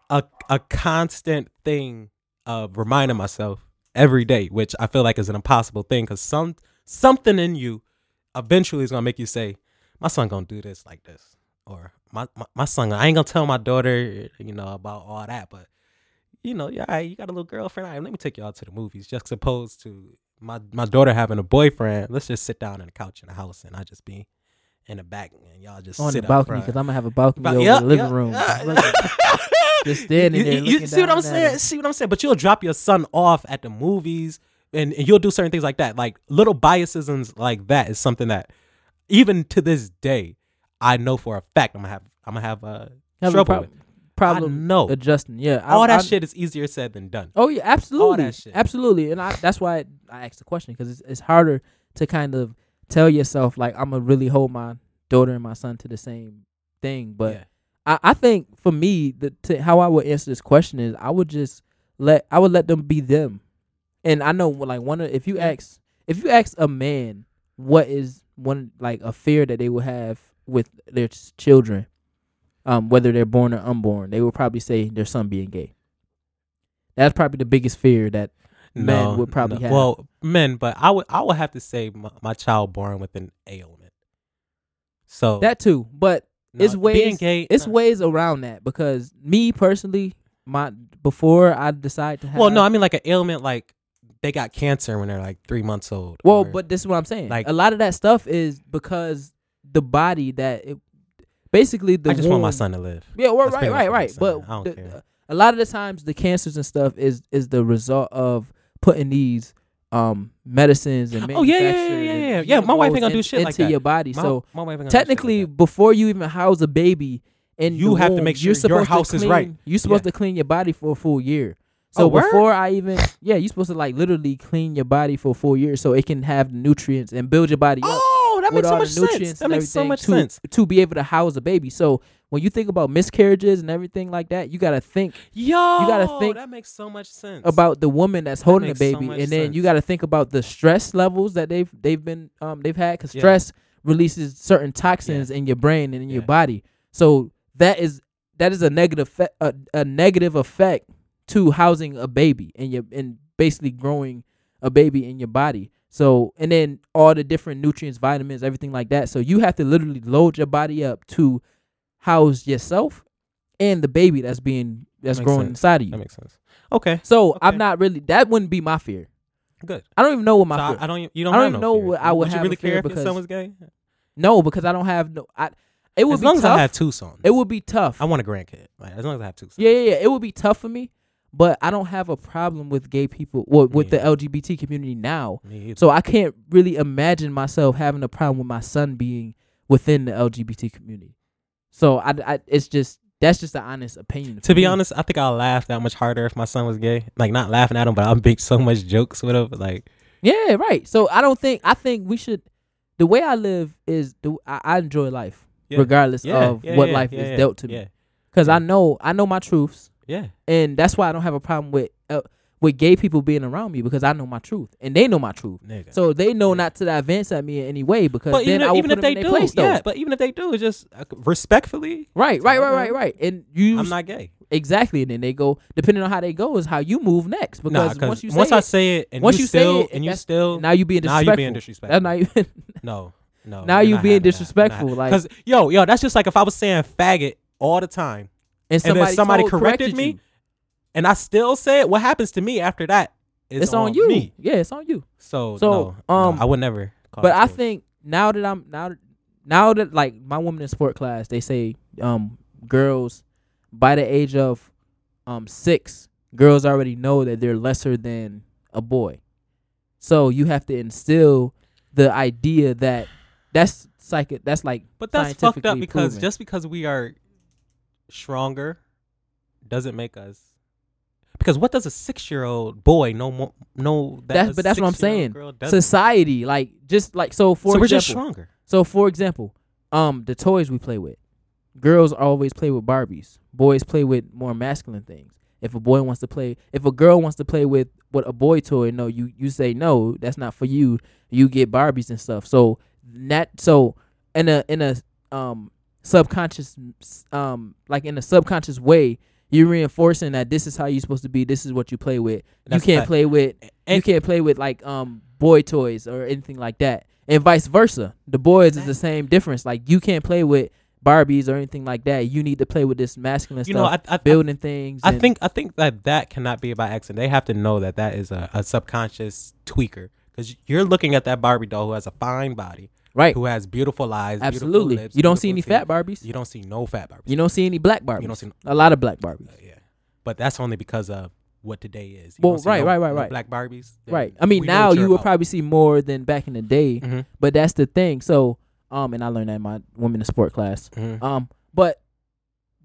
Speaker 2: a a constant thing of reminding myself every day, which I feel like is an impossible thing because some something in you eventually is gonna make you say, "My son gonna do this like this," or "My my, my son, I ain't gonna tell my daughter, you know, about all that." But you know, yeah, all right, you got a little girlfriend. All right, let me take y'all to the movies. Just opposed to my my daughter having a boyfriend. Let's just sit down on the couch in the house and I just be in the back and y'all just
Speaker 1: on
Speaker 2: sit
Speaker 1: the balcony
Speaker 2: up
Speaker 1: because
Speaker 2: front.
Speaker 1: I'm gonna have a balcony
Speaker 2: Ba-
Speaker 1: over
Speaker 2: yeah,
Speaker 1: the living
Speaker 2: yeah,
Speaker 1: room.
Speaker 2: yeah.
Speaker 1: Just, looking- just standing
Speaker 2: You-
Speaker 1: there.
Speaker 2: you- you
Speaker 1: looking
Speaker 2: see what
Speaker 1: down
Speaker 2: I'm
Speaker 1: at
Speaker 2: saying?
Speaker 1: us.
Speaker 2: See what I'm saying? But you'll drop your son off at the movies and, and you'll do certain things like that. Like little biasisms like that is something that even to this day, I know for a fact I'm gonna have I'm gonna have uh,
Speaker 1: Having
Speaker 2: trouble
Speaker 1: prob-
Speaker 2: with.
Speaker 1: problem.
Speaker 2: know.
Speaker 1: adjusting. Yeah, I-
Speaker 2: All that
Speaker 1: I-
Speaker 2: shit is easier said than done.
Speaker 1: Oh yeah, absolutely,
Speaker 2: shit.
Speaker 1: absolutely. And I, that's why I asked the question because it's, it's harder to kind of tell yourself like I'm gonna really hold my daughter and my son to the same thing. But
Speaker 2: Yeah.
Speaker 1: I, I think for me, the to how I would answer this question is I would just let I would let them be them. And I know like one of if you ask if you ask a man what is one like a fear that they will have with their ch- children, um, whether they're born or unborn, they will probably say their son being gay. That's probably the biggest fear that men
Speaker 2: No,
Speaker 1: would probably
Speaker 2: no.
Speaker 1: have.
Speaker 2: Well, men, but I would I would have to say my, my child born with an ailment. So
Speaker 1: that too, but
Speaker 2: no,
Speaker 1: it's ways
Speaker 2: being gay.
Speaker 1: it's
Speaker 2: no.
Speaker 1: ways around that because me personally, my before I decide to have
Speaker 2: well, no, I mean like an ailment like they got cancer when they're like three months old.
Speaker 1: Well,
Speaker 2: or-
Speaker 1: but this is what I'm saying.
Speaker 2: like-
Speaker 1: a lot of that stuff is because the body that it basically the
Speaker 2: I just want my
Speaker 1: womb-
Speaker 2: son to live.
Speaker 1: Yeah, well,
Speaker 2: That's
Speaker 1: right,
Speaker 2: pretty
Speaker 1: right,
Speaker 2: much what
Speaker 1: right.
Speaker 2: I'm saying.
Speaker 1: But
Speaker 2: I don't
Speaker 1: the-
Speaker 2: care.
Speaker 1: a lot of the times the cancers and stuff is is the result of putting these um medicines and
Speaker 2: Oh, yeah, yeah, yeah,
Speaker 1: manufactured
Speaker 2: yeah,
Speaker 1: and
Speaker 2: yeah. Yeah, my wife ain't gonna do
Speaker 1: chemicals
Speaker 2: shit
Speaker 1: in-
Speaker 2: like
Speaker 1: into
Speaker 2: that.
Speaker 1: your body.
Speaker 2: My-
Speaker 1: so
Speaker 2: my wife ain't gonna do shit like
Speaker 1: technically,
Speaker 2: that.
Speaker 1: before you even house a baby, and
Speaker 2: You have to make sure your house is right.
Speaker 1: You're supposed
Speaker 2: Yeah.
Speaker 1: to clean your body for a full year. So
Speaker 2: Oh, word?
Speaker 1: before I even yeah, you're supposed to like literally clean your body for a full year so it can have nutrients and build your body up
Speaker 2: oh, that
Speaker 1: with
Speaker 2: makes so
Speaker 1: all
Speaker 2: much
Speaker 1: the nutrients
Speaker 2: sense. That
Speaker 1: and
Speaker 2: makes so
Speaker 1: everything
Speaker 2: much
Speaker 1: to,
Speaker 2: sense.
Speaker 1: to be able to house a baby. So when you think about miscarriages and everything like that, you gotta think
Speaker 2: Yo, you gotta
Speaker 1: think
Speaker 2: think that makes so much sense
Speaker 1: about the woman that's holding the
Speaker 2: makes so
Speaker 1: baby,
Speaker 2: much
Speaker 1: and then you
Speaker 2: sense.
Speaker 1: got to think about the stress levels that they've they've been um they've had because
Speaker 2: Yeah.
Speaker 1: stress releases certain toxins in your brain and in your
Speaker 2: Yeah.
Speaker 1: body. So that is that is a negative fe- a, a negative effect to housing a baby and your and basically growing a baby in your body. So and then all the different nutrients, vitamins, everything like that. So you have to literally load your body up to house yourself and the baby that's being that's
Speaker 2: Makes
Speaker 1: growing
Speaker 2: sense.
Speaker 1: inside of you.
Speaker 2: That makes sense. Okay.
Speaker 1: so I'm
Speaker 2: Okay.
Speaker 1: not really that wouldn't be my fear.
Speaker 2: Good.
Speaker 1: I don't even know what my
Speaker 2: so
Speaker 1: fear.
Speaker 2: I, I don't. You don't.
Speaker 1: I don't
Speaker 2: have
Speaker 1: even
Speaker 2: no
Speaker 1: know
Speaker 2: fear.
Speaker 1: what I would
Speaker 2: you
Speaker 1: have
Speaker 2: really
Speaker 1: a fear
Speaker 2: care if
Speaker 1: because-
Speaker 2: your son was gay?
Speaker 1: no, because I don't have no. I it would
Speaker 2: as
Speaker 1: be
Speaker 2: long
Speaker 1: tough.
Speaker 2: as I have two sons,
Speaker 1: it would be tough.
Speaker 2: I want a grandkid. Like, as long as I have two sons.
Speaker 1: yeah, yeah, yeah. It would be tough for me, but I don't have a problem with gay people. Well, with
Speaker 2: Yeah.
Speaker 1: the LGBT community now.
Speaker 2: Me either.
Speaker 1: So I can't really imagine myself having a problem with my son being within the LGBT community. So I, I it's just that's just an honest opinion. for
Speaker 2: To be
Speaker 1: me.
Speaker 2: honest, I think I'll laugh that much harder if my son was gay. Like not laughing at him, but I'll make so much jokes with him. Like
Speaker 1: yeah, right. So I don't think I think we should. The way I live is the I, I enjoy life
Speaker 2: Yeah.
Speaker 1: regardless
Speaker 2: yeah,
Speaker 1: of
Speaker 2: yeah,
Speaker 1: what
Speaker 2: yeah,
Speaker 1: life
Speaker 2: yeah,
Speaker 1: is
Speaker 2: yeah,
Speaker 1: dealt to me.
Speaker 2: yeah,
Speaker 1: 'Cause me because I know I know my truths,
Speaker 2: Yeah,
Speaker 1: and that's why I don't have a problem with uh, with gay people being around me because I know my truth and they know my truth.
Speaker 2: nigga.
Speaker 1: So they know
Speaker 2: Yeah.
Speaker 1: not to advance at me in any way because
Speaker 2: but
Speaker 1: then
Speaker 2: even,
Speaker 1: I will
Speaker 2: even
Speaker 1: put
Speaker 2: if
Speaker 1: them
Speaker 2: they
Speaker 1: in their
Speaker 2: do,
Speaker 1: place though.
Speaker 2: yeah. But even if they do, it's just uh, respectfully.
Speaker 1: right, right, right, right,
Speaker 2: Mhm.
Speaker 1: right. And you
Speaker 2: I'm not gay.
Speaker 1: Exactly, and then they go depending on how they go is how you move next.
Speaker 2: Nah,
Speaker 1: Because
Speaker 2: 'cause
Speaker 1: once you say
Speaker 2: once
Speaker 1: it,
Speaker 2: I say it, and
Speaker 1: once
Speaker 2: you
Speaker 1: you say
Speaker 2: still
Speaker 1: it,
Speaker 2: and you
Speaker 1: that's-
Speaker 2: still
Speaker 1: now you being
Speaker 2: now
Speaker 1: disrespectful.
Speaker 2: you being disrespectful.
Speaker 1: That's not even.
Speaker 2: No, no.
Speaker 1: Now
Speaker 2: we're
Speaker 1: you
Speaker 2: not
Speaker 1: being
Speaker 2: having that. We're not
Speaker 1: disrespectful,
Speaker 2: ha-
Speaker 1: like-
Speaker 2: 'cause, yo, yo, that's just like if I was saying faggot all the time,
Speaker 1: And
Speaker 2: and
Speaker 1: somebody,
Speaker 2: then somebody
Speaker 1: told-
Speaker 2: corrected me,
Speaker 1: you.
Speaker 2: and I still say it. What happens to me after that? Is
Speaker 1: It's, on, you.
Speaker 2: Me.
Speaker 1: Yeah, it's on you.
Speaker 2: So,
Speaker 1: So,
Speaker 2: no,
Speaker 1: um,
Speaker 2: no, I would never. Call
Speaker 1: but
Speaker 2: it
Speaker 1: I
Speaker 2: sports.
Speaker 1: think now that I'm now now that like my woman in sport class, they say um girls by the age of um six, girls already know that they're lesser than a boy. So you have to instill the idea that that's psychic. That's like
Speaker 2: But that's fucked up
Speaker 1: scientifically
Speaker 2: because
Speaker 1: proven.
Speaker 2: just because we are stronger doesn't make us. Because what does a six-year-old boy know? More, know that
Speaker 1: That's-
Speaker 2: a
Speaker 1: but that's what I'm
Speaker 2: six-year-old
Speaker 1: saying.
Speaker 2: Girl doesn't?
Speaker 1: society like just like so for
Speaker 2: so we're
Speaker 1: example
Speaker 2: just stronger.
Speaker 1: so for example um the toys we play with girls always play with barbies boys play with more masculine things if a boy wants to play if a girl wants to play with what a boy toy no you you say no that's not for you you get barbies and stuff so that so in a in a um subconscious um like in a subconscious way you're reinforcing that this is how you're supposed to be this is what you play with
Speaker 2: That's
Speaker 1: you can't
Speaker 2: fact.
Speaker 1: play with you
Speaker 2: And-
Speaker 1: can't play with like um boy toys or anything like that and vice versa the boys is the same difference like you can't play with barbies or anything like that you need to play with this masculine
Speaker 2: You know,
Speaker 1: stuff
Speaker 2: I, I, I
Speaker 1: building things
Speaker 2: I
Speaker 1: and-
Speaker 2: think I think that that cannot be by accident. They have to know that that is a, a subconscious tweaker because you're looking at that Barbie doll who has a fine body,
Speaker 1: right
Speaker 2: who has beautiful eyes, beautiful
Speaker 1: absolutely
Speaker 2: lips,
Speaker 1: you don't see any
Speaker 2: beautiful
Speaker 1: fat barbies
Speaker 2: teeth. You don't see no fat Barbie.
Speaker 1: you don't see any black barbies
Speaker 2: You don't see no-
Speaker 1: a lot of black barbies
Speaker 2: yeah, but that's only because of what today is. You
Speaker 1: Well,
Speaker 2: don't see
Speaker 1: right,
Speaker 2: no-
Speaker 1: right, right,
Speaker 2: no
Speaker 1: right.
Speaker 2: Black Barbies, then
Speaker 1: right i mean
Speaker 2: we know
Speaker 1: now
Speaker 2: what you're
Speaker 1: you will
Speaker 2: about.
Speaker 1: probably see more than back in the day
Speaker 2: Mhm.
Speaker 1: but that's the thing so um and i learned that in my women in sport class
Speaker 2: Mhm.
Speaker 1: Um, but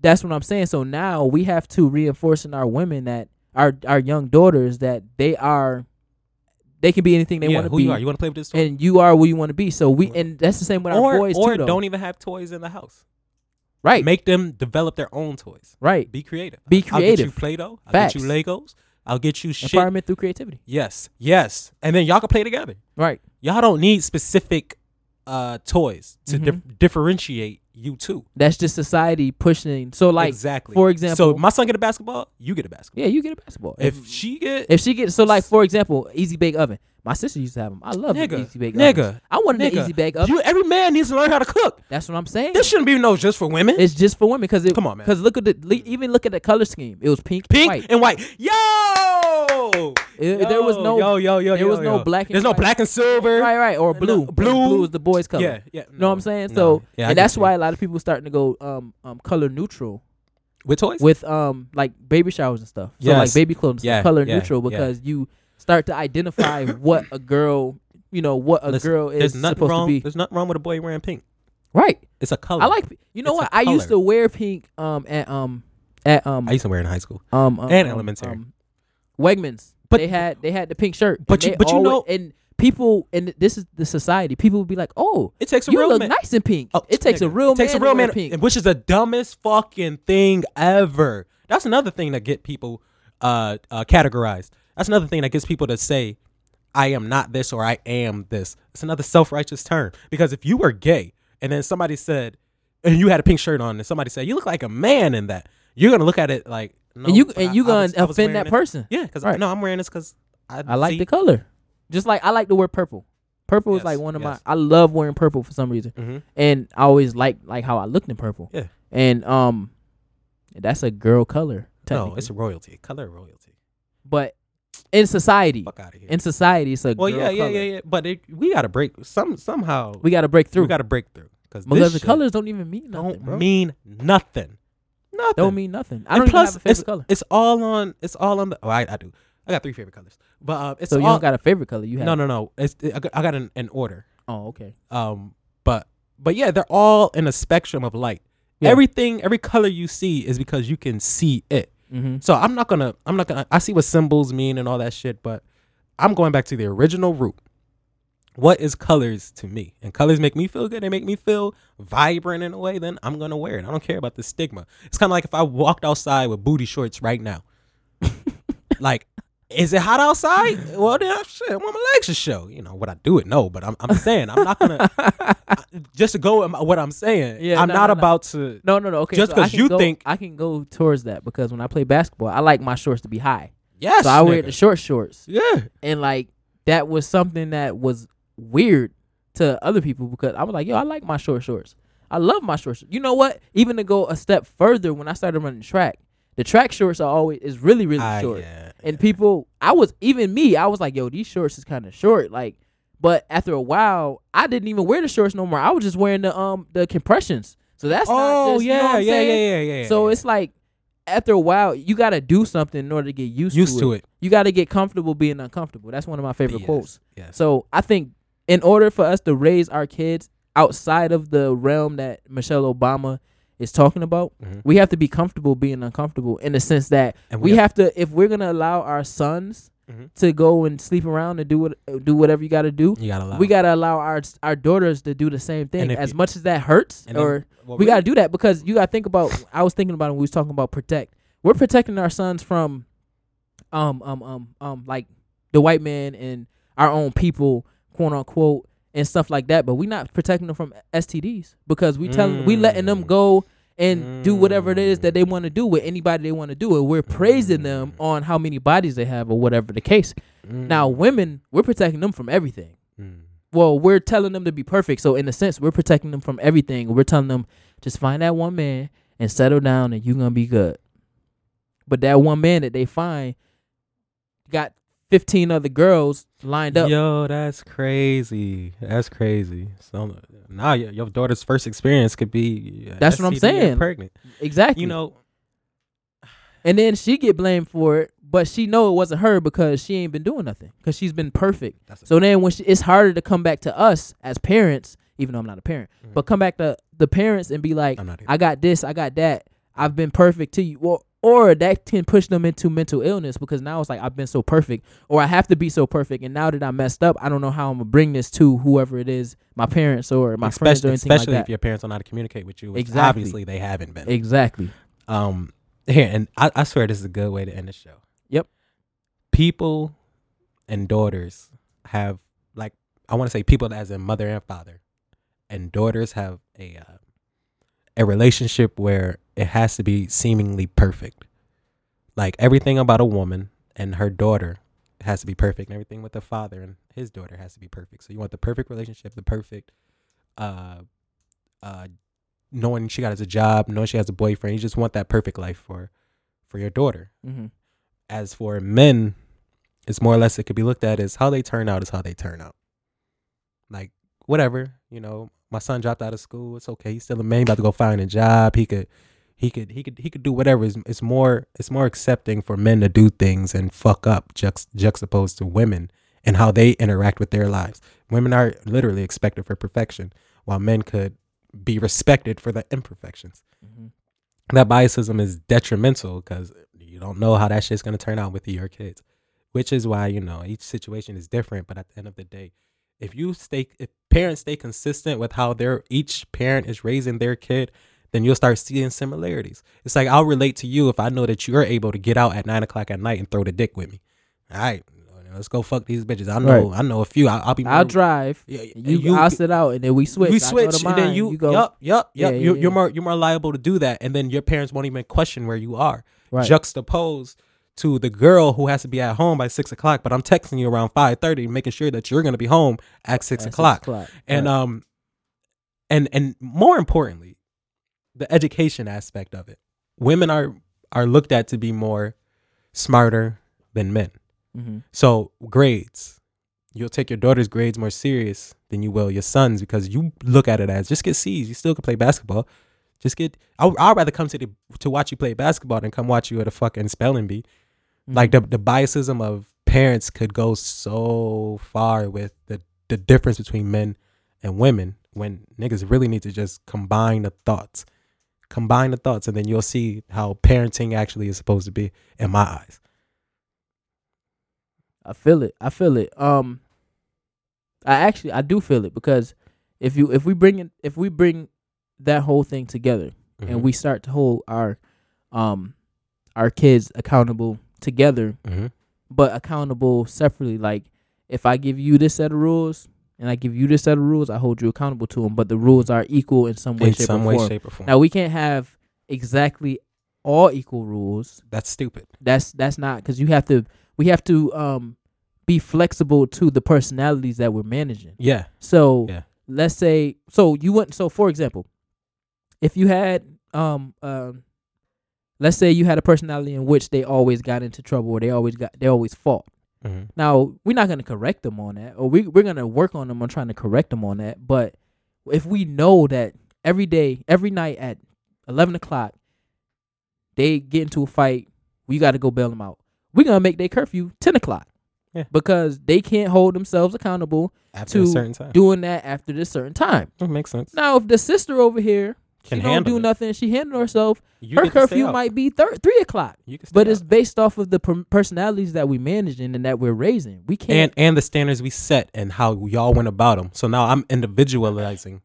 Speaker 1: that's what I'm saying. So now we have to reinforce in our women that our our young daughters that they are they can be anything they
Speaker 2: yeah,
Speaker 1: want to
Speaker 2: who
Speaker 1: be,
Speaker 2: you are. You want to play with this toy,
Speaker 1: and you are who you want to be. So we and that's the same with
Speaker 2: or
Speaker 1: our boys
Speaker 2: or
Speaker 1: too. though.
Speaker 2: don't even have toys in the house.
Speaker 1: right,
Speaker 2: Make them develop their own toys.
Speaker 1: right.
Speaker 2: Be creative.
Speaker 1: Be
Speaker 2: I'll get you
Speaker 1: creative.
Speaker 2: Play-Doh. I'll
Speaker 1: Facts.
Speaker 2: get you Legos. I'll get you shit.
Speaker 1: Empowerment through creativity.
Speaker 2: Yes, yes, and then y'all can play together.
Speaker 1: Right,
Speaker 2: Y'all don't need specific uh toys
Speaker 1: Mm-hmm.
Speaker 2: to dif- differentiate you two.
Speaker 1: that's just society pushing. So like,
Speaker 2: exactly.
Speaker 1: for example-
Speaker 2: so if my son get a basketball, you get a basketball.
Speaker 1: yeah, you get a basketball.
Speaker 2: If she get
Speaker 1: If she gets so like for example, Easy Bake Oven. My sister used to have them. I love the
Speaker 2: Nigga,
Speaker 1: Easy Bake
Speaker 2: nigga,
Speaker 1: Ovens. I wanted an
Speaker 2: nigga,
Speaker 1: Easy Bake Oven.
Speaker 2: you, every man needs to learn how to cook.
Speaker 1: That's what I'm saying.
Speaker 2: This shouldn't be no just for women.
Speaker 1: It's just for women because
Speaker 2: Come on, man.
Speaker 1: Because look at the le- even look at the color scheme. It was pink,
Speaker 2: Pink
Speaker 1: white.
Speaker 2: and white. Yo!
Speaker 1: It- there was
Speaker 2: Yo,
Speaker 1: no-
Speaker 2: yo yo yo.
Speaker 1: there was
Speaker 2: yo,
Speaker 1: no
Speaker 2: yo.
Speaker 1: black and
Speaker 2: There's no
Speaker 1: white.
Speaker 2: black and silver.
Speaker 1: right, right, or
Speaker 2: No,
Speaker 1: blue.
Speaker 2: blue.
Speaker 1: blue is the boys' color.
Speaker 2: Yeah, yeah.
Speaker 1: You know what I'm
Speaker 2: no,
Speaker 1: saying?
Speaker 2: no.
Speaker 1: So,
Speaker 2: Yeah, I
Speaker 1: and
Speaker 2: get
Speaker 1: that's
Speaker 2: you.
Speaker 1: why a lot of people starting to go um um color neutral
Speaker 2: with toys.
Speaker 1: with um like baby showers and stuff. So like
Speaker 2: Yes.
Speaker 1: baby clothes, and stuff,
Speaker 2: Yeah,
Speaker 1: color
Speaker 2: yeah,
Speaker 1: neutral
Speaker 2: yeah.
Speaker 1: because you start to identify what a girl, you know, what a
Speaker 2: Listen,
Speaker 1: girl is
Speaker 2: there's nothing
Speaker 1: supposed
Speaker 2: wrong.
Speaker 1: to be.
Speaker 2: There's nothing wrong with a boy wearing pink.
Speaker 1: Right.
Speaker 2: It's a color.
Speaker 1: I like. You know
Speaker 2: It's a
Speaker 1: what? I used to
Speaker 2: color.
Speaker 1: wear pink um at um at um
Speaker 2: I used to wear it in high school.
Speaker 1: um, um
Speaker 2: And
Speaker 1: um,
Speaker 2: elementary.
Speaker 1: um, Wegmans.
Speaker 2: But-
Speaker 1: they had they had the pink shirt. and
Speaker 2: but you-
Speaker 1: they
Speaker 2: but you
Speaker 1: always-
Speaker 2: know-
Speaker 1: and people and this is the society. People would be like, "Oh,
Speaker 2: It takes a
Speaker 1: you
Speaker 2: real
Speaker 1: look
Speaker 2: man.
Speaker 1: nice in pink."
Speaker 2: Oh,
Speaker 1: it takes a
Speaker 2: nigga.
Speaker 1: real
Speaker 2: It takes
Speaker 1: man
Speaker 2: a real
Speaker 1: to wear
Speaker 2: man,
Speaker 1: pink.
Speaker 2: and which is the dumbest fucking thing ever. That's another thing that get people uh, uh categorized. That's another thing that gets people to say, "I am not this" or "I am this." It's another self righteous term because if you were gay and then somebody said, and you had a pink shirt on, and somebody said, "You look like a man in that," you're gonna look at it like, no,
Speaker 1: And you-
Speaker 2: but
Speaker 1: and
Speaker 2: I-
Speaker 1: you
Speaker 2: I
Speaker 1: gonna
Speaker 2: was- I was
Speaker 1: offend
Speaker 2: wearing
Speaker 1: that
Speaker 2: it."
Speaker 1: person.
Speaker 2: Yeah, because
Speaker 1: Right.
Speaker 2: no, I'm wearing this because
Speaker 1: I like the color. Just like I like the word purple. Purple is
Speaker 2: Yes,
Speaker 1: like one of
Speaker 2: yes.
Speaker 1: my. I love wearing purple for some reason,
Speaker 2: Mhm.
Speaker 1: and I always like like how I looked in purple.
Speaker 2: Yeah.
Speaker 1: And um, that's a girl color.
Speaker 2: No,
Speaker 1: technically.
Speaker 2: it's a royalty. Color royalty.
Speaker 1: but in society,
Speaker 2: Fuck out of here.
Speaker 1: in society, it's a girl
Speaker 2: well, yeah, yeah,
Speaker 1: color.
Speaker 2: yeah, yeah. But it, we gotta break some somehow.
Speaker 1: We got to break through
Speaker 2: We gotta break through because
Speaker 1: because the
Speaker 2: this shit
Speaker 1: colors don't even mean nothing.
Speaker 2: don't
Speaker 1: bro.
Speaker 2: mean nothing. Nothing.
Speaker 1: don't mean nothing. I
Speaker 2: And
Speaker 1: don't
Speaker 2: plus,
Speaker 1: even have a favorite
Speaker 2: it's,
Speaker 1: color,
Speaker 2: It's all on. It's all on the. Oh, I, I do. I got three favorite colors. But uh, it's
Speaker 1: so you
Speaker 2: all.
Speaker 1: don't got a favorite color. You have
Speaker 2: no, no, no. It's I got, I got an, an order.
Speaker 1: Oh, okay.
Speaker 2: Um, but but yeah, they're all in a spectrum of light.
Speaker 1: Yeah.
Speaker 2: Everything, every color you see is because you can see it.
Speaker 1: Mm-hmm.
Speaker 2: So I'm not gonna. I'm not gonna. I see what symbols mean and all that shit, but I'm going back to the original root. What is colors to me? And colors make me feel good. They make me feel vibrant in a way. Then I'm gonna wear it. I don't care about the stigma. It's kind of like if I walked outside with booty shorts right now. like, is it hot outside? Well, then shit, well, my legs should show. You know, would I do it? No, but I'm, I'm saying I'm not gonna. just to go with my- what I'm saying,
Speaker 1: Yeah,
Speaker 2: I'm
Speaker 1: no,
Speaker 2: not
Speaker 1: no, no.
Speaker 2: about to.
Speaker 1: No, no, no. Okay.
Speaker 2: Just
Speaker 1: so I
Speaker 2: 'cause
Speaker 1: can
Speaker 2: you
Speaker 1: go-
Speaker 2: think-
Speaker 1: I can go towards that because when I play basketball, I like my shorts to be high.
Speaker 2: Yes,
Speaker 1: so I wear
Speaker 2: nigga.
Speaker 1: the short shorts,
Speaker 2: Yeah,
Speaker 1: and like that was something that was weird to other people because I was like, yo, I like my short shorts. I love my short shorts. You know what? Even to go a step further, when I started running track, the track shorts are always is really really
Speaker 2: Ah,
Speaker 1: short.
Speaker 2: yeah,
Speaker 1: And people, I was even me, I was like, yo, these shorts is kind of short. Like, but after a while, I didn't even wear the shorts no more. I was just wearing the um the compressions. So that's not
Speaker 2: Oh
Speaker 1: just, you know what
Speaker 2: yeah,
Speaker 1: I'm
Speaker 2: yeah, yeah,
Speaker 1: saying?
Speaker 2: yeah, yeah, yeah.
Speaker 1: So
Speaker 2: yeah.
Speaker 1: it's like after a while, you got to do something in order to get used,
Speaker 2: used to it.
Speaker 1: You got to get comfortable being uncomfortable. That's one of my favorite
Speaker 2: Yes,
Speaker 1: quotes.
Speaker 2: yes.
Speaker 1: So I think in order for us to raise our kids outside of the realm that Michelle Obama is talking about,
Speaker 2: Mhm.
Speaker 1: we have to be comfortable being uncomfortable in the sense that
Speaker 2: And
Speaker 1: we
Speaker 2: we
Speaker 1: have to if we're going to allow our sons
Speaker 2: Mhm.
Speaker 1: to go and sleep around and do what do whatever you got to do.
Speaker 2: You gotta allow.
Speaker 1: We gotta allow our our daughters to do the same thing.
Speaker 2: And if
Speaker 1: As
Speaker 2: you-
Speaker 1: much as that hurts,
Speaker 2: and then-
Speaker 1: or
Speaker 2: well,
Speaker 1: we
Speaker 2: Oh, really-
Speaker 1: gotta do that because you gotta think about. I was thinking about it when we was talking about protect. We're protecting our sons from, um, um, um, um, like the white man and our own people, quote unquote, and stuff like that. But we're not protecting them from STDs because we telling we letting them
Speaker 2: Mm.
Speaker 1: go and do whatever it is that they want to do with anybody they want to do it. We're praising them
Speaker 2: Mm.
Speaker 1: on how many bodies they have or whatever the case. Now women, we're protecting them from everything
Speaker 2: Mm.
Speaker 1: well, we're telling them to be perfect. So in a sense, we're protecting them from everything. We're telling them just find that one man and settle down, and you're gonna be good. But that one man that they find got 15 other girls lined up.
Speaker 2: Yo, that's crazy. That's crazy. So now your, your daughter's first experience could be. uh,
Speaker 1: That's what I'm
Speaker 2: STD and
Speaker 1: saying.
Speaker 2: Pregnant.
Speaker 1: Exactly.
Speaker 2: You know.
Speaker 1: and then she get blamed for it, but she know it wasn't her because she ain't been doing nothing because she's been perfect.
Speaker 2: That's
Speaker 1: So then when she, it's harder to come back to us as parents, even though I'm not a parent,
Speaker 2: Mm-hmm.
Speaker 1: but come back to the parents and be like,
Speaker 2: I'm not either.
Speaker 1: I got this, I got that, I've been perfect to you. Well, or that can push them into mental illness because now it's like I've been so perfect, or I have to be so perfect, and now that I messed up, I don't know how I'm gonna bring this to whoever it is, my parents or my friends or
Speaker 2: especially
Speaker 1: anything
Speaker 2: especially
Speaker 1: like
Speaker 2: if
Speaker 1: that.
Speaker 2: your parents don't know how to communicate with you, which
Speaker 1: Exactly.
Speaker 2: obviously they haven't been.
Speaker 1: exactly.
Speaker 2: um, here and I, I swear this is a good way to end the show.
Speaker 1: Yep.
Speaker 2: People and daughters have like I want to say people as in mother and father, and daughters have a uh, a relationship where it has to be seemingly perfect. Like everything about a woman and her daughter has to be perfect, and everything with the father and his daughter has to be perfect. So you want the perfect relationship, the perfect uh uh knowing she got a job, knowing she has a boyfriend. You just want that perfect life for for your daughter.
Speaker 1: hmm
Speaker 2: As for men, it's more or less it could be looked at as how they turn out is how they turn out. Like whatever, you know, my son dropped out of school. It's okay. He's still a man. He About to go find a job. He could, he could, he could, he could do whatever. It's, it's more, it's more accepting for men to do things and fuck up, juxt, juxtaposed to women and how they interact with their lives. Women are literally expected for perfection, while men could be respected for the imperfections
Speaker 1: Mm-hmm.
Speaker 2: that biasism is detrimental because you don't know how that shit's gonna turn out with your kids, which is why you know each situation is different. But at the end of the day, if you stay, if parents stay consistent with how their each parent is raising their kid, then you'll start seeing similarities. It's like I'll relate to you if I know that you're able to get out at nine o'clock at night and throw the dick with me. All right, let's go fuck these bitches. I know, I know a few. I, I'll be.
Speaker 1: I'll
Speaker 2: more-
Speaker 1: drive.
Speaker 2: Yeah, yeah,
Speaker 1: You,
Speaker 2: you-
Speaker 1: I'll sit out, and then we switch.
Speaker 2: we
Speaker 1: I go to
Speaker 2: switch, and then
Speaker 1: mine,
Speaker 2: you,
Speaker 1: go.
Speaker 2: yup, yup, yup.
Speaker 1: Yeah,
Speaker 2: you're,
Speaker 1: yeah, yeah.
Speaker 2: you're more you're more liable to do that, and then your parents won't even question where you are.
Speaker 1: Right.
Speaker 2: Juxtaposed to the girl who has to be at home by six o'clock, but I'm texting you around five thirty, making sure that you're gonna be home at six
Speaker 1: At
Speaker 2: o'clock.
Speaker 1: o'clock.
Speaker 2: And um and and more importantly, the education aspect of it. Women are are looked at to be more smarter than men.
Speaker 1: Mhm.
Speaker 2: So grades. You'll take your daughter's grades more serious than you will your son's because you look at it as just get C's. You still can play basketball. Just get. I, I'd rather come to the to watch you play basketball than come watch you at a fucking spelling bee.
Speaker 1: Mm-hmm.
Speaker 2: Like the the biasism of parents could go so far with the the difference between men and women when niggas really need to just combine the thoughts, combine the thoughts, and then you'll see how parenting actually is supposed to be in my eyes.
Speaker 1: I feel it. I feel it. Um, I actually I do feel it because if you if we bring it if we bring that whole thing together and
Speaker 2: Mm-hmm.
Speaker 1: we start to hold our um our kids accountable together,
Speaker 2: Mhm.
Speaker 1: but accountable separately. Like if I give you this set of rules and I give you this set of rules, I hold you accountable to them. But the rules are equal in some way,
Speaker 2: in
Speaker 1: shape,
Speaker 2: some
Speaker 1: or
Speaker 2: way,
Speaker 1: form.
Speaker 2: shape, or form.
Speaker 1: Now we can't have exactly all equal rules
Speaker 2: That's stupid.
Speaker 1: that's that's not because you have to we have to um be flexible to the personalities that we're managing
Speaker 2: Yeah.
Speaker 1: so
Speaker 2: Yeah.
Speaker 1: let's say so you wouldn't so for example if you had um um let's say you had a personality in which they always got into trouble or they always got they always fought
Speaker 2: Mhm.
Speaker 1: now we're not going to correct them on that or we, we're going to work on them on trying to correct them on that but if we know that every day every night at 11 o'clock they get into a fight we got to go bail them out we're going to make their curfew 10 o'clock
Speaker 2: Yeah.
Speaker 1: because they can't hold themselves accountable
Speaker 2: After a
Speaker 1: to
Speaker 2: certain time,
Speaker 1: doing that after this certain time.
Speaker 2: it makes sense.
Speaker 1: Now, if the sister over here
Speaker 2: Can
Speaker 1: she don't
Speaker 2: handle
Speaker 1: do
Speaker 2: it.
Speaker 1: nothing, she handle herself.
Speaker 2: You
Speaker 1: her
Speaker 2: get to stay
Speaker 1: curfew
Speaker 2: out.
Speaker 1: might be thir- three o'clock,
Speaker 2: You can stay
Speaker 1: but
Speaker 2: out.
Speaker 1: it's based off of the per- personalities that we managing and that we're raising. We
Speaker 2: and
Speaker 1: can't.
Speaker 2: and the standards we set and how y'all went about them. So now I'm individualizing,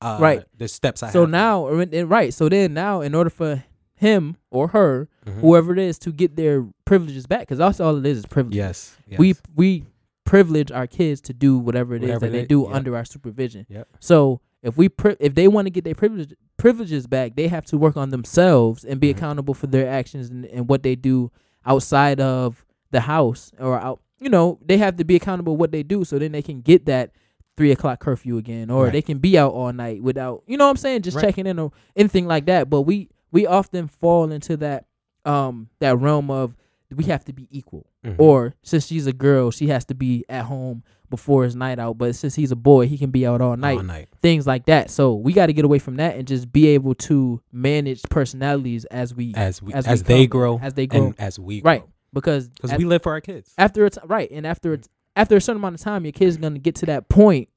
Speaker 2: uh,
Speaker 1: Right.
Speaker 2: The steps I
Speaker 1: so
Speaker 2: have.
Speaker 1: now, and- and right. So then now, in order for him or her,
Speaker 2: Mm-hmm.
Speaker 1: whoever it is, to get their privileges back, because that's all it is is privilege.
Speaker 2: yes, yes.
Speaker 1: we we privilege our kids to do whatever it is
Speaker 2: Whatever
Speaker 1: that
Speaker 2: it
Speaker 1: they
Speaker 2: is,
Speaker 1: do
Speaker 2: yep.
Speaker 1: under our supervision.
Speaker 2: Yep.
Speaker 1: So if we pri- if they want to get their privilege privileges back, they have to work on themselves and be
Speaker 2: Mm-hmm.
Speaker 1: accountable for their actions and, and what they do outside of the house or out. You know, they have to be accountable what they do, so then they can get that three o'clock curfew again, or
Speaker 2: Right.
Speaker 1: they can be out all night without. You know what I'm saying? Just
Speaker 2: Right.
Speaker 1: checking in or anything like that. But we we often fall into that um that realm of we have to be equal
Speaker 2: Mhm.
Speaker 1: or since she's a girl she has to be at home before his night out but since he's a boy he can be out all night
Speaker 2: all night.
Speaker 1: things like that so we got to get away from that and just be able to manage personalities as we
Speaker 2: as we
Speaker 1: as
Speaker 2: as,
Speaker 1: we
Speaker 2: they
Speaker 1: come,
Speaker 2: grow
Speaker 1: as they grow
Speaker 2: and as we
Speaker 1: right because
Speaker 2: because
Speaker 1: at-
Speaker 2: we live for our kids.
Speaker 1: after it's right and after
Speaker 2: Mm.
Speaker 1: it's after a certain amount of time your kid's gonna get to that point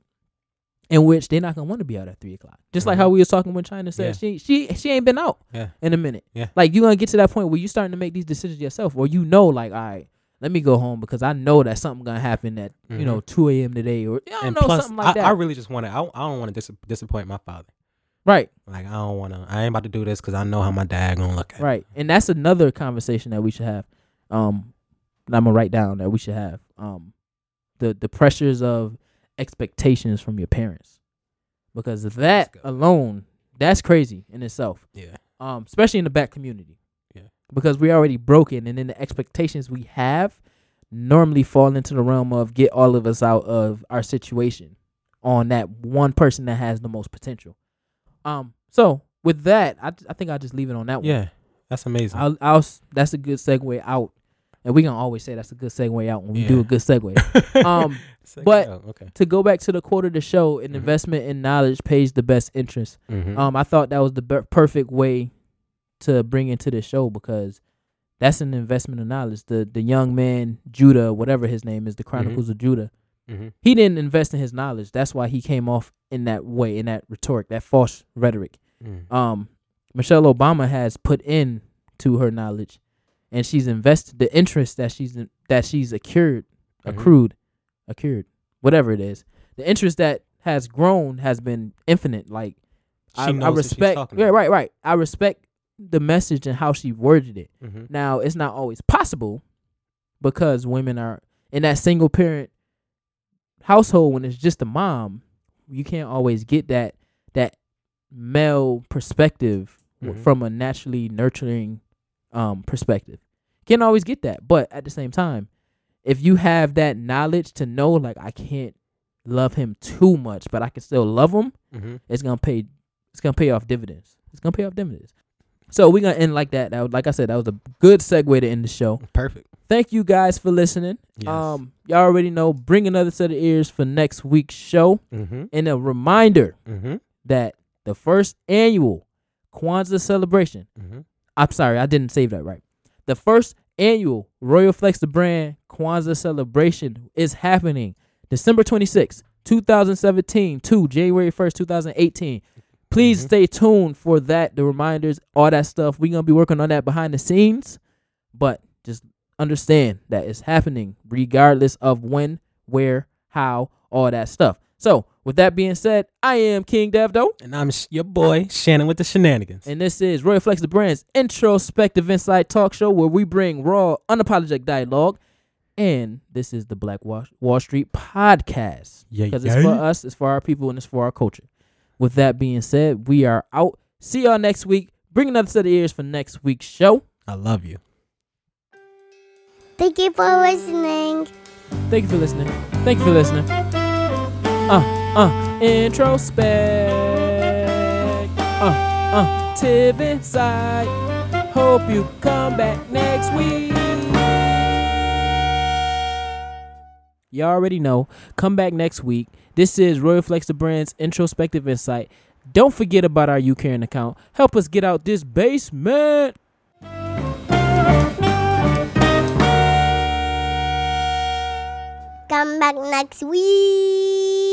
Speaker 1: in which they're not gonna want to be out at three o'clock just like how we was talking when china said
Speaker 2: Mm-hmm. Yeah.
Speaker 1: she she she ain't been out
Speaker 2: Yeah.
Speaker 1: in a minute
Speaker 2: Yeah.
Speaker 1: like you're gonna get to that point where you starting to make these decisions yourself or you know like all right let me go home because i know that something gonna happen at you know 2 a.m today or i don't
Speaker 2: Mm-hmm. And
Speaker 1: know
Speaker 2: plus,
Speaker 1: something like
Speaker 2: I,
Speaker 1: that
Speaker 2: I really just want to. I, I don't want to dis- disappoint my father.
Speaker 1: right
Speaker 2: Like I don't want to. I ain't about to do this because I know how my dad gonna look at.
Speaker 1: right and that's another conversation that we should have um that i'm gonna write down that we should have um the the pressures of expectations from your parents because that
Speaker 2: good.
Speaker 1: alone that's crazy in itself
Speaker 2: it. Yeah.
Speaker 1: um especially in the black community
Speaker 2: Yeah.
Speaker 1: because we're already broken and then the expectations we have normally fall into the realm of get all of us out of our situation on that one person that has the most potential um so with that i, I think i'll just leave it on that one
Speaker 2: Yeah. That's amazing.
Speaker 1: I'll, I'll, s- that's a good segue out, and we gonna always say that's a good segue out when we do
Speaker 2: Yeah.
Speaker 1: a good segue. um,
Speaker 2: It's like,
Speaker 1: but-
Speaker 2: oh, okay.
Speaker 1: to go back to the quarter to show, an investment in knowledge pays the best interest.
Speaker 4: Mm-hmm.
Speaker 2: Mhm.
Speaker 1: Um, I thought that was the be- perfect way to bring into the show because that's an investment in knowledge. The the young man Judah, whatever his name is, the Chronicles of Judah.
Speaker 4: Mm-hmm.
Speaker 2: Mhm.
Speaker 1: He didn't invest in his knowledge. That's why he came off in that way, in that rhetoric, that false rhetoric
Speaker 2: Mm.
Speaker 4: Mm-hmm.
Speaker 1: um, Michelle Obama has put in to her knowledge, and she's invested the interest that she's that she's accrued,
Speaker 2: Mm-hmm.
Speaker 1: accrued, accrued, whatever it is. The interest that has grown has been infinite. Like
Speaker 2: She
Speaker 1: I,
Speaker 2: knows
Speaker 1: I
Speaker 2: what she's
Speaker 1: respect,
Speaker 2: talking
Speaker 1: yeah,
Speaker 2: about.
Speaker 1: right, right. I respect the message and how she worded it.
Speaker 4: Mm-hmm.
Speaker 2: Mhm.
Speaker 1: Now it's not always possible because women are in that single parent household when it's just a mom, you can't always get that that male perspective w
Speaker 2: Mhm.
Speaker 1: from a naturally nurturing um perspective. Can't always get that, but at the same time, if you have that knowledge to know, like I can't love him too much, but I can still love him,
Speaker 4: Mhm.
Speaker 1: it's gonna pay. It's gonna pay off dividends. It's gonna pay off dividends. So we're gonna end like that. That was, like I said, that was a good segue to end the show.
Speaker 4: Perfect.
Speaker 1: Thank you guys for listening.
Speaker 4: Yes.
Speaker 1: Um, y'all already know. Bring another set of ears for next week's show,
Speaker 4: Mm-hmm.
Speaker 1: and a reminder
Speaker 4: Mm-hmm.
Speaker 1: that the first annual Kwanzaa celebration.
Speaker 4: Mhm.
Speaker 1: I'm sorry, I didn't save that right. The first annual Royal Flex the Brand Kwanzaa celebration is happening December 26, 2017 to January 1st, 2018. Please stay tuned for that, the reminders, all that stuff. We're going to be working on that behind the scenes, but just understand that it's happening regardless of when, where, how, all that stuff. So, with that being said, I am King Devdo.
Speaker 4: And I'm sh- your boy Shannon with the shenanigans.
Speaker 1: And this is Royal Flex the Brand's introspective insight talk show where we bring raw, unapologetic dialogue. And this is the Black Wall, Wall Street podcast.
Speaker 4: Yeah,
Speaker 1: Because it's for us, it's for our people, and it's for our culture. With that being said, we are out. See y'all next week. Bring another set of ears for next week's show.
Speaker 4: I love you.
Speaker 7: Thank you for listening.
Speaker 1: Thank you for listening. Thank you for listening. Uh, uh, introspect. Uh, uh, tiv inside. Hope you come back next week. You already know. Come back next week. This is Royal Flex the Brand's introspective insight. Don't forget about our UCaring account. Help us get out this basement.
Speaker 7: Come back next week.